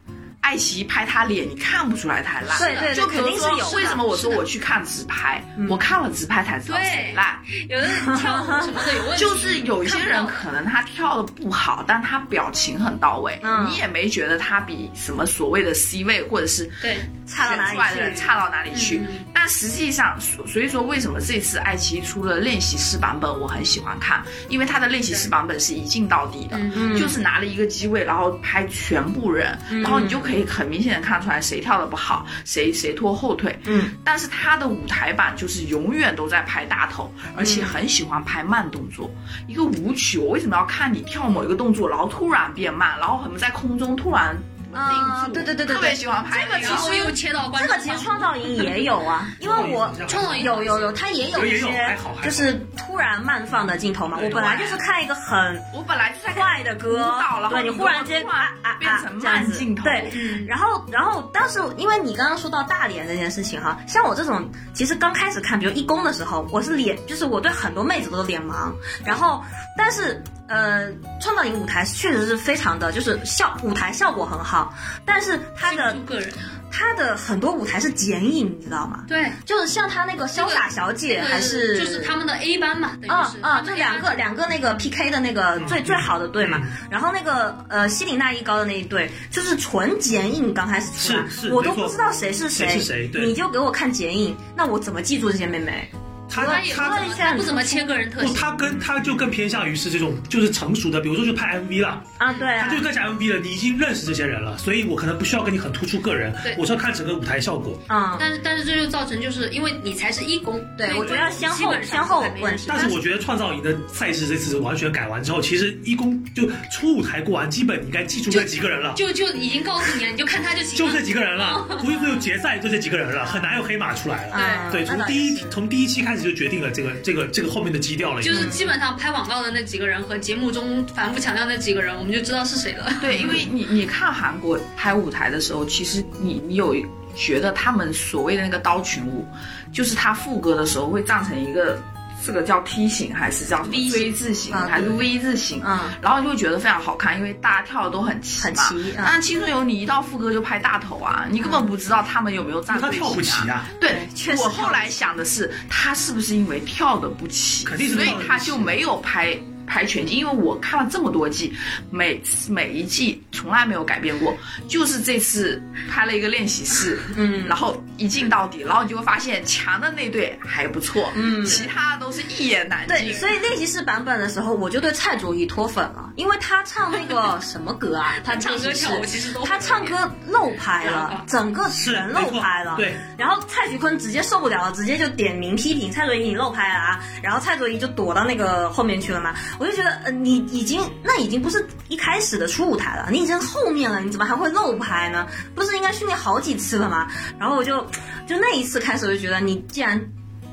Speaker 3: 爱奇艺拍他脸，你看不出来他烂。
Speaker 1: 对对对
Speaker 3: 就比
Speaker 1: 肯
Speaker 3: 如
Speaker 1: 定是
Speaker 3: 说
Speaker 1: 有的
Speaker 3: 为什么我说
Speaker 2: 是的
Speaker 3: 我去看直拍，我看了直拍才知道谁
Speaker 2: 对
Speaker 3: 烂。
Speaker 2: 有的跳舞什么的有问题，
Speaker 3: 就是有些
Speaker 2: 看
Speaker 3: 人
Speaker 2: 不到
Speaker 3: 可能他跳的不好，但他表情很到位，
Speaker 1: 嗯
Speaker 3: 你也没觉得他比什么所谓的 C 位或者是
Speaker 2: 对
Speaker 3: 选
Speaker 5: 差到哪
Speaker 3: 出来的
Speaker 5: 里
Speaker 3: 人
Speaker 5: 去？
Speaker 3: 差到哪里去。
Speaker 5: 嗯
Speaker 3: 但实际上，所所以说为什么这次爱奇艺出了练习室版本，我很喜欢看，因为它的练习室版本是一镜到底的，
Speaker 5: 嗯
Speaker 3: 就是拿了一个机位，然后拍全部人，然后你就可以很明显的看出来谁跳的不好，谁谁拖后腿。
Speaker 1: 嗯，
Speaker 3: 但是他的舞台版就是永远都在拍大头，而
Speaker 5: 嗯
Speaker 3: 且很喜欢拍慢动作。一个舞曲，我为什么要看你跳某一个动作，然后突然变慢，然后我们在空中突然定
Speaker 5: 啊
Speaker 3: 住？
Speaker 5: 对对对对
Speaker 3: 特别
Speaker 5: 对。
Speaker 3: 喜欢拍
Speaker 2: 这个
Speaker 3: 那
Speaker 2: 其实又切到观
Speaker 1: 这
Speaker 2: 众
Speaker 1: 个其实创造营也有啊，因为我
Speaker 4: 创造
Speaker 2: 营
Speaker 1: 有有有，它也有一
Speaker 4: 也有还
Speaker 1: 些
Speaker 4: 好还好
Speaker 1: 就是突然慢放的镜头嘛。
Speaker 4: 对
Speaker 1: 我本来就是看一个很
Speaker 3: 我本来就在看
Speaker 1: 快的
Speaker 3: 舞
Speaker 1: 歌
Speaker 3: 蹈，然，后
Speaker 1: 对你忽然间
Speaker 3: 突
Speaker 1: 啊啊
Speaker 3: 然
Speaker 1: 啊
Speaker 3: 变成
Speaker 1: 这样
Speaker 3: 慢
Speaker 1: 子
Speaker 3: 镜头，
Speaker 1: 对，
Speaker 2: 嗯，
Speaker 1: 然后，然后，但是因为你刚刚说到大脸这件事情哈，像我这种，其实刚开始看，比如一公的时候，我是脸，就是我对很多妹子都是脸盲。然后，但是呃，创造营舞台确实是非常的，就是效舞台效果很好，但是它的
Speaker 2: 个人
Speaker 1: 它的很多舞台是剪影，你知道吗？
Speaker 2: 对，
Speaker 1: 就是像他那个潇洒小姐、
Speaker 2: 对
Speaker 1: 还是
Speaker 2: 就是他们的 A 班嘛，等于
Speaker 1: 啊
Speaker 3: 嗯
Speaker 2: 是
Speaker 1: 啊，
Speaker 2: 他们嗯
Speaker 1: 就
Speaker 2: A 班
Speaker 1: 两个两个那个 PK 的那个最最好的队嘛，然后那个呃西林娜一高的那一队，就是纯剪影刚开始出来，
Speaker 4: 是是
Speaker 1: 我都
Speaker 4: 没错
Speaker 1: 不知道谁是
Speaker 4: 谁是谁对
Speaker 1: 你就给我看剪影，那我怎么记住这些妹妹？
Speaker 4: 他
Speaker 2: 他也不
Speaker 4: 他
Speaker 2: 怎么他不怎么切个人特
Speaker 4: 不，
Speaker 2: 写，
Speaker 4: 他跟他就更偏向于是这种就是成熟的，比如说就拍 MV 了，
Speaker 1: 啊，对
Speaker 4: 他
Speaker 1: 啊
Speaker 4: 就，在讲 MV 了，你已经认识这些人了，所以我可能不需要跟你很突出个人
Speaker 2: 对，
Speaker 4: 我是要看整个舞台效果。
Speaker 1: 嗯，
Speaker 2: 但是但是这就造成就是因为你才是一公，
Speaker 1: 对
Speaker 2: 所以
Speaker 1: 我觉得要先后
Speaker 2: 基本上
Speaker 1: 先后
Speaker 2: 还没
Speaker 1: 问
Speaker 2: 认识
Speaker 4: 但是我觉得创造营的赛制这次完全改完之后，其实一公就初舞台过完，基本你该记住这几个人了，
Speaker 2: 就就已经告诉你了，你就看他就行
Speaker 4: 就
Speaker 2: 了。
Speaker 4: 这几个人了，估计只有决赛就这几个人了，很难有黑马出来了。
Speaker 1: 嗯
Speaker 4: 对，
Speaker 1: 那
Speaker 4: 从
Speaker 1: 倒
Speaker 4: 第
Speaker 1: 也
Speaker 4: 一
Speaker 1: 是
Speaker 4: 从第一期开始就决定了这个这个这个后面的基调了。已
Speaker 2: 就
Speaker 4: 经
Speaker 2: 是基本上拍广告的那几个人和节目中反复强调那几个人，我们就知道是谁了。
Speaker 3: 对，因为你你看韩国拍舞台的时候，其实你你有觉得他们所谓的那个刀群舞，就是他副歌的时候会站成一个这个叫梯形还是叫什么
Speaker 2: V 型
Speaker 3: V 字形
Speaker 1: 啊对
Speaker 3: 还是 V 字形，
Speaker 1: 嗯
Speaker 3: 然后就会觉得非常好看，因为大家跳的都很齐
Speaker 1: 很
Speaker 3: 嘛。
Speaker 1: 齐嗯
Speaker 3: 但是青春有你一到副歌就拍大头啊，你根本不知道他们有没有站
Speaker 4: 他
Speaker 3: 队
Speaker 4: 跳不
Speaker 3: 形
Speaker 4: 起
Speaker 3: 啊。
Speaker 4: 啊，
Speaker 3: 对，
Speaker 1: 确实
Speaker 3: 我
Speaker 1: 跳
Speaker 3: 后来想的是，他是不是因为跳的不起，
Speaker 4: 肯定是
Speaker 3: 所以
Speaker 4: 跳得不
Speaker 3: 他
Speaker 4: 起
Speaker 3: 就没有拍拍全季。因为我看了这么多季，每次每一季从来没有改变过，就是这次拍了一个练习室，嗯，然后一镜到底，然后你就会发现强的那队还不错，嗯，其他都是一言难
Speaker 1: 对，
Speaker 3: 尽。
Speaker 1: 所以练习室版本的时候，我就对蔡卓宜脱粉了，因为她唱那个什么歌啊？她
Speaker 2: 唱歌跳舞其实都
Speaker 1: 她唱歌漏拍了，整个
Speaker 4: 是
Speaker 1: 全
Speaker 4: 没
Speaker 1: 漏
Speaker 4: 错
Speaker 1: 拍了。
Speaker 4: 对，
Speaker 1: 然后蔡徐坤直接受不了了，直接就点名批评蔡卓宜你漏拍了啊！然后蔡卓宜就躲到那个后面去了嘛。我就觉得，呃，你已经那已经不是一开始的初舞台了，你已经后面了，你怎么还会漏拍呢？不是应该训练好几次了吗？然后我就就那一次开始，我就觉得你既然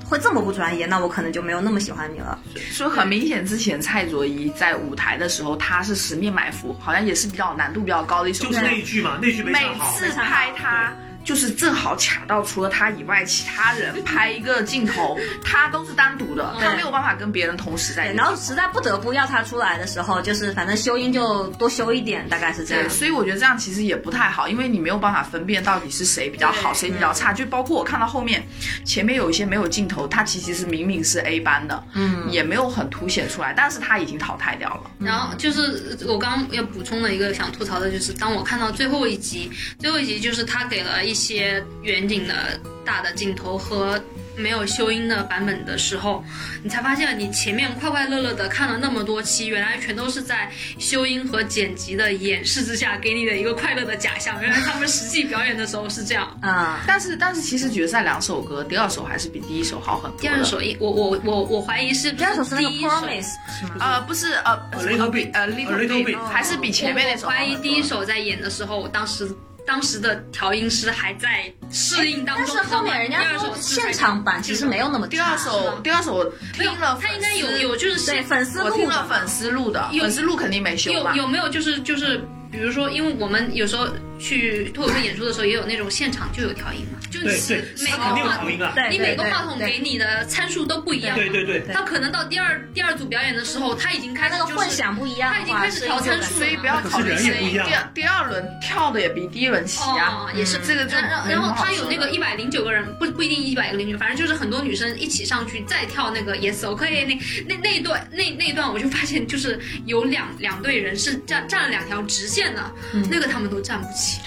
Speaker 1: 会这么不专业，那我可能就没有那么喜欢你了。
Speaker 3: 所以很明显，之前蔡卓宜在舞台的时候，她是十面埋伏，好像也是比较难度比较高的一首歌。
Speaker 4: 就是那一句嘛，那句没
Speaker 3: 每
Speaker 4: 唱好。
Speaker 3: 次拍他，就是正好卡到除了他以外其他人拍一个镜头，他都是单独的，他没有办法跟别人同时在
Speaker 2: 哎
Speaker 3: 一
Speaker 1: 对，
Speaker 3: 起。
Speaker 1: 然后实在不得不要他出来的时候，就是反正修音就多修一点，大概是这样
Speaker 3: 对，。所以我觉得这样其实也不太好，因为你没有办法分辨到底是谁比较好，谁比较差。就包括我看到后面，前面有一些没有镜头，他其实是明明是 A 班的，嗯，也没有很凸显出来，但是他已经淘汰掉了。
Speaker 2: 然后
Speaker 1: 嗯
Speaker 2: 就是我刚刚要补充的一个想吐槽的，就是当我看到最后一集，最后一集就是他给了一些远景的大的镜头和没有修音的版本的时候，你才发现你前面快快乐乐的看了那么多期，原来全都是在修音和剪辑的掩饰之下给你的一个快乐的假象，原来他们实际表演的时候是这样。
Speaker 1: 嗯，
Speaker 3: 但是但是其实决赛两首歌，第二首还是比第一首好很多的。
Speaker 2: 第二首一，我我我我怀疑是不
Speaker 1: 第二首是那个
Speaker 2: 第一首
Speaker 1: Promise 是吗？
Speaker 3: 呃不是呃
Speaker 4: A little bit
Speaker 3: 呃
Speaker 4: A little
Speaker 3: little bit
Speaker 4: bit
Speaker 3: 还是比前面那首
Speaker 2: 我
Speaker 3: 好很
Speaker 2: 怀
Speaker 3: 多。
Speaker 2: 疑第一首在演的时候，我当时当时的调音师还在适应当
Speaker 1: 但
Speaker 2: 中。
Speaker 1: 是后面人
Speaker 2: 第
Speaker 1: 家
Speaker 2: 二
Speaker 1: 说
Speaker 2: 首是
Speaker 1: 现场版其实没有那么
Speaker 3: 第
Speaker 1: 差
Speaker 3: 二首，第二首我
Speaker 2: 没有
Speaker 3: 听了粉丝，
Speaker 2: 他应该有有就是
Speaker 1: 对粉丝
Speaker 3: 我
Speaker 1: 录
Speaker 3: 听
Speaker 1: 的
Speaker 3: 了粉丝录的，
Speaker 2: 有
Speaker 3: 粉丝录肯定没修
Speaker 2: 有
Speaker 3: 嘛。
Speaker 2: 有没有就是就是。比如说，因为我们有时候去脱口秀演出的时候，也有那种现场就有调音嘛，就你
Speaker 4: 对对，
Speaker 2: 每
Speaker 4: 他
Speaker 2: 个
Speaker 4: 肯定有
Speaker 2: 话
Speaker 4: 调音
Speaker 2: 筒，
Speaker 4: 啊。
Speaker 1: 对，
Speaker 2: 你
Speaker 1: 对
Speaker 2: 每个话筒
Speaker 1: 对
Speaker 2: 给你的参数都不一样。
Speaker 4: 对对对，
Speaker 2: 他可能到第二第二组表演的时候，他已经开
Speaker 1: 它
Speaker 2: 始
Speaker 1: 那个
Speaker 2: 就是
Speaker 1: 混响不一样
Speaker 2: 他已
Speaker 1: 的
Speaker 2: 经
Speaker 1: 话，
Speaker 2: 开始
Speaker 1: 声
Speaker 2: 调
Speaker 1: 音就
Speaker 2: 参
Speaker 1: 感
Speaker 2: 数
Speaker 1: 觉
Speaker 3: 所以不要
Speaker 4: 可是
Speaker 3: 考虑
Speaker 4: 人也不一样
Speaker 3: 第二第二轮跳的也比第一轮齐啊
Speaker 2: 哦，，也是
Speaker 3: 这个就
Speaker 2: 然后然后他有那个
Speaker 3: 没什么好说的
Speaker 2: 一百零九个人，不不一定一百零九，反正就是很多女生一起上去再跳那个 Yes OK 那那那一段那那一段我就发现就是有两两队人是站站
Speaker 3: 嗯
Speaker 2: 了两条直线的，那个他们都站不起。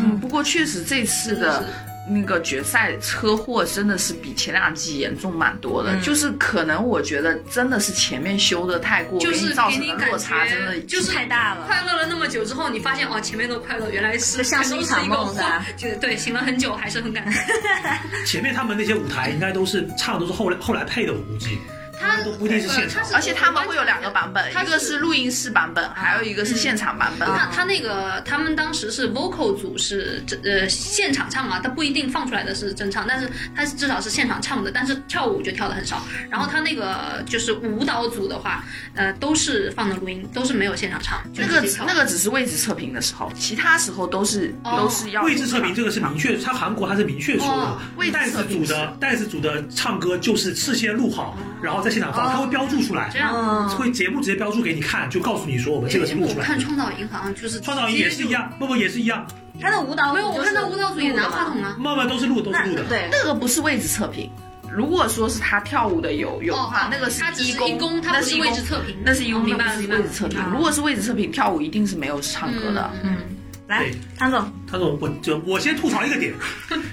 Speaker 3: 嗯，不过确实这次的那个决赛车祸真的是比前两季严重蛮多
Speaker 2: 嗯
Speaker 3: 的，就是可能我觉得真的是前面修的太过，
Speaker 2: 就是
Speaker 3: 给你造
Speaker 2: 给
Speaker 3: 成
Speaker 2: 你
Speaker 3: 的
Speaker 2: 感
Speaker 3: 落差
Speaker 2: 觉
Speaker 3: 真的
Speaker 2: 就是
Speaker 1: 太大了。
Speaker 2: 快乐了那么久之后，你发现哦，前面都快乐，原来是
Speaker 1: 就像是一场梦
Speaker 2: 都是
Speaker 1: 是
Speaker 3: 啊
Speaker 1: 吧
Speaker 2: 幻觉得对，醒了很久还是很感动。
Speaker 4: 前面他们那些舞台应该都是唱的都是后来后来配的，我估计
Speaker 2: 他
Speaker 4: 都不一定是现场
Speaker 2: 呃
Speaker 3: 而且他们会有两个版本，
Speaker 2: 它
Speaker 3: 一
Speaker 2: 是
Speaker 3: 个
Speaker 2: 嗯
Speaker 3: 是录音室版本，还有一个是现场版本。
Speaker 2: 他他那个他们当时是 vocal 组是这呃现场唱嘛，他不一定放出来的是真唱，但是他至少是现场唱的，但是跳舞就跳的很少。然后他那个就是舞蹈组的话，呃都是放的录音，都是没有现场唱。就
Speaker 3: 那
Speaker 2: 是
Speaker 3: 个
Speaker 2: 自己
Speaker 3: 只
Speaker 2: 跳
Speaker 3: 那个只是位置测评的时候，其他时候都是
Speaker 2: 哦
Speaker 3: 都是要
Speaker 4: 位置测评这个是明确，他韩国他是明确说
Speaker 2: 哦
Speaker 3: 位
Speaker 4: 的，
Speaker 3: 置
Speaker 4: 带
Speaker 3: 测
Speaker 4: 子
Speaker 3: 评
Speaker 4: 组的带子组的唱歌就是事先录好，然后在现场放，
Speaker 1: 哦
Speaker 4: 他会标注出来
Speaker 2: 这，样。
Speaker 1: 嗯，
Speaker 4: 会节目直接标注给你看，就告诉你说我们这个是录
Speaker 2: 我
Speaker 4: 出来
Speaker 2: 看
Speaker 4: 的。
Speaker 2: 创造营好像就是
Speaker 4: 创造营也是一样，不不也是一样，
Speaker 1: 他的舞蹈
Speaker 2: 直接就，没有我看到舞蹈组也拿话筒啊。
Speaker 4: 慢慢都是录都是
Speaker 1: 那
Speaker 4: 录的。
Speaker 1: 对，
Speaker 3: 那个不是位置测评。如果说是他跳舞的有有的话，啊那个是
Speaker 2: 它哦只
Speaker 3: 一
Speaker 2: 是一公，它
Speaker 3: 那
Speaker 2: 不
Speaker 3: 是
Speaker 2: 是
Speaker 3: 一
Speaker 2: 位
Speaker 3: 公
Speaker 2: 置，测评，
Speaker 3: 那是一
Speaker 2: 哦
Speaker 3: 公，
Speaker 2: 明白
Speaker 3: 那
Speaker 2: 了
Speaker 3: 不
Speaker 2: 明
Speaker 3: 是
Speaker 2: 白
Speaker 3: 位
Speaker 2: 了
Speaker 3: 置。测评
Speaker 1: 啊。
Speaker 3: 如果是位置测评，跳舞一定是没有唱歌的。
Speaker 1: 嗯，
Speaker 2: 嗯，
Speaker 1: 来
Speaker 4: 对，
Speaker 1: 汤总，
Speaker 4: 他说我就我先吐槽一个点，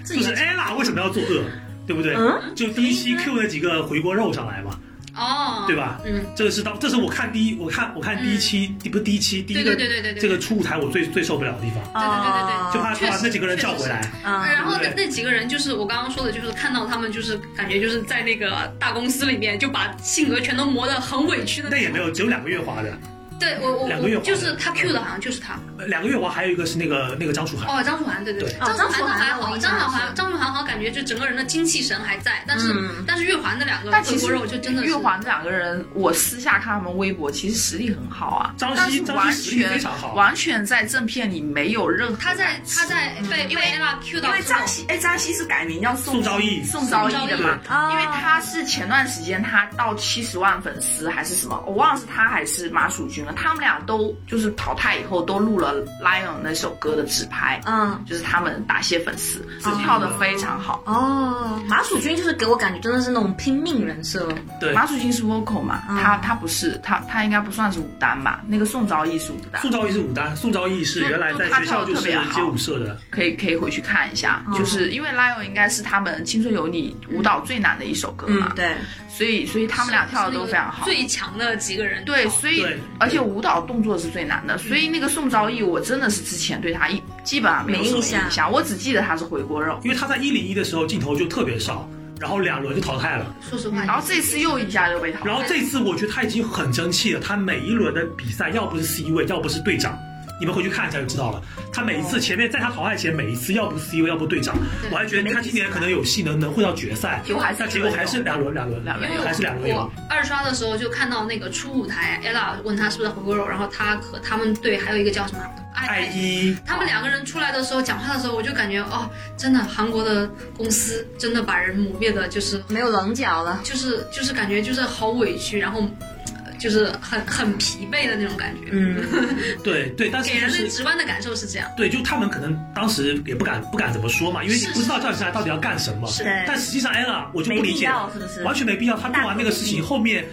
Speaker 1: 自
Speaker 4: 就
Speaker 1: 己
Speaker 4: 是 ella 为什么要作恶，对不对？
Speaker 1: 嗯
Speaker 4: 就第一期 Q 那几个回锅肉上来嘛，
Speaker 2: 哦，
Speaker 4: 对？吧？
Speaker 2: 嗯，
Speaker 4: 这个是当，这是我看第一，我看我看第一期，不是第一期，第
Speaker 2: 对
Speaker 4: 一
Speaker 2: 嗯对
Speaker 4: 个
Speaker 2: 对对对对，
Speaker 4: 这个初舞台我最最受不了的地方，
Speaker 1: 哦
Speaker 4: 就怕他
Speaker 2: 确
Speaker 4: 把
Speaker 2: 实
Speaker 4: 那几个人
Speaker 2: 确实
Speaker 4: 叫回
Speaker 2: 是
Speaker 4: 来。
Speaker 3: 啊
Speaker 1: 嗯
Speaker 2: 然后
Speaker 4: 对
Speaker 2: 那那几个人就是我刚刚说的，就是看到他们就是感觉就是在那个大公司里面就把性格全都磨得很委屈的
Speaker 4: 那
Speaker 2: 那
Speaker 4: 也
Speaker 2: 种。
Speaker 4: 没有，只有两个月华的，
Speaker 2: 对我我
Speaker 4: 两个月
Speaker 2: 我
Speaker 4: 华
Speaker 2: 就是他 Q 的，好像就是他。
Speaker 4: 呃两个月华还有一个是那个那个张楚涵，
Speaker 2: 哦，张楚涵，对对
Speaker 4: 对
Speaker 1: 哦
Speaker 2: 张楚
Speaker 1: 张楚
Speaker 2: 涵
Speaker 1: 涵
Speaker 2: 还
Speaker 1: 我
Speaker 2: 好，
Speaker 1: 印
Speaker 2: 张
Speaker 1: 象
Speaker 2: 楚
Speaker 1: 是
Speaker 2: 涵张楚涵好像感觉就整个人的精气神还在，但是
Speaker 1: 嗯
Speaker 2: 但是月华那两个
Speaker 3: 但
Speaker 2: 回
Speaker 3: 其
Speaker 2: 锅
Speaker 3: 实
Speaker 2: 肉就真的
Speaker 3: 月
Speaker 2: 是
Speaker 3: 华这两个人，我私下看他们微博，其实实力很好啊。
Speaker 4: 张
Speaker 3: 但
Speaker 4: 希
Speaker 3: 是
Speaker 4: 张
Speaker 3: 完
Speaker 4: 希实力非
Speaker 3: 全
Speaker 4: 常好，
Speaker 3: 完全在正片里没有任何
Speaker 2: 他在他在被被 ella Q
Speaker 3: 嗯因
Speaker 2: 到
Speaker 3: 为
Speaker 2: 之后
Speaker 3: 张希哎张希是改名叫宋
Speaker 4: 宋昭义
Speaker 3: 宋昭义的嘛，
Speaker 1: 哦
Speaker 3: 因为他是前段时间他到七十万粉丝还是什么，我忘了是他还是马蜀君了。他们俩都就是淘汰以后都录了《Lion》那首歌的直拍，
Speaker 1: 嗯。
Speaker 3: 就是他们答谢粉丝，是跳的非常好。
Speaker 1: 哦，马蜀君就是给我感觉真的是那种拼命人设，
Speaker 4: 对，
Speaker 3: 马蜀君是 vocal 嘛，
Speaker 1: 嗯
Speaker 3: 他他不是他他应该不算是舞担吧？那个宋昭义是舞担，
Speaker 4: 宋昭义是武丹，宋昭义是原来在学校就是街舞社的，
Speaker 3: 可以可以回去看一下，
Speaker 1: 嗯
Speaker 3: 就是因为《Lion》应该是他们《青春有你》舞蹈最难的一首歌嘛，
Speaker 1: 嗯对，
Speaker 3: 所以所以他们俩跳的都非常好。
Speaker 2: 最强的几个人。
Speaker 3: 对，所以
Speaker 4: 哦对
Speaker 3: 而且舞蹈动作是最难的，所以那个宋昭义，我真的是之前对他一基本上没有什么
Speaker 1: 没印象
Speaker 3: 印象，我只记得他是回锅肉，
Speaker 4: 因为他在一零一的时候镜头就特别少，然后两轮就淘汰了。
Speaker 2: 说实话，
Speaker 3: 嗯然后这次又一下就被淘汰
Speaker 4: 然后这次我觉得他已经很争气了，他每一轮的比赛要不是 C E 位，要不是队长，你们回去看一下就知道了。他每一次前面在他淘汰前，每一次要不是 C E 位，要不队长，
Speaker 2: 对
Speaker 4: 我还觉得他今年可能有戏能能混到决赛，
Speaker 3: 结果还是
Speaker 4: 但结果还是两轮两轮
Speaker 3: 两轮
Speaker 2: 因为
Speaker 3: 游
Speaker 2: 我
Speaker 4: 还是两轮游
Speaker 2: 我。二刷的时候就看到那个初舞台，ella 问他是不是回锅肉，然后他和他们队还有一个叫什么
Speaker 4: 爱
Speaker 2: 爱
Speaker 4: 一
Speaker 2: 他们两个人出来的时候，讲话的时候，我就感觉哦，真的韩国的公司真的把人磨灭的，就是
Speaker 1: 没有棱角了。
Speaker 2: 就是就是感觉就是好委屈，然后呃就是很很疲惫的那种感觉，
Speaker 1: 嗯，
Speaker 4: 对对，但是
Speaker 2: 给
Speaker 4: 就
Speaker 2: 人的
Speaker 4: 是
Speaker 2: 直观的感受是这样。
Speaker 4: 对，就他们可能当时也不敢不敢怎么说嘛，因为你
Speaker 2: 是
Speaker 4: 不知道叫起来到底要干什么。
Speaker 2: 是
Speaker 1: 对，
Speaker 4: 但实际上 ella 我就
Speaker 1: 没
Speaker 4: 不理
Speaker 1: 必
Speaker 4: 解，
Speaker 1: 要是不是？
Speaker 4: 完全没必要。他做完那个事情
Speaker 1: 大
Speaker 4: 后面，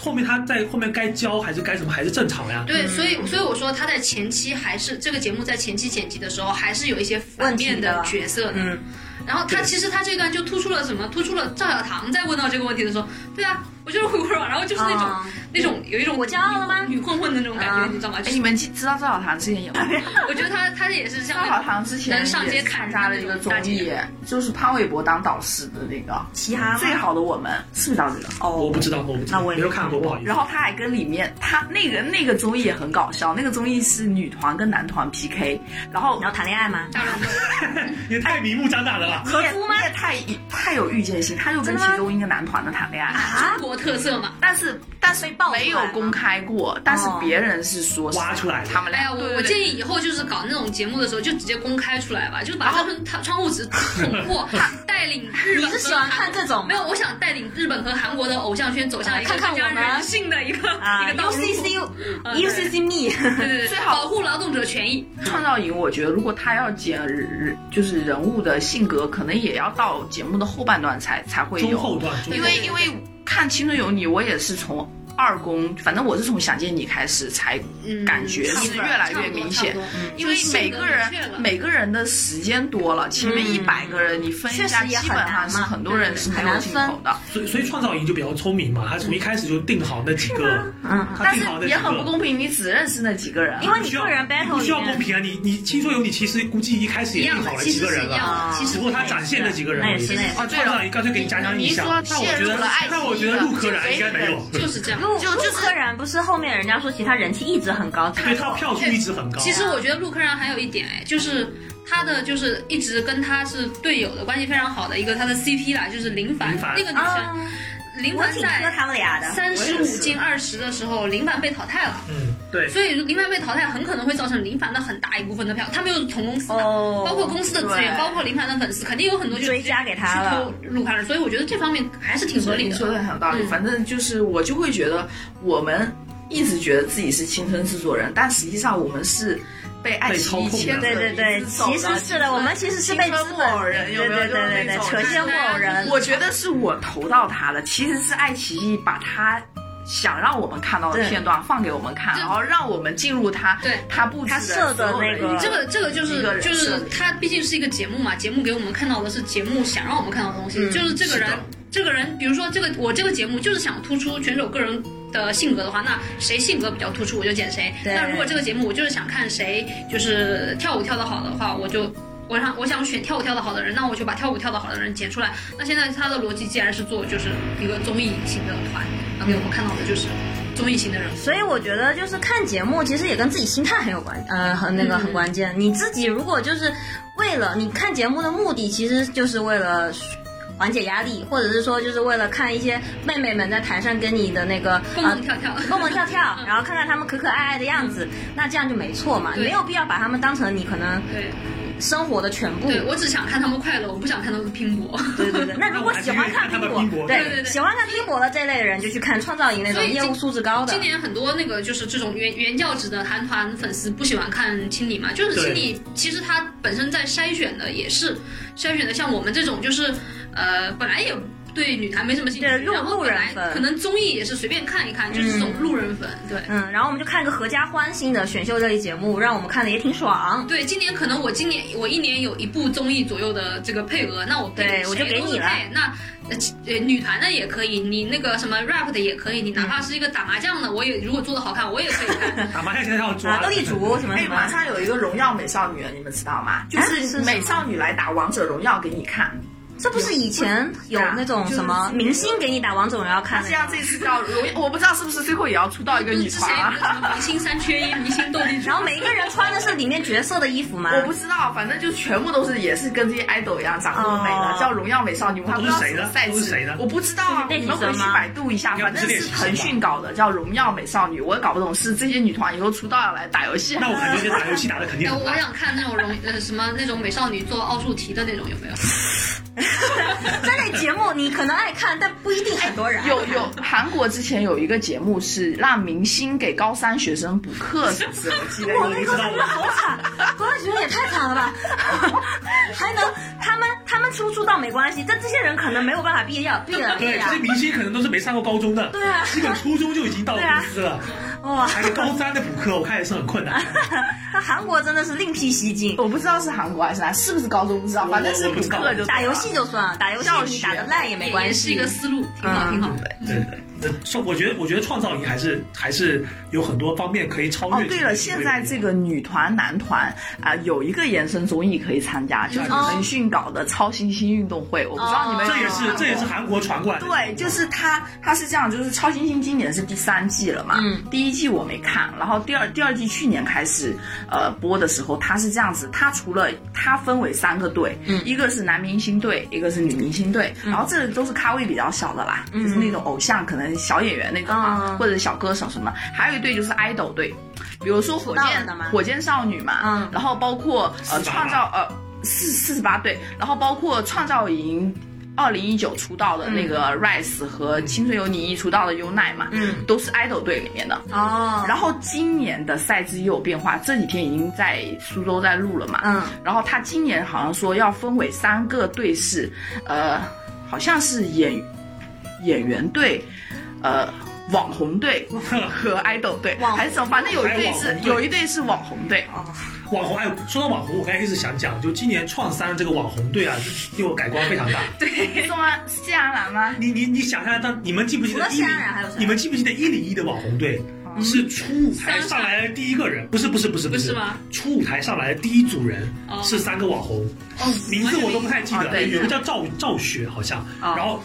Speaker 4: 后面他在后面该教还是该什么还是正常呀。
Speaker 2: 对，所以所以我说他在前期还是这个节目在前期剪辑的时候，还是有一些反面
Speaker 1: 问
Speaker 2: 的
Speaker 1: 题的
Speaker 2: 角色的。
Speaker 1: 嗯，
Speaker 2: 然后他
Speaker 4: 对
Speaker 2: 其实他这段就突出了什么？突出了赵小棠在问到这个问题的时候，对啊，我就是回锅肉，然后就是那种、
Speaker 1: 啊
Speaker 2: 那种有一种
Speaker 1: 我骄傲了吗
Speaker 2: 女混混的那种感觉，
Speaker 1: 啊
Speaker 2: 你知道吗？就
Speaker 3: 哎，你
Speaker 2: 是
Speaker 3: 们记知道赵小棠之前演 过吗？
Speaker 2: 我觉得他他也是像
Speaker 3: 赵小棠之前
Speaker 2: 能上街砍
Speaker 3: 参
Speaker 2: 人
Speaker 3: 加了一个综
Speaker 2: 大
Speaker 3: 艺
Speaker 2: 姐，
Speaker 3: 就是潘玮柏当导师的那个
Speaker 1: 嘻哈
Speaker 3: 《最好的我们》，是不是叫这个？
Speaker 1: 哦，
Speaker 4: 我不知道，我不知道，
Speaker 1: 那我也
Speaker 4: 没有看过，不好意思。
Speaker 3: 然后他还跟里面他那个那个综艺也很搞笑，那个综艺是女团跟男团 PK，然后
Speaker 1: 你要谈恋爱吗？
Speaker 2: 大乱斗，
Speaker 4: 也太明目张胆了吧？啊
Speaker 3: 你也你也太太有预见性，他就跟
Speaker 1: 真的吗
Speaker 3: 其中一个男团的谈恋爱。
Speaker 1: 啊
Speaker 2: 中国特色嘛。
Speaker 3: 但是但是
Speaker 1: 爆出来
Speaker 3: 没有公开过，但是别人是说是
Speaker 4: 挖出来的
Speaker 3: 他们
Speaker 2: 哎
Speaker 3: 俩
Speaker 2: 呀，我
Speaker 3: 对
Speaker 2: 我
Speaker 3: 对
Speaker 2: 建议以后就是搞那种节目的时候，就直接公开出来吧，就是把他们他窗户纸捅破，带领日
Speaker 1: 你
Speaker 2: 本
Speaker 1: 是
Speaker 2: 和
Speaker 1: 喜欢看这种
Speaker 2: 没有，我想带领日本和韩国的偶像圈走向一个
Speaker 1: 看看
Speaker 2: 更加
Speaker 1: 我们
Speaker 2: 人性的一个一
Speaker 1: 啊
Speaker 2: 个道路。
Speaker 1: ？UCC
Speaker 2: 啊对
Speaker 1: UCC me，
Speaker 2: 对对对，
Speaker 3: 最好
Speaker 2: 保护劳动者权益。
Speaker 3: 创造营，我觉得如果他要剪人就是人物的性格，可能也要到节目的后半段才才会
Speaker 4: 中
Speaker 3: 有，
Speaker 4: 后段，中
Speaker 3: 因
Speaker 4: 后
Speaker 3: 为
Speaker 2: 对对对
Speaker 3: 因为看《青春有你》，我也是从二公，反正我是从《想见你》开始才
Speaker 5: 嗯
Speaker 3: 感觉是越来越明显，因为每个人嗯每个人的时间多了，前面一百个人你分一下，
Speaker 5: 确实
Speaker 3: 基
Speaker 5: 也
Speaker 3: 本
Speaker 5: 很难
Speaker 3: 上
Speaker 5: 嘛
Speaker 3: 是很啊多人是没有进口的。
Speaker 4: 所以所以创造营就比较聪明嘛，他从一开始就定好那几个，
Speaker 1: 嗯
Speaker 4: 他
Speaker 3: 但
Speaker 4: 定
Speaker 3: 是
Speaker 4: 好那几
Speaker 3: 也
Speaker 4: 个。
Speaker 3: 很不公平，你只认识那几个人啊。
Speaker 1: 因为
Speaker 4: 不
Speaker 1: 你
Speaker 4: 需要
Speaker 1: 个人 battle
Speaker 4: 不需要
Speaker 1: 里面
Speaker 4: 公平啊！你你青春有你其实估计一开始
Speaker 2: 一
Speaker 4: 也定
Speaker 2: 样的
Speaker 4: 好，了
Speaker 2: 其
Speaker 4: 几
Speaker 2: 实
Speaker 4: 个
Speaker 2: 是
Speaker 4: 人
Speaker 2: 一样
Speaker 4: 了，
Speaker 2: 的，其
Speaker 4: 只
Speaker 2: 实
Speaker 4: 不过他展 现那几个人而已。
Speaker 1: 那也是那也是
Speaker 3: 哦对了
Speaker 4: 创造营干脆给你加强一下，
Speaker 3: 你
Speaker 4: 那
Speaker 3: 说
Speaker 4: 我觉
Speaker 3: 陷入
Speaker 4: 得
Speaker 3: 了爱情
Speaker 4: 让我觉得陆可燃应该没有，
Speaker 2: 就是这样。
Speaker 1: 陆
Speaker 3: 就
Speaker 1: 陆
Speaker 3: 就是
Speaker 1: 柯燃不是后面人家说其他人气一直很高，
Speaker 4: 对他票数一直很高。啊
Speaker 2: 其实我觉得陆柯燃还有一点哎，就是他的就是一直跟他是队友的关系非常好的一个他的 CP 啦，就是林凡
Speaker 4: 林凡
Speaker 2: 那个女
Speaker 1: 啊
Speaker 2: 生，，林
Speaker 1: 我
Speaker 2: 凡
Speaker 1: 挺磕
Speaker 2: 在
Speaker 1: 他们俩的，
Speaker 2: 三十五进二十的时候，林凡被淘汰了。
Speaker 4: 嗯，对，
Speaker 2: 所以林凡被淘汰，很可能会造成林凡的很大一部分的票，他们又是同公司的，
Speaker 1: 哦
Speaker 2: 包括公司的资源，
Speaker 3: 对
Speaker 2: 包括林凡的粉丝，肯定有很多就
Speaker 1: 追加给他了
Speaker 2: 去投陆柯燃，所以我觉得这方面还是挺合理
Speaker 3: 你说的
Speaker 2: 的。
Speaker 3: 很有道理。
Speaker 2: 嗯
Speaker 3: 反正就是我就会觉得，我们一直觉得自己是青春制作人，但实际上我们是被爱奇艺牵着
Speaker 1: 对对对，
Speaker 3: 鼻子走的
Speaker 1: 其实是的，我们其实是被
Speaker 3: 青
Speaker 1: 资
Speaker 3: 春木偶
Speaker 1: 本，
Speaker 3: 人有
Speaker 1: 对
Speaker 3: 没有？
Speaker 1: 对对
Speaker 3: 就是
Speaker 1: 对
Speaker 3: 那
Speaker 1: 对，
Speaker 3: 种
Speaker 1: 扯线木偶人，
Speaker 3: 我觉得是我投到他的，其实是爱奇艺把他。想让我们看到的
Speaker 1: 对
Speaker 3: 片段放给我们看，
Speaker 2: 对
Speaker 3: 然后让我们进入他
Speaker 2: 对
Speaker 3: 他布置
Speaker 1: 他设的
Speaker 3: 所有
Speaker 1: 那个
Speaker 3: 一
Speaker 2: 这个这个就
Speaker 3: 一个
Speaker 2: 是
Speaker 3: 人
Speaker 2: 就是
Speaker 3: 设
Speaker 1: 嗯
Speaker 3: 计
Speaker 2: 他毕竟是一个节目嘛，节目给我们看到的是节目想让我们看到的东西，
Speaker 1: 嗯
Speaker 2: 就是这个人
Speaker 4: 是的
Speaker 2: 这个人，比如说这个我这个节目就是想突出选手个人的性格的话，那谁性格比较突出我就剪谁。
Speaker 1: 对
Speaker 2: 那如果这个节目我就是想看谁就是跳舞跳得好的话，我就。我想我想选跳舞跳得好的人，那我就把跳舞跳得好的人剪出来。那现在他的逻辑既然是做就是一个综艺型的团，那给我们看到的就是综艺型的人物。
Speaker 1: 所以我觉得就是看节目，其实也跟自己心态很有关，
Speaker 2: 嗯
Speaker 1: 呃，很那个很关键。你自己如果就是为了你看节目的目的，其实就是为了。缓解压力，或者是说，就是为了看一些妹妹们在台上跟你的那个
Speaker 2: 蹦蹦跳跳
Speaker 1: 呃蹦蹦跳跳，
Speaker 2: 嗯
Speaker 1: 然后看看她们可可爱爱的样子，那这样就没错嘛，
Speaker 2: 对
Speaker 1: 没有必要把她们当成你可能
Speaker 2: 对
Speaker 1: 生活的全部。
Speaker 2: 对，我只想看他们快乐，我不想看他们拼搏。
Speaker 1: 嗯 对对对，那如果喜欢看
Speaker 4: 那我还是愿意看他们
Speaker 1: 拼
Speaker 4: 拼搏
Speaker 1: 对
Speaker 2: 对对对
Speaker 1: 喜欢看拼搏的这类人，就去看创造营那种
Speaker 2: 所以
Speaker 1: 业务素质高的。
Speaker 2: 今年很多那个就是这种原原教旨的韩团粉丝不喜欢看青理嘛，就是青理其实它本身在筛选的也是筛选的，像我们这种就是呃本来也对女团没什么兴趣，
Speaker 1: 对路
Speaker 2: 然后本来
Speaker 1: 路人粉
Speaker 2: 可能综艺也是随便看一看，就是这种路人粉，对。
Speaker 1: 嗯，然后我们就看个合家欢心的选秀这类节目，让我们看的也挺爽。
Speaker 2: 对，今年可能我今年我一年有一部综艺左右的这个配额，那我配
Speaker 1: 对
Speaker 2: 谁
Speaker 1: 我就给
Speaker 2: 都是
Speaker 1: 你了
Speaker 2: 配那呃呃，女团的也可以，你那个什么 rap 的也可以，你
Speaker 1: 嗯
Speaker 2: 哪怕是一个打麻将的，我也如果做的好看，我也可以 看。
Speaker 4: 打麻将现在要抓
Speaker 1: 啊，斗地主什么
Speaker 3: 哎，
Speaker 1: 什
Speaker 3: 马
Speaker 1: 么，
Speaker 3: 上有一个荣耀美少女了，你们知道吗？就
Speaker 1: 啊是什
Speaker 3: 是
Speaker 1: 么
Speaker 3: 美少女来打王者荣耀给你看，
Speaker 1: 这不是以前有那种
Speaker 3: 就是
Speaker 1: 什么明星给你打王者荣耀看
Speaker 3: 但
Speaker 1: 的
Speaker 3: 是要
Speaker 1: 那
Speaker 3: 这
Speaker 1: 种，
Speaker 3: 次叫荣，耀，我不知道是不是最后也要出道一个
Speaker 2: 就是
Speaker 3: 女
Speaker 2: 之前
Speaker 3: 团
Speaker 2: 有个什
Speaker 3: 啊。
Speaker 2: 么明星三缺一，明星斗地主，
Speaker 1: 然后每一个人穿的是里面角色的衣服吗？
Speaker 3: 我不知道，反正就全部都是也是跟这些 idol 一样长得很美
Speaker 1: 哦
Speaker 3: 的，叫荣耀美少女，我还不知道什么赛
Speaker 4: 都是谁
Speaker 3: 制
Speaker 4: 的，
Speaker 3: 我不知道啊，
Speaker 1: 都是
Speaker 3: 你
Speaker 1: 练习
Speaker 3: 们
Speaker 1: 生吗
Speaker 3: 回去百度一下，
Speaker 4: 应该
Speaker 3: 反
Speaker 4: 不
Speaker 3: 正
Speaker 4: 是练
Speaker 3: 是
Speaker 4: 习生吧
Speaker 3: 腾讯搞的，叫荣耀美少女，我也搞不懂是这些女团以后出道要来打游戏，
Speaker 4: 那我感觉这打游戏打的肯定
Speaker 2: 哎，我
Speaker 4: 很
Speaker 2: 我
Speaker 4: 烂。
Speaker 2: 想看那种容呃什么那种美少女做奥数题的那种有没有？
Speaker 1: 这类节目你可能爱看，但不一定很多人爱看
Speaker 3: 哎有有，韩国之前有一个节目是让明星给高三学生补课，是不是？我记得
Speaker 1: 我
Speaker 3: 有
Speaker 1: 那
Speaker 3: 一
Speaker 1: 高
Speaker 3: 个
Speaker 1: 三真的好惨，高三学生也太惨了吧！ 还能他们他们出出道没关系，但这些人可能没有办法毕业毕业毕
Speaker 4: 对，
Speaker 1: 业
Speaker 4: 这
Speaker 1: 啊
Speaker 4: 些！明星可能都是没上过高中的，
Speaker 1: 对啊
Speaker 4: 基本初中就已经到
Speaker 3: 啊
Speaker 4: 公司了，
Speaker 1: 哇，
Speaker 4: 还是高三的补课，我看也是很 困难。
Speaker 1: 那韩国真的是另辟蹊径，
Speaker 3: 我不知道是韩国还是哪，是不是高中不知道，反正是补课就
Speaker 1: 打游戏就算了，打游戏
Speaker 3: 教
Speaker 1: 你
Speaker 3: 学
Speaker 1: 打的烂也没关
Speaker 2: 也是
Speaker 1: 系，
Speaker 2: 一个思路，挺好
Speaker 1: 嗯
Speaker 2: 挺好。
Speaker 4: 对对，那创我觉得我觉得创造营还是还是有很多方面可以超
Speaker 3: 哦
Speaker 4: 越。，
Speaker 3: 对了，现在这个女团、男团啊、有一个衍生综艺可以参加，就是
Speaker 1: 哦
Speaker 3: 腾讯搞的超新星运动会，我不知道你们有
Speaker 4: 这
Speaker 3: 没
Speaker 4: 也
Speaker 3: 有
Speaker 4: 是
Speaker 3: 看
Speaker 4: 这也是
Speaker 3: 过
Speaker 4: 韩国传过来的。
Speaker 3: 对，就是它，它是这样，就是超新星今年是第三季了嘛，
Speaker 1: 嗯，
Speaker 3: 第一季我没看，然后第二第二季去年开始，呃，播的时候它是这样子，它除了它分为三个队，
Speaker 1: 嗯
Speaker 3: 一个是男明星队，一个是女明星队，然后这个都是咖位比较小的啦，
Speaker 1: 嗯
Speaker 3: 就是那种偶像，可能小演员那种啊，
Speaker 1: 嗯
Speaker 3: 或者小歌手什么，还有一队就是 idol 队，比如说火
Speaker 1: 出道了
Speaker 3: 箭
Speaker 1: 的吗
Speaker 3: 火箭少女嘛，
Speaker 1: 嗯
Speaker 3: 然后包括呃
Speaker 4: 48
Speaker 3: 创造呃四四十八对，然后包括创造营。二零一九出道的那个 Rise 和《青春有你》一出道的 U 奈嘛，
Speaker 1: 嗯，
Speaker 3: 都是 idol 队里面的。
Speaker 1: 哦，
Speaker 3: 然后今年的赛制又有变化，这几天已经在苏州在录了嘛，
Speaker 1: 嗯，
Speaker 3: 然后他今年好像说要分为三个队是，呃，好像是演演员队，呃，网红队和 idol 队，
Speaker 1: 网红
Speaker 3: 还是什么？反正有一队
Speaker 4: 还有
Speaker 3: 是
Speaker 4: 网红队
Speaker 3: 有一队是网红队。
Speaker 4: 网红，哎，说到网红，我刚才一直想讲，就今年创三这个网红队啊，对我改观非常大。
Speaker 3: 对，中啊，是谢安澜吗？
Speaker 4: 你你你想象当你们记不记
Speaker 1: 除
Speaker 4: 得
Speaker 1: 了
Speaker 4: 一
Speaker 1: 谢
Speaker 4: 零
Speaker 1: 安然还有谁？
Speaker 4: 你们记不记得一零一的网红队是初舞台上来的第一个人？不是不是不是
Speaker 2: 不是吗？
Speaker 4: 初舞台上来的第一组人
Speaker 2: 哦
Speaker 4: 是三个网红，
Speaker 2: 哦，
Speaker 4: 名字我都不太记
Speaker 3: 哦
Speaker 4: 得，
Speaker 3: 对
Speaker 4: 有个叫赵赵雪好像，
Speaker 3: 哦
Speaker 4: 然后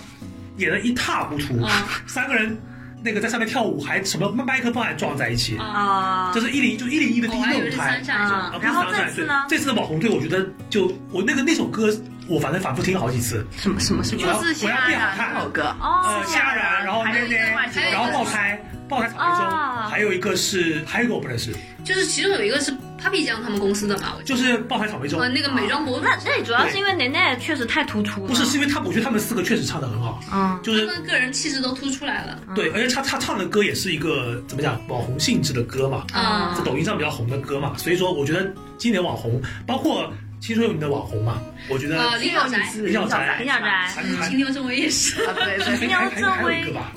Speaker 4: 演的一塌糊涂
Speaker 2: 哦，
Speaker 4: 三个人那个在上面跳舞还什么麦克风还撞在一起，
Speaker 2: 啊，
Speaker 1: 啊
Speaker 4: 这，是一零就一零一的第
Speaker 2: 哦我
Speaker 4: 一
Speaker 2: 还以
Speaker 4: 个
Speaker 2: 为
Speaker 4: 舞
Speaker 2: 是
Speaker 4: 台
Speaker 2: 三。下
Speaker 1: 啊
Speaker 4: 啊，不是
Speaker 1: 然后
Speaker 4: 反
Speaker 1: 这
Speaker 4: 转
Speaker 1: 次呢
Speaker 4: 对这次的网红队，我觉得就我那个那首歌，我反正反复听了好几次。
Speaker 3: 什么什么什
Speaker 4: 么
Speaker 3: 就是谢安澜那首歌。
Speaker 1: 哦
Speaker 4: 呃，，虾然，然后
Speaker 3: 还
Speaker 4: 那
Speaker 3: 有
Speaker 4: 边
Speaker 3: 另外几个，
Speaker 4: 然后爆胎，爆胎草莓
Speaker 1: 啊
Speaker 4: 中，还有一个是，还有一个我不认识，
Speaker 2: 就是其中有一个是 Papi 酱他们公司的吧，我记
Speaker 4: 就是爆胎草莓
Speaker 2: 得
Speaker 4: 中
Speaker 2: 呃，，那个美妆博主
Speaker 1: 啊那，那主要是因为奶奶确实太突出了，
Speaker 4: 不是，是因为他，我觉得他们四个确实唱的很好，
Speaker 1: 嗯，
Speaker 4: 就
Speaker 2: 他
Speaker 4: 是
Speaker 2: 们个人气质都突出来了
Speaker 4: 对，而且他他唱的歌也是一个怎么讲网红性质的歌嘛，
Speaker 1: 啊
Speaker 2: 啊
Speaker 4: 在。抖音上比较红的歌嘛，所以说我觉得今年网红，包括青春有你的网红嘛，我觉得
Speaker 3: 哦
Speaker 2: 呃，林小宅，
Speaker 4: 林小宅
Speaker 1: 林小宅，
Speaker 4: 还还
Speaker 2: 青鸟正我也是，
Speaker 3: 啊，对对
Speaker 4: 还
Speaker 1: 林
Speaker 3: 对，
Speaker 1: 小
Speaker 4: 还
Speaker 1: 宅
Speaker 4: 还还有一个吧，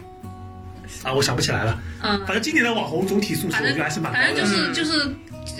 Speaker 4: 啊，我想不起来了，
Speaker 2: 嗯，
Speaker 4: 反正今年的网红总体素质
Speaker 2: 反
Speaker 4: 我觉
Speaker 2: 正
Speaker 4: 得还是蛮高
Speaker 2: 反正
Speaker 4: 的
Speaker 2: 就。是就是，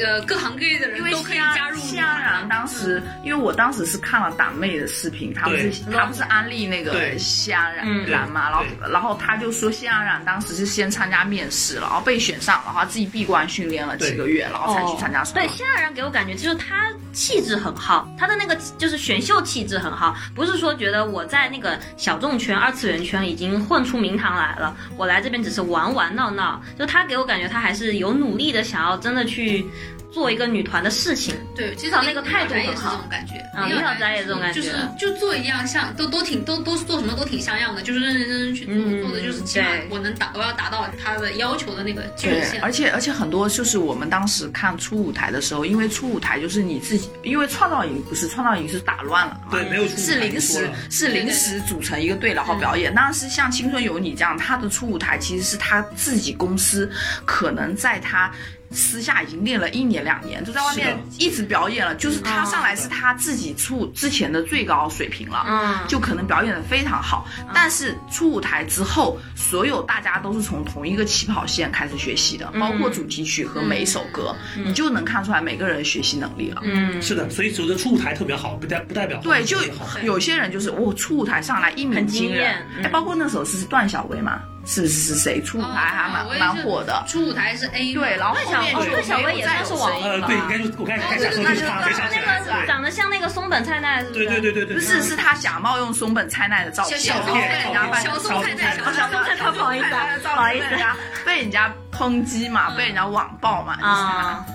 Speaker 2: 呃，各行各业的
Speaker 3: 因
Speaker 2: 人
Speaker 3: 为
Speaker 2: 都可以
Speaker 3: 谢安
Speaker 2: 加入
Speaker 3: 谢安澜当时，因为我当时是看了党妹的视频，她不是
Speaker 1: 对
Speaker 3: 她不是安利那个
Speaker 4: 对
Speaker 3: 谢安
Speaker 1: 嗯
Speaker 3: 澜嘛，然后
Speaker 4: 对
Speaker 3: 然后她就说谢安澜当时是先参加面试，然后被选上，然后自己闭关训练了几
Speaker 4: 对
Speaker 3: 个月，然后才去参加
Speaker 1: 哦
Speaker 3: 什么
Speaker 1: 对，现在人给我感觉就是他气质很好，他的那个就是选秀气质很好，不是说觉得我在那个小众圈、二次元圈已经混出名堂来了，我来这边只是玩玩闹闹。就他给我感觉他还是有努力的，想要真的去做一个女团的事情。
Speaker 2: 对，其
Speaker 1: 至
Speaker 2: 实
Speaker 1: 少那个态度
Speaker 2: 也
Speaker 1: 很
Speaker 2: 是
Speaker 1: 好
Speaker 2: 这种感觉。
Speaker 1: 啊林小宅也是这种感觉
Speaker 2: 就是就做一样像，都都挺都都做什么都挺像样的，就是认认真真去做，
Speaker 1: 嗯
Speaker 2: 做的就是起码
Speaker 1: 对
Speaker 2: 我能达我要达到他的要求的那个基准
Speaker 3: 对，
Speaker 2: 线。
Speaker 3: 而且而且很多就是我们当时看初舞台的时候，因为初舞台就是你自己，因为创造营不是创造营是打乱了嘛，
Speaker 4: 对，没有出
Speaker 3: 是
Speaker 4: 舞台
Speaker 3: 临
Speaker 4: 就说
Speaker 3: 时
Speaker 4: 了
Speaker 3: 是临时组成一个队，然后表演。当时像《青春有你》这样，他的初舞台其实是他自己公司可能在他。私下已经练了一年两年，就在外面一直表演了，就是他上来是他自己出之前的最高水平了，
Speaker 1: 嗯
Speaker 3: 就可能表演的非常好。但是出舞台之后，所有大家都是从同一个起跑线开始学习的，包括主题曲和每一首歌，你就能看出来每个人的学习能力了。
Speaker 1: 嗯，
Speaker 4: 是的，所以走的出舞台特别好，不代不代表
Speaker 3: 对，就
Speaker 4: 特别好
Speaker 3: 有些人就是我出舞台上来一鸣
Speaker 1: 很惊
Speaker 3: 惊人
Speaker 1: 艳，嗯
Speaker 3: 哎，包括那时候是段小薇嘛，是是谁出舞台还
Speaker 2: 哦
Speaker 3: 蛮蛮火的，
Speaker 2: 初舞台是 A，嘛
Speaker 3: 对，然后后面
Speaker 1: 哦
Speaker 3: 就
Speaker 1: 段小薇
Speaker 3: 没有
Speaker 1: 也算
Speaker 3: 再有
Speaker 1: 是网
Speaker 3: 声音
Speaker 4: 呃，
Speaker 1: 吧
Speaker 4: 对，应该就我刚才刚才想说就是他，
Speaker 3: 对
Speaker 4: 没
Speaker 3: 对
Speaker 4: 想起
Speaker 3: 对
Speaker 4: 来
Speaker 1: 那
Speaker 4: 了，
Speaker 1: 个长得像那个松本菜奈，是不是？
Speaker 4: 对对对对对，
Speaker 3: 不是，是他假冒用松本菜奈的照片，
Speaker 2: 小
Speaker 3: 然后
Speaker 2: 松
Speaker 3: 被
Speaker 2: 菜
Speaker 3: 人家
Speaker 4: 哦
Speaker 3: 翻
Speaker 2: 小松菜
Speaker 4: 小
Speaker 2: 菜
Speaker 4: 松
Speaker 1: 菜
Speaker 2: 小松菜
Speaker 1: 不好意思啊不好意思
Speaker 3: 被人家被人家抨击嘛，被人家网暴嘛，就是他
Speaker 1: 啊。，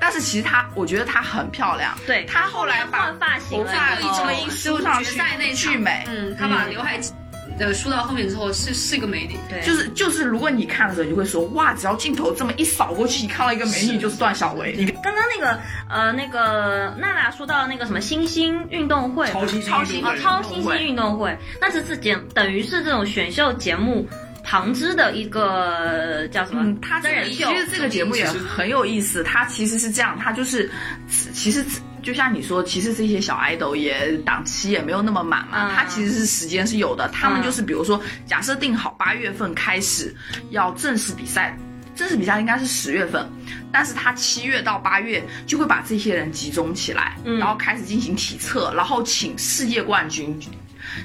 Speaker 3: 但是其实她，我觉得她很漂亮，
Speaker 1: 对
Speaker 3: 她后来把
Speaker 1: 换发型
Speaker 3: 头
Speaker 1: 了
Speaker 3: 发
Speaker 1: 然后
Speaker 3: 重新梳上
Speaker 2: 决
Speaker 3: 去
Speaker 2: 赛那，
Speaker 3: 巨
Speaker 2: 场
Speaker 3: 美。
Speaker 2: 嗯，他把刘海呃梳到后面之后是是一个美女，
Speaker 1: 对，
Speaker 3: 就是就是，如果你看的时候，你就会说哇，只要镜头这么一扫过去，你看到一个美女就是段小薇，你
Speaker 1: 刚刚那个呃那个娜娜说到那个什么新兴运动会，
Speaker 4: 超新星
Speaker 3: 超新
Speaker 4: 运动
Speaker 1: 啊，
Speaker 4: 会
Speaker 1: 超新星运动会，那这次节等于是这种选秀节目旁支的一个叫什么？
Speaker 3: 嗯，他这
Speaker 1: 真
Speaker 3: 个
Speaker 1: 人
Speaker 3: 其
Speaker 1: 秀。
Speaker 3: 实这个节目也很有意思，它其实是这样，它就是其实就像你说，其实这些小 idol 也档期也没有那么满嘛
Speaker 1: 嗯，
Speaker 3: 它其实是时间是有的，他们就是比如说假设定好八月份开始要正式比赛。正式比赛应该是十月份，但是他七月到八月就会把这些人集中起来，
Speaker 1: 嗯
Speaker 3: 然后开始进行体测，然后请世界冠军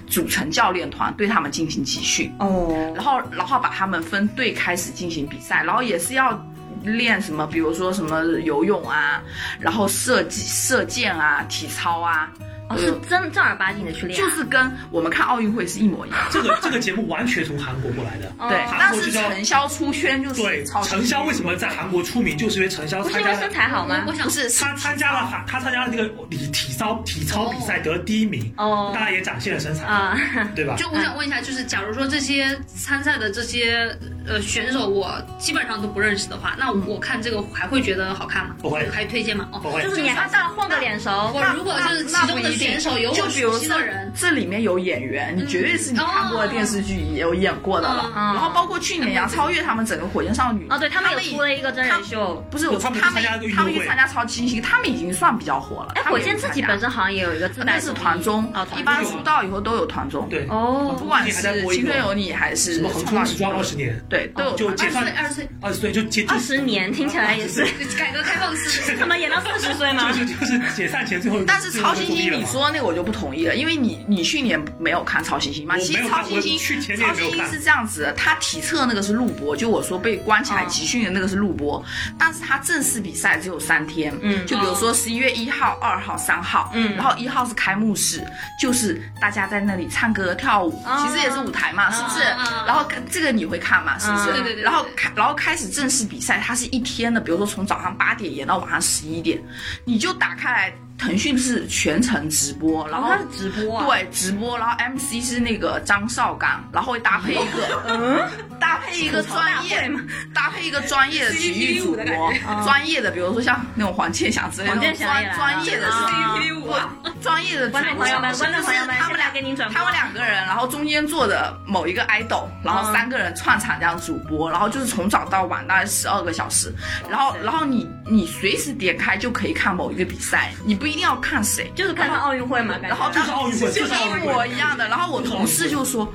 Speaker 3: 组成教练团对他们进行集训。
Speaker 1: 哦，
Speaker 3: 然后然后把他们分队开始进行比赛，然后也是要练什么，比如说什么游泳啊，然后射击、射箭啊、体操啊，
Speaker 1: 哦，是真正儿八经的去练
Speaker 3: 就
Speaker 1: 啊，
Speaker 3: 是跟我们看奥运会是一模一样。
Speaker 4: 这个这个节目完全从韩国过来的。
Speaker 1: 哦
Speaker 3: 对，
Speaker 4: 韩
Speaker 3: 但
Speaker 4: 国
Speaker 3: 是
Speaker 4: 就叫
Speaker 3: 陈潇出圈就是
Speaker 4: 对，
Speaker 3: 超
Speaker 4: 陈潇为什么在韩国出名，就是因为陈潇
Speaker 1: 不是
Speaker 4: 参
Speaker 1: 因
Speaker 4: 加
Speaker 1: 为身
Speaker 4: 了
Speaker 1: 材好吗
Speaker 2: 我？想
Speaker 3: 不是是
Speaker 4: 他参加了韩，他参加了那个体体操体操比赛得了第一名，
Speaker 1: 哦
Speaker 4: 当，然也展现了身材，
Speaker 1: 啊，
Speaker 4: 对吧？
Speaker 2: 就我想问一下，就是假如说这些参赛的这些呃选手，我基本上都不认识的话，那我看这个还会觉得好看吗？
Speaker 4: 嗯不会
Speaker 2: 还推荐吗？
Speaker 4: 不
Speaker 2: 哦，
Speaker 4: 会
Speaker 1: 就是你还是要混个脸熟。
Speaker 2: 我如果就是其中的选手有
Speaker 3: 就
Speaker 2: 我
Speaker 3: 比如
Speaker 2: 熟悉
Speaker 3: 说
Speaker 2: 的人，
Speaker 3: 这里面有演员，你绝对是你看过的电视剧也有演过的了。
Speaker 1: 嗯
Speaker 3: 然后包括去年杨超越他们整个火箭少女
Speaker 1: 哦，对他们有出了一个真人秀。
Speaker 3: 不是我说
Speaker 4: 他们
Speaker 3: 他们
Speaker 4: 参加一个运
Speaker 3: 他
Speaker 4: 动
Speaker 3: 们
Speaker 4: 会
Speaker 3: 去参加超新星，他们已经算比较火了。
Speaker 1: 哎，
Speaker 3: 他
Speaker 1: 火
Speaker 3: 们已经
Speaker 1: 箭自己
Speaker 3: 参加
Speaker 1: 本身好像也有一个自带
Speaker 3: 那是团
Speaker 1: 综
Speaker 3: 综
Speaker 1: 艺哦，，团
Speaker 3: 一般
Speaker 4: 综
Speaker 3: 出道以后都有团综。
Speaker 4: 对，
Speaker 1: 哦
Speaker 3: 不管是《青春有你》还是
Speaker 4: 什么
Speaker 3: 《
Speaker 4: 横冲直撞二十年，
Speaker 3: 对，都有
Speaker 4: 就
Speaker 3: 团
Speaker 4: 解
Speaker 3: 队
Speaker 4: 散
Speaker 2: 二十二十岁，
Speaker 4: 二十岁就解就啊
Speaker 1: 二十年啊听起来也是，
Speaker 2: 改革开放四 十
Speaker 4: 嗯
Speaker 1: 是他们演到四十岁吗？
Speaker 4: 就就是解散前最后一个，
Speaker 3: 但是曹
Speaker 4: 最
Speaker 3: 星
Speaker 4: 后
Speaker 3: 星，
Speaker 4: 一个同意
Speaker 3: 你
Speaker 4: 了嘛
Speaker 3: 说那个我就不同意了，因为你你去年没有看曹星星嘛？
Speaker 4: 我
Speaker 3: 其
Speaker 4: 没
Speaker 3: 实
Speaker 4: 有
Speaker 3: 曹
Speaker 4: 看
Speaker 3: 星星
Speaker 4: 我去前年
Speaker 3: 曹
Speaker 4: 也没
Speaker 3: 星
Speaker 4: 有
Speaker 3: 星
Speaker 4: 看
Speaker 3: 是这样子的，他体测那个是录播，就我说被关起来
Speaker 4: 啊
Speaker 1: 哦
Speaker 3: 集训的那个是录播，但是他正式比赛只有三天，
Speaker 1: 嗯
Speaker 3: 就比如说十一月一号、二号、三号，
Speaker 1: 嗯
Speaker 3: 然后一号是开幕式，就是大家在那里唱歌跳舞，
Speaker 1: 哦
Speaker 4: 啊
Speaker 3: 其实也是舞台嘛，是不是
Speaker 2: 嗯嗯？
Speaker 3: 然后这个你会看嘛，是不是？
Speaker 4: 啊
Speaker 1: 嗯对
Speaker 2: 对对
Speaker 3: 然后开，然后开始正式比赛，它是一天的，比如说从早上八点演到晚上十一点，你就打开来，腾讯是全程直播，然
Speaker 1: 然
Speaker 3: 后
Speaker 1: 后他是直播啊，
Speaker 3: 对直播，然后 MC 是那个张绍刚，然后会搭配一个，
Speaker 1: 嗯
Speaker 3: 搭配一个专 业，搭配一个专业的体育主播，专业的，比如说像那种黄健翔之类的
Speaker 1: 黄
Speaker 3: 那
Speaker 1: 健
Speaker 3: 种
Speaker 1: 翔也来
Speaker 3: 专
Speaker 1: 了
Speaker 3: 专业的主
Speaker 1: 啊
Speaker 2: 一批五啊，
Speaker 3: 专业的
Speaker 1: 观众朋友们，观众朋友们，
Speaker 3: 他们
Speaker 1: 现在
Speaker 3: 俩
Speaker 1: 给您转播，
Speaker 3: 他们两个人，然后中间坐着某一个
Speaker 4: 嗯
Speaker 3: idol，然后三个人串场这样主播，然后就是从早到晚大概十二个小时，然后然后你你随时点开就可以看某一个比赛，你不一定要看谁，
Speaker 1: 就是看看奥运会嘛，感觉
Speaker 3: 然后
Speaker 4: 这是奥运会，这
Speaker 3: 就是
Speaker 4: 奥运
Speaker 3: 一
Speaker 4: 会
Speaker 3: 模一样的。然后我同事就说，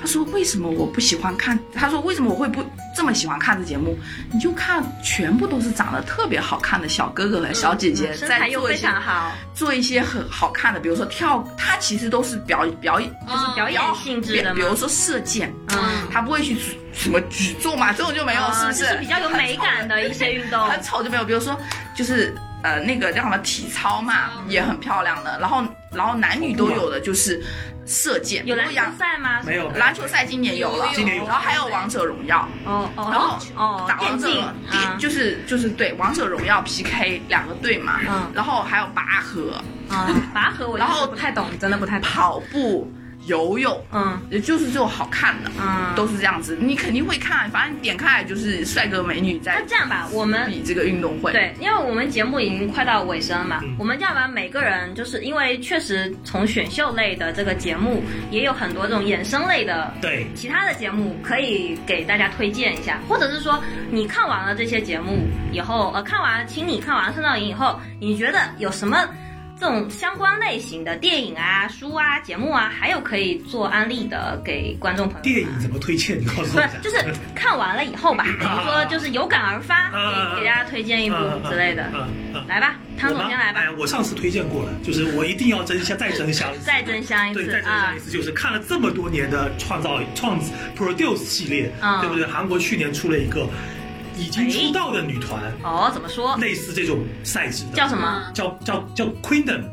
Speaker 3: 他说为什么我不喜欢看？他说为什么我会不这么喜欢看这节目？你就看全部都是长得特别好看的小哥哥和小姐
Speaker 4: 嗯
Speaker 3: 姐
Speaker 1: 嗯身
Speaker 3: 在
Speaker 1: 材又
Speaker 3: 做一
Speaker 1: 非
Speaker 3: 些
Speaker 1: 常好，
Speaker 3: 做一些很好看的，比如说跳，他其实都是表表演。
Speaker 4: 嗯
Speaker 2: 嗯
Speaker 1: 就是表演性质的
Speaker 3: 比
Speaker 1: 嘛
Speaker 3: 比，如说射箭，
Speaker 1: 嗯，
Speaker 3: 他不会去什么举重嘛，这种就没有，是
Speaker 1: 啊
Speaker 3: 不
Speaker 1: 就是比较有美感的一些运动，
Speaker 3: 很丑就没有，比如说就是呃那个叫什么体操
Speaker 1: 哦
Speaker 3: 嘛，也很漂亮的。然后然后男女都有的就是射箭，
Speaker 1: 有
Speaker 3: 比
Speaker 1: 篮
Speaker 3: 如
Speaker 1: 球
Speaker 3: 杨
Speaker 1: 赛吗？
Speaker 4: 没有
Speaker 3: 篮球赛今年有了，
Speaker 4: 今年有
Speaker 3: 然后还有王者荣耀，
Speaker 1: 哦哦，
Speaker 3: 然后
Speaker 1: 哦
Speaker 3: 打
Speaker 1: 电
Speaker 3: 王者
Speaker 1: 竞
Speaker 3: 荣耀，
Speaker 1: 啊
Speaker 3: 电，就是就是对王者荣耀 PK 两个队嘛，
Speaker 1: 嗯
Speaker 3: 然后还有拔河、
Speaker 1: 啊，拔河我
Speaker 3: 然后
Speaker 1: 就是不太懂，真的不太懂，
Speaker 3: 跑步、游泳，
Speaker 1: 嗯
Speaker 3: 也就是这种好看的。
Speaker 1: 嗯，
Speaker 3: 都是这样子，你肯定会看，反正你点开来就是帅哥美女
Speaker 1: 那
Speaker 3: 在
Speaker 1: 这样吧，我们
Speaker 3: 比这个运动会。，
Speaker 1: 对，因为我们节目已经快到尾声了嘛，
Speaker 4: 嗯
Speaker 1: 我们要不然每个人就是因为确实从选秀类的这个节目也有很多这种衍生类的。
Speaker 4: 对，
Speaker 1: 其他的节目可以给大家推荐一下，或者是说你看完了这些节目以后，呃，看完，请你看完《圣道营》以后，你觉得有什么这种相关类型的电影啊、书啊、节目啊，还有可以做安利的给观众朋友们？
Speaker 4: 电影怎么推荐？你告诉
Speaker 1: 不是
Speaker 4: 我一下，。
Speaker 1: 就是看完了以后吧，比如说就是有感而发，
Speaker 4: 啊
Speaker 1: 给给大家推荐一部之类的。嗯
Speaker 4: 嗯嗯，
Speaker 1: 来吧，汤总先来
Speaker 4: 哎
Speaker 1: 吧，
Speaker 4: 呀，我上次推荐过了，就是我一定要争香，再争香一 次。
Speaker 1: 再真香一
Speaker 4: 对，
Speaker 1: 次
Speaker 4: 再争
Speaker 1: 啊
Speaker 4: 香一！次，就是看了这么多年的创造创 produce 系列，
Speaker 1: 嗯哎
Speaker 4: 对不对？韩国去年出了一个已经出道的女团，
Speaker 1: 哦，怎么说？
Speaker 4: 类似这种赛制的，
Speaker 1: 叫什么？
Speaker 4: 叫叫叫 Queendom。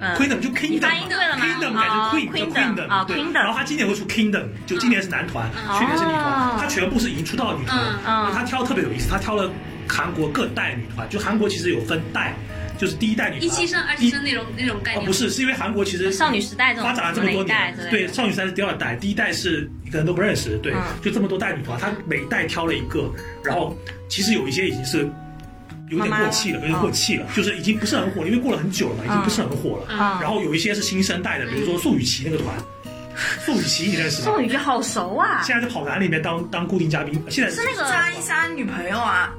Speaker 1: 嗯，
Speaker 4: Queendom 就
Speaker 1: 你
Speaker 4: Kingdom，
Speaker 1: 发音对了吗
Speaker 4: Kingdom
Speaker 1: 哦
Speaker 4: 改成 Queen，叫
Speaker 1: Queendom，哦
Speaker 4: Queendom，对
Speaker 1: Queendom
Speaker 4: 然后他今年会出 Kingdom，就
Speaker 2: 嗯
Speaker 4: 今年是男团，去年是女
Speaker 1: 哦
Speaker 4: 团，他全部是已经出道的女团
Speaker 2: 嗯。
Speaker 1: 嗯
Speaker 4: 他挑特别有意思，他挑了韩国各代女团，就韩国其实有分代，就是第一代女团，
Speaker 2: 一期生、二期生那种那种概
Speaker 4: 哦
Speaker 2: 念。
Speaker 4: 不是，是因为韩国其实
Speaker 1: 少女时代这种
Speaker 4: 发展了这么
Speaker 1: 哪
Speaker 4: 多
Speaker 1: 一代
Speaker 4: 年
Speaker 1: 之，类
Speaker 4: 对，
Speaker 1: 的？
Speaker 4: 少女时代是第二代，第一代是一个人都不认识，对
Speaker 1: 嗯，
Speaker 4: 就这么多代女团，她每一代挑了一个，然后其实有一些已经是有点过气了，有点过气
Speaker 1: 嗯
Speaker 4: 了，就是已经不是很火了，因为过了很久了嘛，已经不是很火了。
Speaker 2: 嗯
Speaker 4: 然后有一些是新生代的，比如说宋雨琦那个团，宋雨琦你认识吗
Speaker 1: 嗯宋？雨琦好熟啊！
Speaker 4: 现在在跑男里面当当固定嘉宾，现在
Speaker 1: 是那个
Speaker 3: 张一山女朋友啊，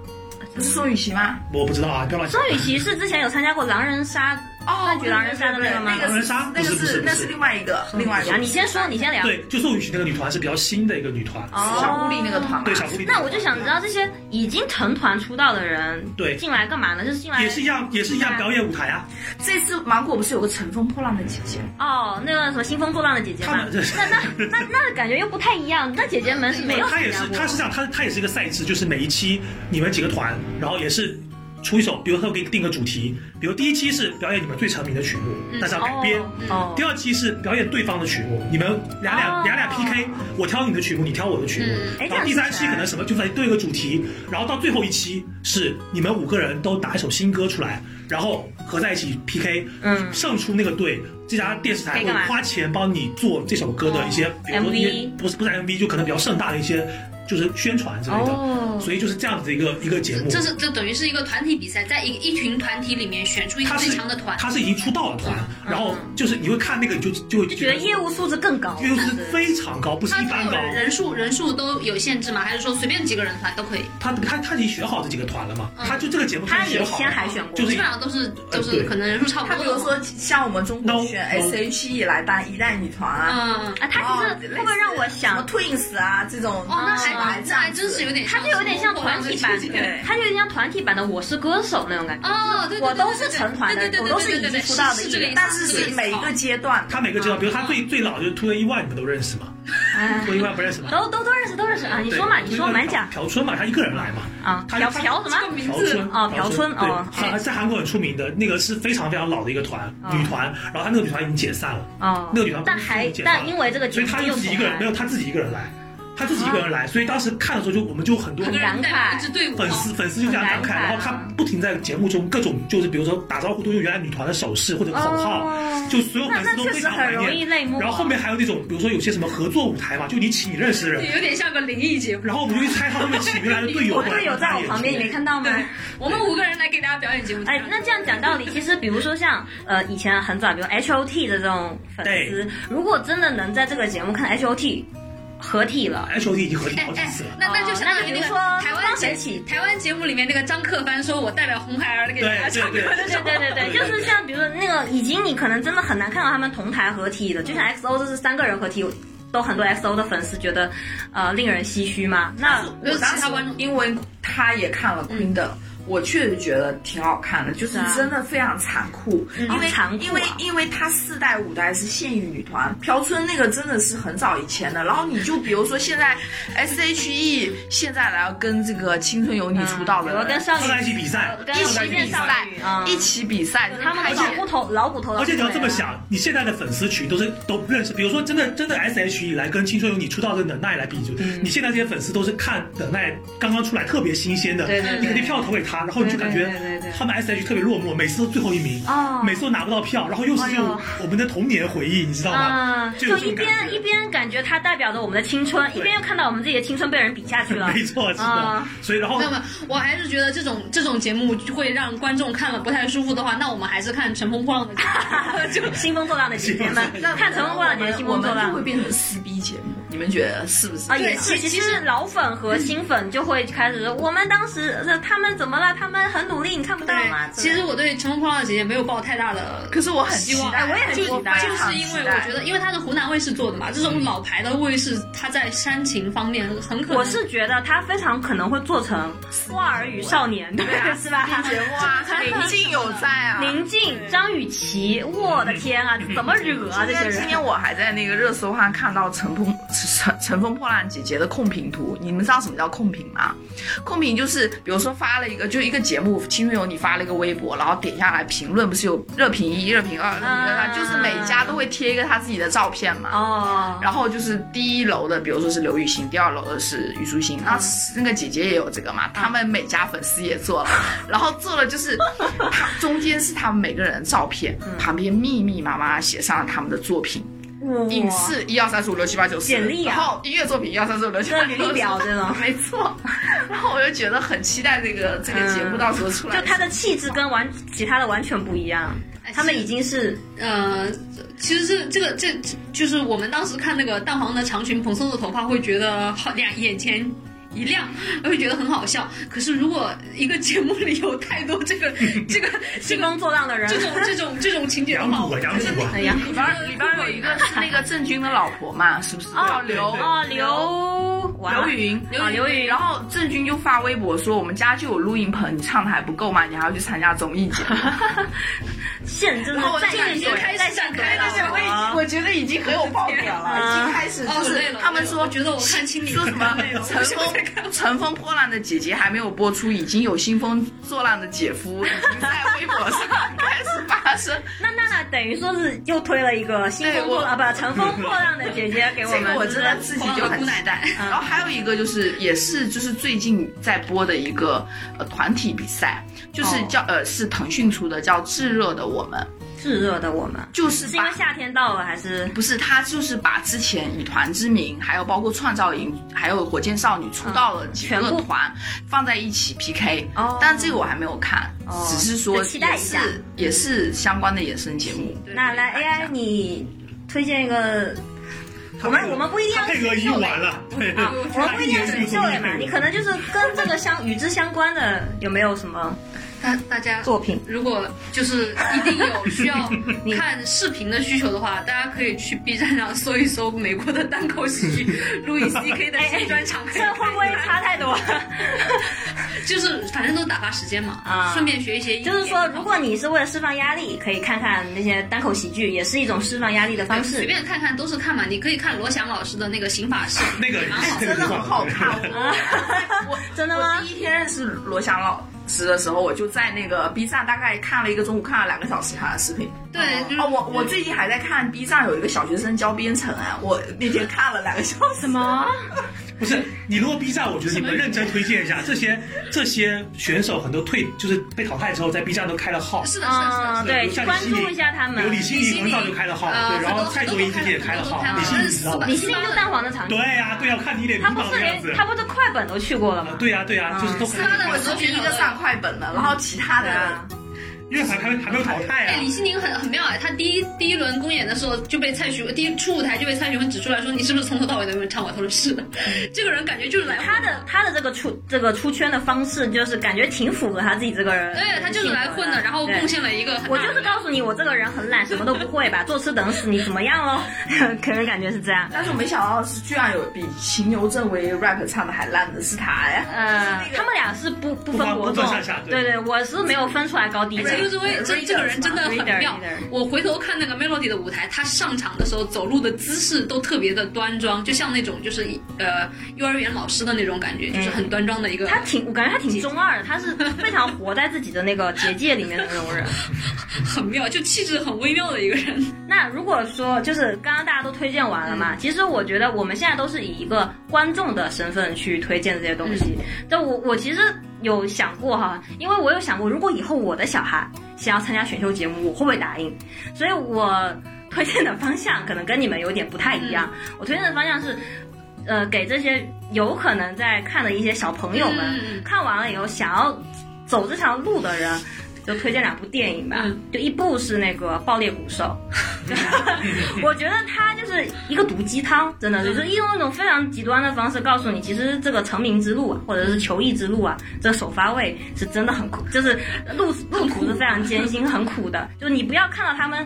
Speaker 3: 不是宋雨琦吗？
Speaker 4: 我不知道啊，不要乱讲
Speaker 1: 宋。雨琦是之前有参加过狼人杀，
Speaker 3: 哦
Speaker 1: 那举狼人杀的那个吗
Speaker 3: 对对对
Speaker 4: 狼人杀
Speaker 3: 那个
Speaker 4: 不是
Speaker 3: 是
Speaker 4: 不是
Speaker 3: 那是另外一个另外一
Speaker 1: 啊，
Speaker 3: 个
Speaker 1: 你先说，你先聊。
Speaker 4: 对，就宋雨琦那个女团是比较新的一个女团，
Speaker 1: 哦
Speaker 3: 小狐狸那个团嘛。
Speaker 4: 对小狐狸。
Speaker 1: 那我就想知道这些已经成团出道的人，
Speaker 4: 对
Speaker 1: 进来干嘛呢？就是进来
Speaker 4: 也是一样，也是一样表演舞台啊。
Speaker 3: 这次芒果不是有个乘风破浪的姐姐？
Speaker 1: 哦，那个什么《兴风作浪的姐姐》
Speaker 4: 他
Speaker 1: 嘛
Speaker 4: 们。这是。
Speaker 1: 那那那那感觉又不太一样，那姐姐们是没有
Speaker 4: 他也是
Speaker 1: 参，加
Speaker 4: 他是
Speaker 1: 过
Speaker 4: 这样，他他也是一个赛制，就是每一期你们几个团，然后也是出一首，比如他会给你定个主题，比如第一期是表演你们最成名的曲目，但是要改编。
Speaker 1: 嗯哦
Speaker 4: 第二期是表演对方的曲目，你们俩俩、
Speaker 1: 哦
Speaker 4: 俩俩 PK，我挑你的曲目，你挑我的曲目。
Speaker 2: 嗯
Speaker 1: 哎这
Speaker 4: 然
Speaker 1: 样
Speaker 4: 后第三期可能什么就在对一个主题，然后到最后一期是你们五个人都打一首新歌出来，然后合在一起 PK，
Speaker 1: 嗯
Speaker 4: 胜出那个队，这家电视台
Speaker 1: 可以
Speaker 4: 会
Speaker 1: 干嘛
Speaker 4: 花钱帮你做这首歌的一些，比如
Speaker 1: 哦
Speaker 4: 说一些
Speaker 1: MV
Speaker 4: 不是不是 MV，就可能比较盛大的一些就是宣传之类的，
Speaker 1: 哦
Speaker 4: 所以就是这样子的一个一个节目。
Speaker 2: 这是这等于是一个团体比赛，在一一群团体里面选出一个
Speaker 4: 他
Speaker 2: 最
Speaker 4: 是
Speaker 2: 强的团。
Speaker 4: 他是已经出道的团，然后就是你会看那个，你就就会
Speaker 1: 嗯就觉得业务素质更高，
Speaker 4: 业务是非常高，不是
Speaker 2: 他
Speaker 4: 一般哦
Speaker 2: 有
Speaker 4: 高。
Speaker 2: 人人数人数都有限制吗？还是说随便几个人团都可以？
Speaker 4: 他他他已经选好这几个团了嘛，他就这个节目
Speaker 1: 嗯他
Speaker 4: 选
Speaker 1: 也
Speaker 4: 好
Speaker 1: 先
Speaker 4: 了，
Speaker 1: 海选过，
Speaker 4: 就是呃
Speaker 2: 基本上都是都是可能人数差
Speaker 1: 哦
Speaker 2: 不
Speaker 3: 她
Speaker 2: 多。
Speaker 3: 比如说像我们中国选
Speaker 4: No, no
Speaker 3: S.H.E 来当一代女团啊，哦
Speaker 2: 嗯，
Speaker 1: 啊，他其实会不会让我
Speaker 3: 什么
Speaker 1: 想
Speaker 3: Twins 啊这种，
Speaker 2: 哦，那还
Speaker 3: 吧，这
Speaker 2: 这还
Speaker 3: 样
Speaker 2: 真是有点
Speaker 1: 它
Speaker 2: 像，
Speaker 1: 就有点像团体版，
Speaker 3: 对
Speaker 1: 它就有点像团体版的《我是歌手》那种感觉。
Speaker 2: 哦，对，对对
Speaker 1: 我都是
Speaker 2: 对对
Speaker 1: 成团的
Speaker 2: 对对对
Speaker 1: 我都是
Speaker 2: 对对对
Speaker 1: 已经出道的
Speaker 2: 是
Speaker 1: 艺人
Speaker 2: 这个意思
Speaker 3: 但是是每一个阶段，
Speaker 4: 他每个知道，比如他
Speaker 1: 嗯
Speaker 4: 最最老就是 Two n 万，你们都认 识吗
Speaker 1: 哎，
Speaker 4: ？Two n 万不认识吗？
Speaker 1: 都都都认识，都认识啊！你说嘛，
Speaker 4: 对
Speaker 1: 你说满讲
Speaker 4: 朴春嘛，他一个人来嘛。
Speaker 1: 啊，
Speaker 4: 他
Speaker 1: 朴
Speaker 4: 他
Speaker 1: 朴什
Speaker 2: 这个
Speaker 1: 么？
Speaker 2: 名
Speaker 4: 朴
Speaker 2: 字
Speaker 4: 春
Speaker 1: 啊朴
Speaker 4: 朴
Speaker 1: 春
Speaker 4: 对
Speaker 1: 哦，
Speaker 4: 韩在韩国很出名的那个是非常非常老的一个团
Speaker 1: 哦
Speaker 4: 女团，然后他那个女团已经解散了，
Speaker 1: 哦
Speaker 4: 那个女团
Speaker 1: 但还
Speaker 4: 已经解散
Speaker 1: 但
Speaker 4: 了，
Speaker 1: 因为这个
Speaker 4: 所
Speaker 1: 节
Speaker 4: 以
Speaker 1: 目
Speaker 4: 他就
Speaker 1: 又
Speaker 4: 自己一
Speaker 1: 重
Speaker 4: 个人，没
Speaker 1: 来啊
Speaker 4: 有他自己一个人来，他自己一个人来，所以当时看的时候就我们就很多
Speaker 2: 每个人代表一支队伍，
Speaker 4: 粉丝粉丝就这样感慨，
Speaker 1: 很感慨啊
Speaker 4: 然后他不停在节目中各种就是比如说打招呼都用原来女团的手势或者口号，
Speaker 1: 哦
Speaker 4: 就所有
Speaker 1: 那
Speaker 4: 粉
Speaker 1: 那
Speaker 4: 丝都
Speaker 1: 确
Speaker 4: 非
Speaker 1: 实
Speaker 4: 常
Speaker 1: 很
Speaker 4: 怀
Speaker 1: 容易
Speaker 4: 念。
Speaker 1: 泪目啊。
Speaker 4: 然后后面还有那种比如说有些什么合作舞台嘛，就你请你认识的人，
Speaker 2: 有点像个灵异节目。
Speaker 4: 然后我们就去猜他们会请原来的队友
Speaker 1: 我
Speaker 4: 过来。
Speaker 1: 队友在我旁边，你没看到吗？
Speaker 2: 对，我们五个人来给大家表演节目。
Speaker 1: 哎，那这样讲道理，其实比如说像呃以前很早，比如 H O T 的这种粉丝
Speaker 4: 对，
Speaker 1: 如果真的能在这个节目看 H O T 合体了，
Speaker 4: H O T 已经合体
Speaker 2: 哎
Speaker 4: 好几
Speaker 2: 哎
Speaker 4: 次了，。
Speaker 2: 那那就相当于
Speaker 1: 哦那比
Speaker 2: 那
Speaker 1: 如
Speaker 2: 个
Speaker 1: 说
Speaker 2: 台湾
Speaker 1: 方神
Speaker 2: 节
Speaker 1: 起
Speaker 2: 台湾节目里面那个张克帆说：“我代表红孩儿给大家唱歌。”
Speaker 1: 对对对对，就是像比如说那个，已经你可能真的很难看到他们同台合体的，就
Speaker 4: 嗯
Speaker 1: 像 X O 这是三个人合体，都很多 X O 的粉丝觉得呃令人唏嘘嘛。那嗯
Speaker 2: 那
Speaker 3: 我当
Speaker 2: 其
Speaker 3: 时
Speaker 2: 他观众
Speaker 3: 因为他也看了 Queen 的。我确实觉得挺好看的，就是
Speaker 1: 啊
Speaker 3: 真的非常残酷，因
Speaker 1: 好
Speaker 3: 为、
Speaker 1: 残酷啊
Speaker 3: 因为因为他四代五代是现役女团，朴春那个真的是很早以前的。然后你就比如说现在 S H E 现在来跟这个青春有你出道的
Speaker 1: 比如
Speaker 3: 人、
Speaker 1: 跟少
Speaker 4: 他在一
Speaker 1: 女
Speaker 4: 起比赛，
Speaker 1: 跟
Speaker 4: 他们
Speaker 1: 一
Speaker 4: 在
Speaker 1: 起
Speaker 4: 一起
Speaker 1: 变
Speaker 4: 比
Speaker 1: 少
Speaker 4: 赛。
Speaker 1: 女啊，
Speaker 3: 一起比赛，
Speaker 1: 他们
Speaker 3: 而
Speaker 1: 老
Speaker 3: 且
Speaker 1: 骨头老骨头，
Speaker 4: 而且你要这么，
Speaker 1: 啊
Speaker 4: 想，你现在的粉丝群都是都不认识，比如说真的真的 S H E 来跟青春有你出道的能耐来比，就、
Speaker 1: 嗯
Speaker 4: 你现在这些粉丝都是看能耐刚刚出来特别新鲜的，
Speaker 1: 对对对
Speaker 4: 你肯定票投给他，然后你就感觉
Speaker 1: 对对对对对
Speaker 4: 他们 S H E 特别落寞，每次都最后一名，
Speaker 1: 哦
Speaker 4: 每次都拿不到票，然后又是这种
Speaker 1: 哎
Speaker 4: 我们的童年回忆，你知道吗？
Speaker 1: 啊，
Speaker 4: 就有
Speaker 1: 就
Speaker 4: 这种
Speaker 1: 一
Speaker 4: 感
Speaker 1: 边
Speaker 4: 觉。
Speaker 1: 一边感觉它代表着我们的青春，一边又看到我们自己的青春被人比下去了
Speaker 4: 没错，是的，
Speaker 1: 啊
Speaker 4: 所以然后
Speaker 2: 没有没有，我还是觉得这种这种节目会让观众看了不太舒服的话，那我们还是看《乘风破浪的姐姐》就。
Speaker 1: 兴风作浪的姐姐们， 看乘风破浪的姐姐兴
Speaker 3: 我
Speaker 1: 风作
Speaker 3: 们就
Speaker 1: 浪
Speaker 3: 会变成撕逼节目，你们觉得是不是？
Speaker 1: 啊，也
Speaker 2: 对
Speaker 1: 是，
Speaker 2: 其
Speaker 1: 其实老粉和新粉就会开始说，我们当时呃他们怎么了？他们很努力，你看不到吗？
Speaker 2: 哎其实我对《乘风破浪的姐姐》没有抱太大的
Speaker 3: 可是我很
Speaker 2: 希
Speaker 3: 期
Speaker 2: 望，
Speaker 3: 待，
Speaker 1: 哎我也很
Speaker 2: 就
Speaker 1: 期
Speaker 2: 就
Speaker 1: 待嗯
Speaker 2: 是因为我觉得，因为它是湖南卫视做的嘛，这种老牌的卫视，它在煽情方面很可能
Speaker 1: 我是觉得他非常可能会做成《花儿与少年》，对
Speaker 3: 对啊
Speaker 1: 是吧？
Speaker 3: 节目啊，宁静有在啊。
Speaker 1: 宁静、张雨绮，我的天啊，怎么惹啊这
Speaker 3: 今
Speaker 1: 些
Speaker 3: 天今
Speaker 1: 人？
Speaker 3: 天我还在那个热搜上看到乘风乘乘风破浪姐姐的控评图，你们知道什么叫控评吗？控评就是比如说发了一个，就一个节目《青春有你》发了一个微博，然后点下来评论，不是有热评一、热评二、热评
Speaker 1: 啊
Speaker 3: 三，就是每一家都会贴一个他自己的照片嘛。
Speaker 1: 哦，
Speaker 3: 然后就是第一楼的，比如说是刘雨昕，第二楼的是虞书欣，
Speaker 1: 嗯
Speaker 3: 那那个姐姐也有这个嘛，他们每家粉丝也 做了，然后做了就是，他中间是他们每个人的照片，
Speaker 1: 嗯
Speaker 3: 旁边密密麻麻写上了他们的作品，影视一二三四五六七八九十，
Speaker 1: 简历啊
Speaker 3: 然后音乐作品一二三四五六七
Speaker 1: 这
Speaker 3: 八
Speaker 1: 履
Speaker 3: 九
Speaker 1: 历
Speaker 3: 十，
Speaker 1: 表这 种。
Speaker 3: 没错，然后我就觉得很期待这个这个节目到时候出来，
Speaker 1: 就他的气质跟完其他的完全不一样，他们已经是
Speaker 2: 呃，其实这这个这这就是我们当时看那个蛋黄的长裙蓬松的头发，会觉得好两眼前。一亮，会觉得很好笑。可是如果一个节目里有太多 这个、这个、这
Speaker 1: 兴
Speaker 2: 个、
Speaker 1: 风作浪的人
Speaker 2: 这。种、这种、这种情节的
Speaker 4: 养
Speaker 2: 话，
Speaker 4: 蛊
Speaker 2: 我
Speaker 4: 啊养蛊啊
Speaker 1: 哎，呀，
Speaker 3: 里边里边有一个是那个郑钧的老婆嘛，是不是？
Speaker 1: 哦
Speaker 3: 刘
Speaker 1: 哦，刘哇
Speaker 3: 刘雨云，
Speaker 1: 啊刘雨云
Speaker 3: 然后郑钧就发微博说：“我们家就有录音棚，你唱的还不够吗？你还要去参加综艺节 目。
Speaker 1: 线真的
Speaker 3: 然后我
Speaker 1: 在
Speaker 3: 就感
Speaker 1: 线
Speaker 3: 觉
Speaker 1: 怼
Speaker 2: 开始
Speaker 1: 在线怼
Speaker 2: 展开
Speaker 1: 到
Speaker 2: 了
Speaker 1: 了啊
Speaker 3: 我觉得已经很有爆点
Speaker 1: 啊
Speaker 3: 了，已经开始
Speaker 2: 哦
Speaker 3: 就是
Speaker 2: 累了
Speaker 3: 他们
Speaker 2: 累了
Speaker 3: 说
Speaker 2: 我觉得我看清你
Speaker 3: 说什么
Speaker 2: 累了
Speaker 3: 乘风乘风破浪的姐姐还没有播出，已经有兴风作浪的姐夫已经在微博上开始发声。
Speaker 1: 那娜娜等于说是又推了一个新风破
Speaker 3: 对我
Speaker 1: 啊，不，乘风破浪的姐姐给我
Speaker 3: 这
Speaker 1: 们，
Speaker 3: 个我真的自己就很期待。然后还有一个就是，也是就是最近在播的一个呃团体比赛，就是叫呃是腾讯出的，叫《炙热的我们》，
Speaker 1: 炙热的我们，
Speaker 3: 就是
Speaker 1: 是因为
Speaker 3: 把
Speaker 1: 夏天到了还是？
Speaker 3: 不是他就是把之前以团之名，还有包括创造营，还有火箭少女出道的几
Speaker 1: 嗯全
Speaker 3: 个
Speaker 1: 部
Speaker 3: 团放在一起 PK。
Speaker 1: 哦
Speaker 3: 但这个我还没有看，
Speaker 1: 哦
Speaker 3: 只是说
Speaker 1: 就期待一
Speaker 3: 也
Speaker 1: 下嗯
Speaker 3: 是也是相关的衍生节目。
Speaker 1: 那来 AI 你推荐一个，我们我们不一定要
Speaker 4: 他配合已经完了，对，
Speaker 1: 啊， 我们不一定要选秀类嘛，你可能就是跟这个相与之相关的，有没有什么？
Speaker 2: 大大家
Speaker 1: 作品。
Speaker 2: 如果就是一定有需要看视频的需求的话，大家可以去 B 站上搜一搜美国的单口喜剧 Louis C K 的新专场，可以
Speaker 1: 这会不会
Speaker 2: 看一看
Speaker 1: 差太多？
Speaker 2: 就是反正都打发时间嘛，
Speaker 1: 啊
Speaker 2: 顺便学一些英语。
Speaker 1: 就是说，如果你是为了释放压力，可以看看那些单口喜剧，也是一种释放压力的方
Speaker 2: 随
Speaker 1: 式。
Speaker 2: 便看看都是看嘛，你可以看罗翔老师的那个刑法视频，
Speaker 4: 那个
Speaker 2: 蛮
Speaker 1: 哎
Speaker 2: 好的
Speaker 4: 那个
Speaker 3: 真的很好看。 我 我
Speaker 1: 真的
Speaker 3: 我
Speaker 1: 吗
Speaker 3: 第？一天认识罗翔老师的时候，我就在那个 B 站大概看了一个中午，看了两个小时他的视频。
Speaker 2: 对，就是
Speaker 3: 哦，我我最近还在看 B 站有一个小学生教编程啊，我那天看了两个小时。
Speaker 1: 什么？
Speaker 4: 不是你如果 B 站，我觉得你们认真推荐一下这些这些选手，很多退就是被淘汰之后，在 B 站都开了号，
Speaker 2: 是的，是的，是的。
Speaker 1: 嗯，对，去关注一下他们
Speaker 4: 有。李欣怡很早就开了号，
Speaker 2: 呃
Speaker 4: 对，然后蔡卓宜自己也开了号，李欣怡你知道
Speaker 2: 很多？
Speaker 4: 吧
Speaker 1: 李欣怡就蛋黄的常
Speaker 4: 对
Speaker 1: 青，
Speaker 4: 呀，对呀，我看你一脸迷
Speaker 1: 他不
Speaker 4: 茫
Speaker 1: 是
Speaker 4: 的样
Speaker 1: 连
Speaker 4: 子。啊
Speaker 1: 他不是快本都去过了吗？
Speaker 4: 对呀，对呀，就是都很
Speaker 2: 是他的
Speaker 3: 我只评一个上快本的，然后其他
Speaker 1: 对啊
Speaker 3: 的，
Speaker 4: 因为还还没还没有淘汰
Speaker 2: 哎，李
Speaker 4: 啊。
Speaker 2: 希宁很很妙哎，她第一第一轮公演的时候就被蔡徐坤，第一出舞台就被蔡徐坤指出来说你是不是从头到尾都没有唱过？他说是的， 这个人感觉就是来混
Speaker 1: 他的他的这个出这个出圈的方式，就是感觉挺符合他自己这个人。
Speaker 2: 对他就是来混的，然后
Speaker 1: 对
Speaker 2: 贡献了一个很
Speaker 1: 我
Speaker 2: 大
Speaker 1: 就
Speaker 2: 的
Speaker 1: 是告诉你，我这个人很懒，什么都不会吧，坐吃等死，你怎么样喽？ 可能感觉是这样。
Speaker 3: 但是我没想到是居然有比秦牛正为 rap 唱的还烂的是他呀。
Speaker 1: 呃，他们俩是不不分
Speaker 4: 不
Speaker 1: 伯
Speaker 4: 分不
Speaker 1: 仲
Speaker 4: 分上下，对
Speaker 1: 对对，我是没有分出来高低的
Speaker 2: 这。就是为这这个人真的很
Speaker 1: Reader，
Speaker 2: 妙
Speaker 1: Reader。
Speaker 2: 我回头看那个 Melody 的舞台，他上场的时候走路的姿势都特别的端庄，就像那种就是呃幼儿园老师的那种感觉，就是很端庄的一个。
Speaker 1: 嗯他挺，我感觉他挺中二的，他是非常活在自己的那个结界里面的那种人。
Speaker 2: 很妙，就气质很微妙的一个人。
Speaker 1: 那如果说就是刚刚大家都推荐完了
Speaker 2: 嗯
Speaker 1: 嘛，其实我觉得我们现在都是以一个观众的身份去推荐这些东西。
Speaker 2: 嗯
Speaker 1: 但我我其实有想过哈，因为我有想过，如果以后我的小孩想要参加选秀节目，我会不会答应？所以我推荐的方向可能跟你们有点不太一样。
Speaker 2: 嗯
Speaker 1: 我推荐的方向是，呃，给这些有可能在看的一些小朋友们，
Speaker 2: 嗯
Speaker 1: 看完了以后想要走这条路的人，就推荐两部电影吧。
Speaker 2: 嗯
Speaker 1: 就一部是那个《爆裂鼓手》，我觉得它就是一个毒鸡汤，真的就是用一种非常极端的方式告诉你，其实这个成名之路啊，或者是求艺之路啊，这个首发位是真的很苦，就是路路途是非常艰辛、很苦的。就是你不要看到他们。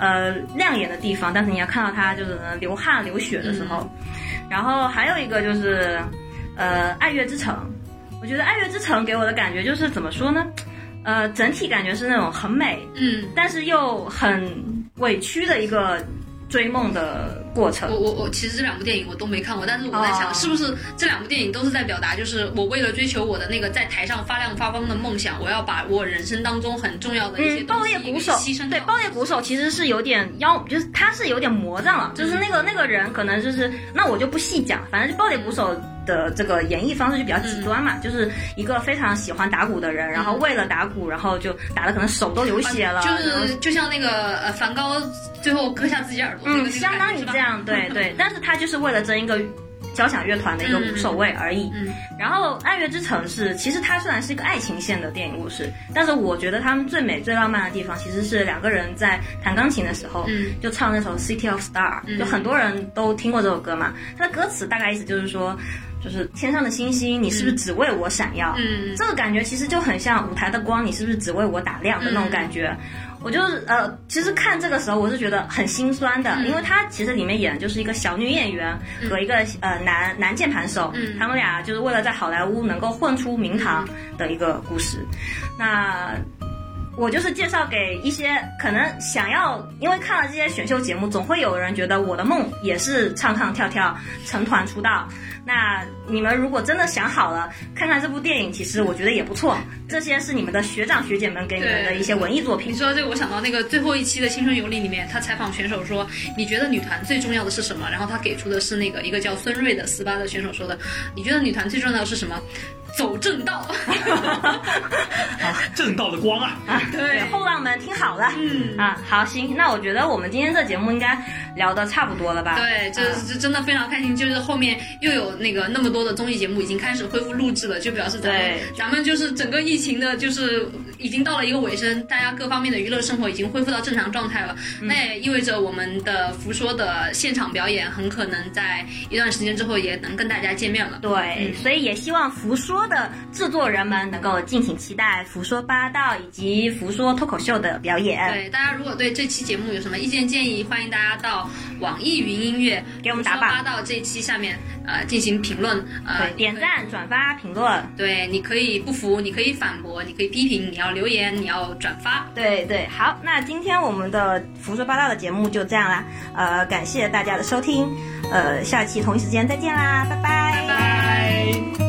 Speaker 1: 呃，亮眼的地方，但是你要看到他就是流汗流血的时候，然后还有一个就是，呃，《爱乐之城》，我觉得《爱乐之城》给我的感觉就是怎么说呢？呃，整体感觉是那种很美，
Speaker 2: 嗯，
Speaker 1: 但是又很委屈的一个追梦的过程
Speaker 2: 我。我我其实这两部电影我都没看过，但是我在
Speaker 1: 哦
Speaker 2: 想，是不是这两部电影都是在表达，就是我为了追求我的那个在台上发亮发光的梦想，我要把我人生当中很重要的一些
Speaker 1: 嗯，
Speaker 2: 东
Speaker 1: 爆
Speaker 2: 西
Speaker 1: 裂鼓手
Speaker 2: 牺牲
Speaker 1: 对
Speaker 2: 掉
Speaker 1: 爆裂鼓手其实是有点妖，就是他是有点魔障
Speaker 2: 嗯
Speaker 1: 了，就是那个那个人可能就是那我就不细讲，反正就爆裂鼓手的这个演绎方式就比较极端嘛，
Speaker 2: 嗯
Speaker 1: 就是一个非常喜欢打鼓的人，然后为了打鼓，然后就打的可能手都流血了，
Speaker 2: 就
Speaker 1: 然后
Speaker 2: 是就像那个呃梵高最后割下自己耳朵，
Speaker 1: 嗯，相当于这样，对对。但是他就是为了争一个交响乐团的一个
Speaker 2: 嗯
Speaker 1: 鼓手位而已。
Speaker 2: 嗯
Speaker 1: 然后《爱乐之城》是，其实它虽然是一个爱情线的电影故事，但是我觉得他们最美最浪漫的地方，其实是两个人在弹钢琴的时候，
Speaker 2: 嗯
Speaker 1: 就唱那首《City of Star》，
Speaker 2: 嗯
Speaker 1: 就很多人都听过这首歌嘛。它的歌词大概意思就是说，就是天上的星星，你是不是只为我闪耀？
Speaker 2: 嗯
Speaker 1: 这个感觉其实就很像舞台的光，你是不是只为我打亮的那种感觉？
Speaker 2: 嗯
Speaker 1: 我就是呃，其实看这个时候我是觉得很心酸的，
Speaker 2: 嗯
Speaker 1: 因为她其实里面演的就是一个小女演员和一个、呃男男键盘手，
Speaker 2: 嗯
Speaker 1: 他们俩就是为了在好莱坞能够混出名堂的一个故事。那我就是介绍给一些可能想要，因为看了这些选秀节目，总会有人觉得我的梦也是唱唱跳跳成团出道。那你们如果真的想好了，看看这部电影，其实我觉得也不错。这些是你们的学长学姐们给你们的一些文艺作
Speaker 2: 你
Speaker 1: 品。
Speaker 2: 说到这个，我想到那个最后一期的《青春有你》里面，他采访选手说：“你觉得女团最重要的是什么？”然后他给出的是那个一个叫孙瑞的斯巴的选手说的：“你觉得女团最重要的是什么？走正道。
Speaker 4: 正道的光啊！
Speaker 1: 啊，对，后浪们听好了。”
Speaker 2: 嗯，
Speaker 1: 啊，好，行，那我觉得我们今天这节目应该聊的差不多了吧？
Speaker 2: 对，这
Speaker 1: 啊
Speaker 2: 这真的非常开心，就是后面又有那个那么多的综艺节目已经开始恢复录制了，就表示咱们
Speaker 1: 对
Speaker 2: 咱们就是整个疫情的，就是已经到了一个尾声，大家各方面的娱乐生活已经恢复到正常状态了。
Speaker 1: 嗯
Speaker 2: 那也意味着我们的福说的现场表演很可能在一段时间之后也能跟大家见面了。
Speaker 1: 对，所以也希望《福说》的制作人们能够敬请期待《福说八道》以及《福说脱口秀》的表演，
Speaker 2: 对，大家如果对这期节目有什么意见建议，欢迎大家到网易云音乐
Speaker 1: 给我们
Speaker 2: 说
Speaker 1: 打
Speaker 2: 八
Speaker 1: 榜，
Speaker 2: 到这一期下面呃进行评论，呃
Speaker 1: 对，点。赞、转发、评论，
Speaker 2: 对，你可以不服，你可以反驳，你可以批评，你要留言，你要转发。
Speaker 1: 对对，好，那今天我们的《福说八道》的节目就这样啦，呃，感谢大家的收听，呃，下期同一时间再见啦，拜拜
Speaker 2: 拜拜。